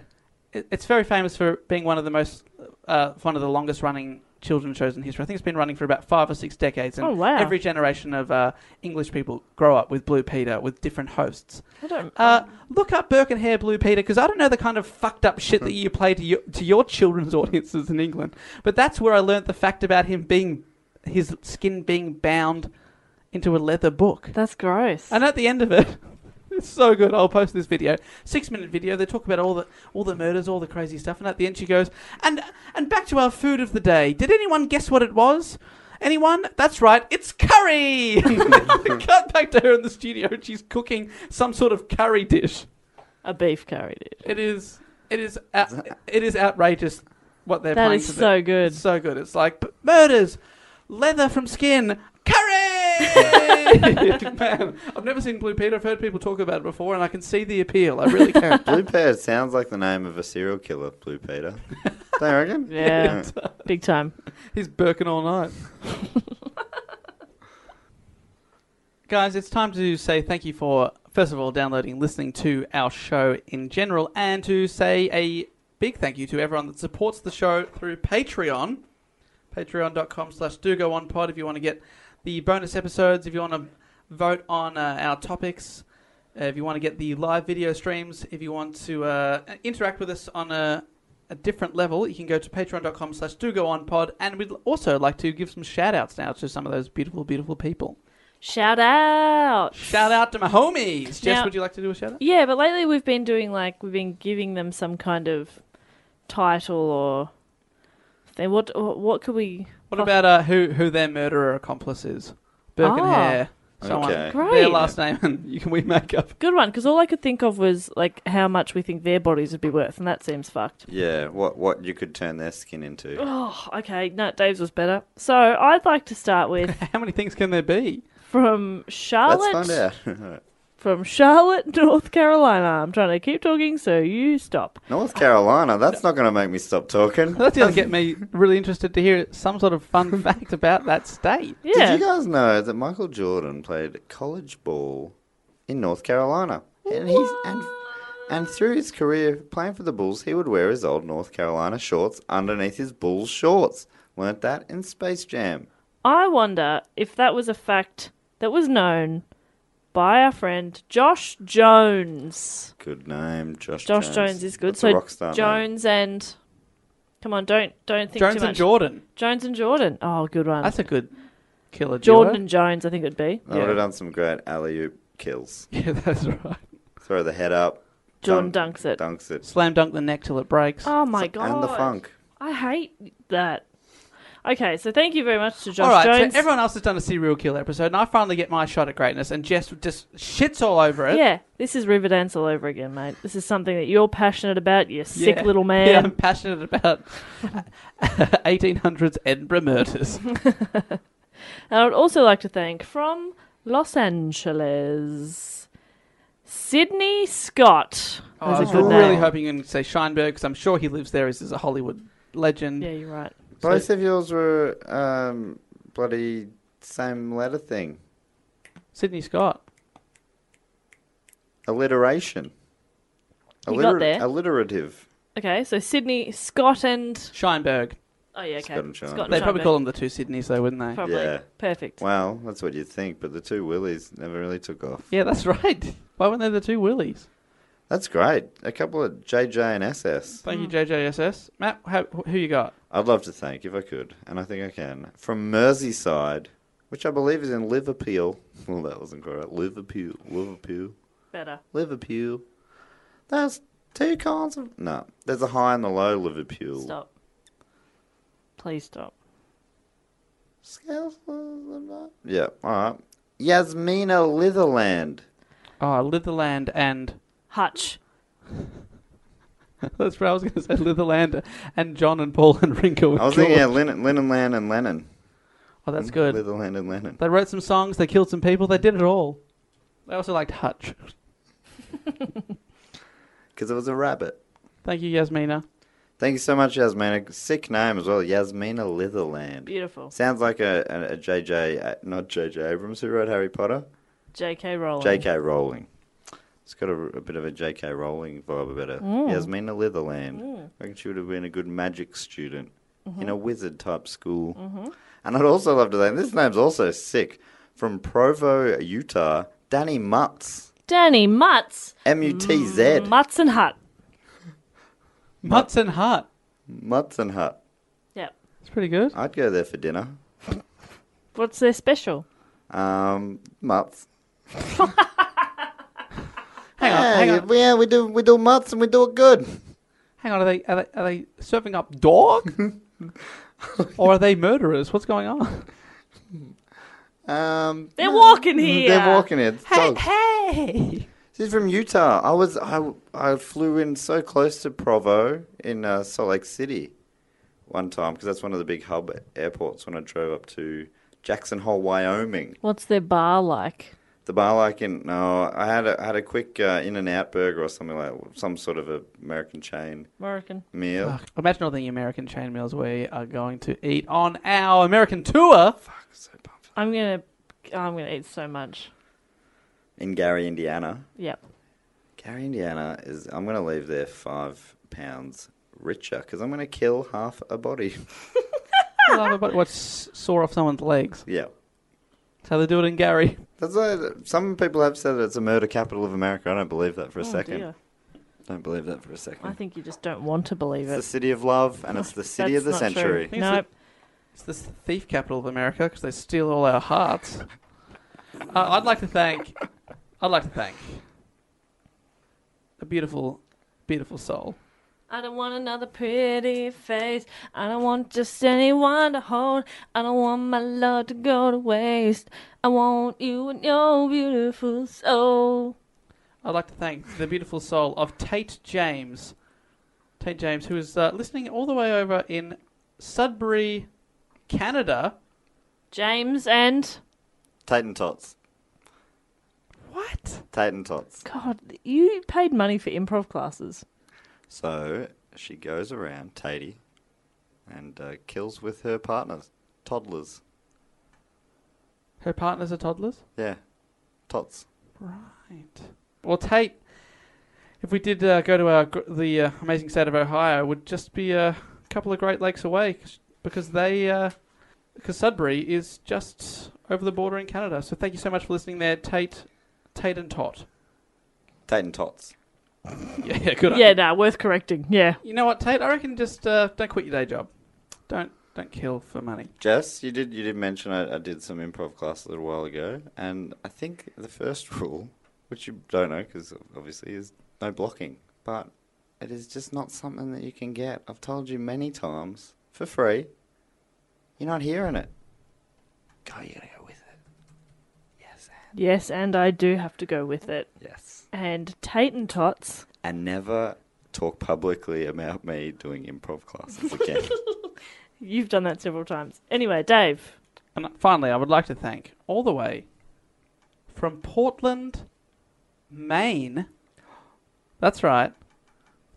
Speaker 4: It- It's very famous for being one of the most uh, one of the longest running children's shows in history. I think it's been running for about five or six decades, and
Speaker 6: Oh, wow.
Speaker 4: every generation of uh, English people grow up with Blue Peter with different hosts.
Speaker 6: I don't.
Speaker 4: Uh, look up Burke and Hare Blue Peter because I don't know the kind of fucked up shit that you play to your, to your children's audiences in England. But that's where I learnt the fact about him being his skin being bound into a leather book.
Speaker 6: that's gross.
Speaker 4: And at the end of it, it's so good. I'll post this video, six minute video. They talk about all the all the murders, all the crazy stuff. And at the end, she goes, and and back to our food of the day. Did anyone guess what it was? Anyone? That's right. It's curry. Cut back to her in the studio. and She's cooking some sort of curry dish.
Speaker 6: a beef curry, dude.
Speaker 4: It is. It is. Out, it is outrageous. What they're
Speaker 6: That
Speaker 4: playing
Speaker 6: is
Speaker 4: to the-
Speaker 6: so good.
Speaker 4: It's so good. It's like but murders, leather from skin, curry. Man, I've never seen Blue Peter. I've heard people talk about it before, and I can see the appeal. I really can.
Speaker 1: Blue Peter sounds like the name of a serial killer, Blue Peter. Don't you reckon?
Speaker 6: Yeah, big time.
Speaker 4: He's Birkin all night. Guys, it's time to say thank you for, first of all, downloading and listening to our show in general, and to say a big thank you to everyone that supports the show through Patreon. Patreon.com slash do go on pod if you want to get the bonus episodes, if you want to vote on uh, our topics, uh, if you want to get the live video streams, if you want to uh, interact with us on uh, a, a different level, you can go to patreon.com slash do go on pod. And we'd also like to give some shout outs now to some of those beautiful, beautiful people.
Speaker 6: Shout out.
Speaker 4: Shout out to my homies. Jess,
Speaker 6: Now-
Speaker 4: would you like to do a shout out?
Speaker 6: Yeah, but lately we've been doing like we've been giving them some kind of title or thing. What what could we?
Speaker 4: What about uh, who who their murderer accomplice is? Burke and
Speaker 6: Ah.
Speaker 4: Hare. Someone.
Speaker 1: Okay.
Speaker 4: Their
Speaker 6: Great.
Speaker 4: last name, and you can we make up.
Speaker 6: Good one, because all I could think of was like how much we think their bodies would be worth, and that seems fucked.
Speaker 1: Yeah, what what you could turn their skin into.
Speaker 6: Oh, okay. No, Dave's was better. So I'd like to start with
Speaker 4: How many things can there be?
Speaker 6: from
Speaker 1: Let's find
Speaker 6: Charlotte
Speaker 1: out.
Speaker 6: from Charlotte, North Carolina. I'm trying to keep talking, so you stop.
Speaker 1: North Carolina, that's not going to make me stop talking.
Speaker 4: That's going to get me really interested to hear some sort of fun fact about that state.
Speaker 6: Yeah.
Speaker 1: Did you guys know that Michael Jordan played college ball in North Carolina? And he's and and through his career playing for the Bulls, he would wear his old North Carolina shorts underneath his Bulls shorts. Weren't that in Space Jam?
Speaker 6: I wonder if that was a fact that was known by our friend Josh Jones.
Speaker 1: Good name, Josh.
Speaker 6: Josh
Speaker 1: Jones,
Speaker 6: Jones, is good.
Speaker 1: That's a
Speaker 6: so
Speaker 1: rock star name.
Speaker 6: Jones and come on, don't don't think
Speaker 4: Jones
Speaker 6: too much.
Speaker 4: and Jordan.
Speaker 6: Jones and Jordan. Oh, good one.
Speaker 4: That's a good killer duo.
Speaker 6: Jordan and Jones, I think it'd be.
Speaker 1: I would have done some great alley oop kills.
Speaker 4: Yeah, that's right.
Speaker 1: Throw the head up.
Speaker 6: Jordan
Speaker 1: dunk-
Speaker 6: dunks it.
Speaker 1: Dunks it.
Speaker 4: Slam dunk the neck till it breaks.
Speaker 6: Oh my god.
Speaker 1: And the funk.
Speaker 6: I hate that. Okay, so thank you very much to Josh
Speaker 4: all right,
Speaker 6: Jones.
Speaker 4: so everyone else has done a serial killer episode, and I finally get my shot at greatness, and Jess just shits all over it.
Speaker 6: yeah, this is Riverdance all over again, mate. This is something that you're passionate about, you sick
Speaker 4: Yeah.
Speaker 6: little man.
Speaker 4: Yeah, I'm passionate about 1800s Edinburgh murders.
Speaker 6: Oh, And I would also like to thank from Los Angeles, Sydney Scott.
Speaker 4: Oh, I
Speaker 6: That's
Speaker 4: was
Speaker 6: a good name.
Speaker 4: really hoping you can say Scheinberg, because I'm sure he lives there. He's, he's a Hollywood legend.
Speaker 6: yeah, you're right.
Speaker 1: Both of yours were um, bloody same letter thing.
Speaker 4: Sydney Scott.
Speaker 1: Alliteration.
Speaker 6: You got there.
Speaker 1: Alliterative.
Speaker 6: Okay, so Sydney Scott and
Speaker 4: Scheinberg.
Speaker 6: oh yeah, okay,
Speaker 1: Scott and Sean.
Speaker 4: They'd probably
Speaker 6: Scheinberg.
Speaker 4: call them the two Sydneys, though, wouldn't they?
Speaker 6: Probably.
Speaker 1: Yeah.
Speaker 6: perfect.
Speaker 1: Well, that's what you'd think, but the two Willies never really took off.
Speaker 4: Yeah, that's right. Why weren't they the two Willies?
Speaker 1: That's great. A couple of JJ and SS.
Speaker 4: Thank
Speaker 6: Mm.
Speaker 4: you, JJSS. Matt, how, wh- who you got?
Speaker 1: I'd love to thank, if I could, and I think I can, from Merseyside, which I believe is in Liverpool. Well, that wasn't quite right. Liverpool. Liverpool.
Speaker 6: Better.
Speaker 1: Liverpool. There's two kinds of. No, there's a high and a low Liverpool.
Speaker 6: Stop. Please stop.
Speaker 1: Scales? Yeah, alright. Yasmina Litherland.
Speaker 4: Oh, Litherland and.
Speaker 6: Hutch.
Speaker 4: That's right, I was going to say Litherland and John and Paul and Ringo.
Speaker 1: I was
Speaker 4: George.
Speaker 1: thinking yeah, Lin- Linenland and Lennon.
Speaker 4: Oh, that's good.
Speaker 1: Litherland and Lennon.
Speaker 4: They wrote some songs, they killed some people, they did it all. They also liked Hutch.
Speaker 1: Because it was a rabbit.
Speaker 4: Thank you, Yasmina.
Speaker 1: Thank you so much, Yasmina. Sick name as well, Yasmina Litherland.
Speaker 6: Beautiful.
Speaker 1: Sounds like a, a, a JJ, uh, not JJ Abrams, who wrote Harry Potter.
Speaker 6: J.K. Rowling.
Speaker 1: JK Rowling. It's got a, a bit of a JK Rowling vibe about it.
Speaker 4: Mm.
Speaker 1: Yasmina Litherland. I reckon she would have been a good magic student
Speaker 4: Mm-hmm.
Speaker 1: in a wizard type school. And I'd also love to thank, this name's also sick, from Provo, Utah, Danny Mutz.
Speaker 6: Danny Mutz.
Speaker 1: M U T Z.
Speaker 4: Mm.
Speaker 6: Mutz and Hut.
Speaker 4: Mutts and Hut.
Speaker 1: Mutz and Hut.
Speaker 6: Yep.
Speaker 4: It's pretty good.
Speaker 1: I'd go there for dinner.
Speaker 6: What's their special?
Speaker 1: Um, Mutz.
Speaker 4: Hang on, hang
Speaker 1: Hey,
Speaker 4: on.
Speaker 1: yeah, we do we do Mutz and we do it good.
Speaker 4: Hang on, are they are they, are they serving up dog? or are they murderers? What's going on?
Speaker 1: Um,
Speaker 6: They're walking here.
Speaker 1: They're walking it. It's dogs.
Speaker 4: Hey!
Speaker 1: She's from Utah. I was I, I flew in so close to Provo in uh, Salt Lake City one time because that's one of the big hub airports when I drove up to Jackson Hole, Wyoming.
Speaker 6: What's their bar like?
Speaker 1: The bar like in no, I had a I had a quick uh, in and out burger or something like some sort of a American chain
Speaker 6: American.
Speaker 1: meal.
Speaker 4: Imagine all the American chain meals we are going to eat on our American tour.
Speaker 6: I'm gonna. I'm gonna eat so much.
Speaker 1: in Gary, Indiana.
Speaker 6: Yep.
Speaker 1: Gary, Indiana is I'm going to leave there 5 pounds richer cuz I'm going to kill half a body.
Speaker 4: What saw off someone's legs?
Speaker 1: yeah.
Speaker 4: That's how they do it in Gary.
Speaker 1: That's why some people have said that it's a murder capital of America. I don't believe that for a
Speaker 6: Oh,
Speaker 1: second.
Speaker 6: dear.
Speaker 1: Don't believe that for a
Speaker 6: I
Speaker 1: second.
Speaker 6: think you just don't want to believe
Speaker 1: It's the
Speaker 6: it.
Speaker 1: city of love, and it's the city of the
Speaker 6: That's not true.
Speaker 1: century.
Speaker 4: Think it's
Speaker 6: Nope.
Speaker 4: It's the thief capital of America because they steal all our hearts. uh, I'd like to thank. I'd like to thank a beautiful, beautiful soul.
Speaker 6: I don't want another pretty face. I don't want just anyone to hold. I don't want my love to go to waste. I want you and your beautiful soul.
Speaker 4: I'd like to thank the beautiful soul of Tate James. Tate James, who is uh, listening all the way over in Sudbury, Canada.
Speaker 6: James and
Speaker 1: Tate and Tots.
Speaker 4: What?
Speaker 1: Tate and tots.
Speaker 6: God, you paid money for improv classes.
Speaker 1: So she goes around, Tatey, and uh, kills with her partners, toddlers.
Speaker 4: Her partners are toddlers?
Speaker 1: Yeah, tots.
Speaker 4: Right. Well, Tate, if we did uh, go to our, gr- the uh, amazing state of Ohio, would just be a couple of Great Lakes away 'cause- because they uh, because Sudbury is just over the border in Canada. So thank you so much for listening there, Tate, Tate and Tot.
Speaker 1: Tate and tots.
Speaker 4: Yeah, yeah good. on
Speaker 6: Yeah,
Speaker 4: you.
Speaker 6: nah, worth correcting. Yeah.
Speaker 4: You know what, Tate? I reckon just uh, don't quit your day job. Don't don't kill for money.
Speaker 1: Jess, you did you did mention I, I did some improv class a little while ago, and I think the first rule, which you don't know because obviously, is no blocking. But it is just not something that you can get. I've told you many times for free. You're not hearing it. Go, you gotta go with it.
Speaker 6: Yes, and I do have to go with it.
Speaker 1: Yes.
Speaker 6: And Tate and Tots.
Speaker 1: And never talk publicly about me doing improv classes again.
Speaker 6: You've done that several times. Anyway, Dave.
Speaker 4: And finally, I would like to thank all the way from Portland, Maine. That's right,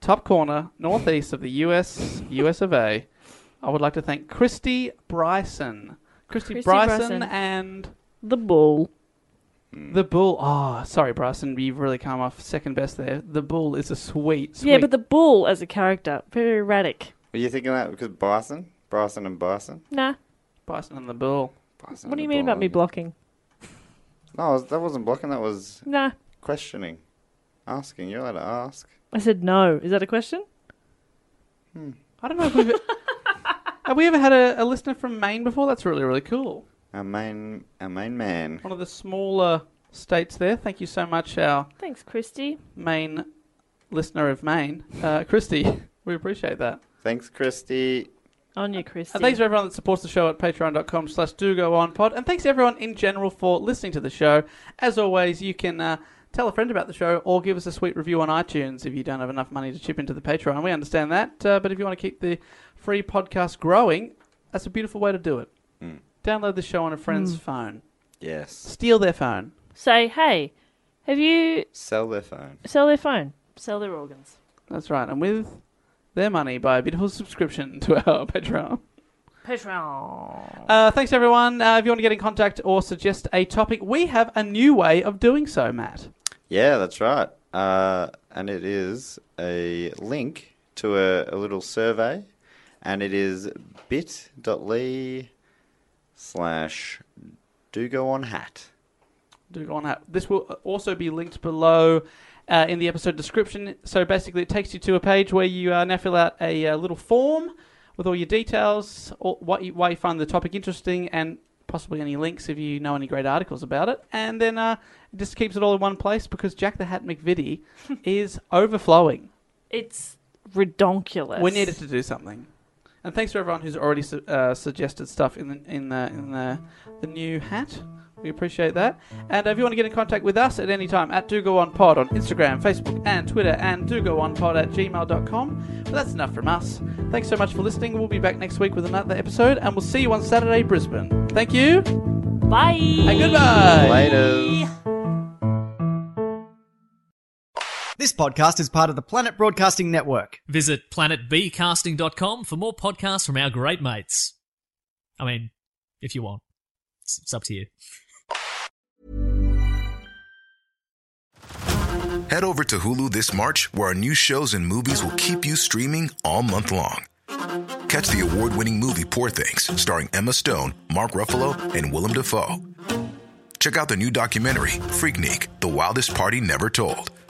Speaker 4: top corner northeast of the U.S. U.S. of A. I would like to thank Christy Bryson, Christy,
Speaker 6: Christy
Speaker 4: Bryson,
Speaker 6: Bryson.
Speaker 4: and
Speaker 6: The Bull.
Speaker 4: the Bull. Ah, sorry, Bryson, you've really come off second best there. The Bull is a sweet, sweet.
Speaker 6: Yeah, but the Bull as a character, very erratic.
Speaker 1: Were you thinking that because Bryson, Bryson and Bryson?
Speaker 6: Nah.
Speaker 4: Bryson and the Bull.
Speaker 1: Bryson and
Speaker 6: What do you
Speaker 1: the
Speaker 6: mean about me
Speaker 1: Bryson.
Speaker 6: blocking?
Speaker 1: No, I was- that wasn't blocking. That was
Speaker 6: Nah.
Speaker 1: questioning, asking. You're allowed to ask.
Speaker 6: I said no. Is that a question?
Speaker 4: I don't know if we've. e- Have we ever had a, a listener from Maine before? That's really, really cool.
Speaker 1: Our main, our main man.
Speaker 4: One of the smaller states there. Thank you so much, our
Speaker 6: Thanks, Christy.
Speaker 4: Maine listener of Maine, uh, Christy. We appreciate that.
Speaker 1: Thanks, Christy.
Speaker 6: On you, Christy.
Speaker 4: And thanks to everyone that supports the show at patreon.com slash do go on pod. And thanks to everyone in general for listening to the show. As always, you can uh, tell a friend about the show or give us a sweet review on iTunes if you don't have enough money to chip into the Patreon. We understand that. Uh, but if you want to keep the free podcast growing, that's a beautiful way to do it. Download the show on a friend's phone.
Speaker 1: Yes.
Speaker 4: Steal their phone.
Speaker 6: Say, hey, have you
Speaker 1: Sell their phone.
Speaker 6: sell their phone? Sell their organs.
Speaker 4: That's right. And with their money, buy a beautiful subscription to our Patreon.
Speaker 6: Patreon.
Speaker 4: Uh, thanks, everyone. Uh, if you want to get in contact or suggest a topic, we have a new way of doing so, Matt.
Speaker 1: Yeah, that's right. Uh, and it is a link to a, a little survey, and it is bit.ly slash do go on hat.
Speaker 4: Do go on out. This will also be linked below uh, in the episode description. So basically, it takes you to a page where you uh, now fill out a uh, little form with all your details, or what you, why you find the topic interesting, and possibly any links if you know any great articles about it. And then uh, it just keeps it all in one place because Jack the Hat McVitie is overflowing.
Speaker 6: It's redonkulous.
Speaker 4: We needed to do something. And thanks to everyone who's already su- uh, suggested stuff in the, in the in the the new hat. We appreciate that. And if you want to get in contact with us at any time, at Do Go On Pod on Instagram, Facebook, and Twitter, and Do Go On Pod at gmail.com. But that's enough from us. Thanks so much for listening. We'll be back next week with another episode, and we'll see you on Saturday, Brisbane. Thank you,
Speaker 6: Bye.
Speaker 4: and goodbye.
Speaker 1: Later.
Speaker 2: This podcast is part of the Planet Broadcasting Network.
Speaker 3: Visit planetbcasting.com for more podcasts from our great mates. I mean, if you want, it's, it's up to you.
Speaker 8: Head over to Hulu this March, where our new shows and movies will keep you streaming all month long. Catch the award winning movie Poor Things, starring Emma Stone, Mark Ruffalo, and Willem Dafoe. Check out the new documentary, Freaknik The Wildest Party Never Told,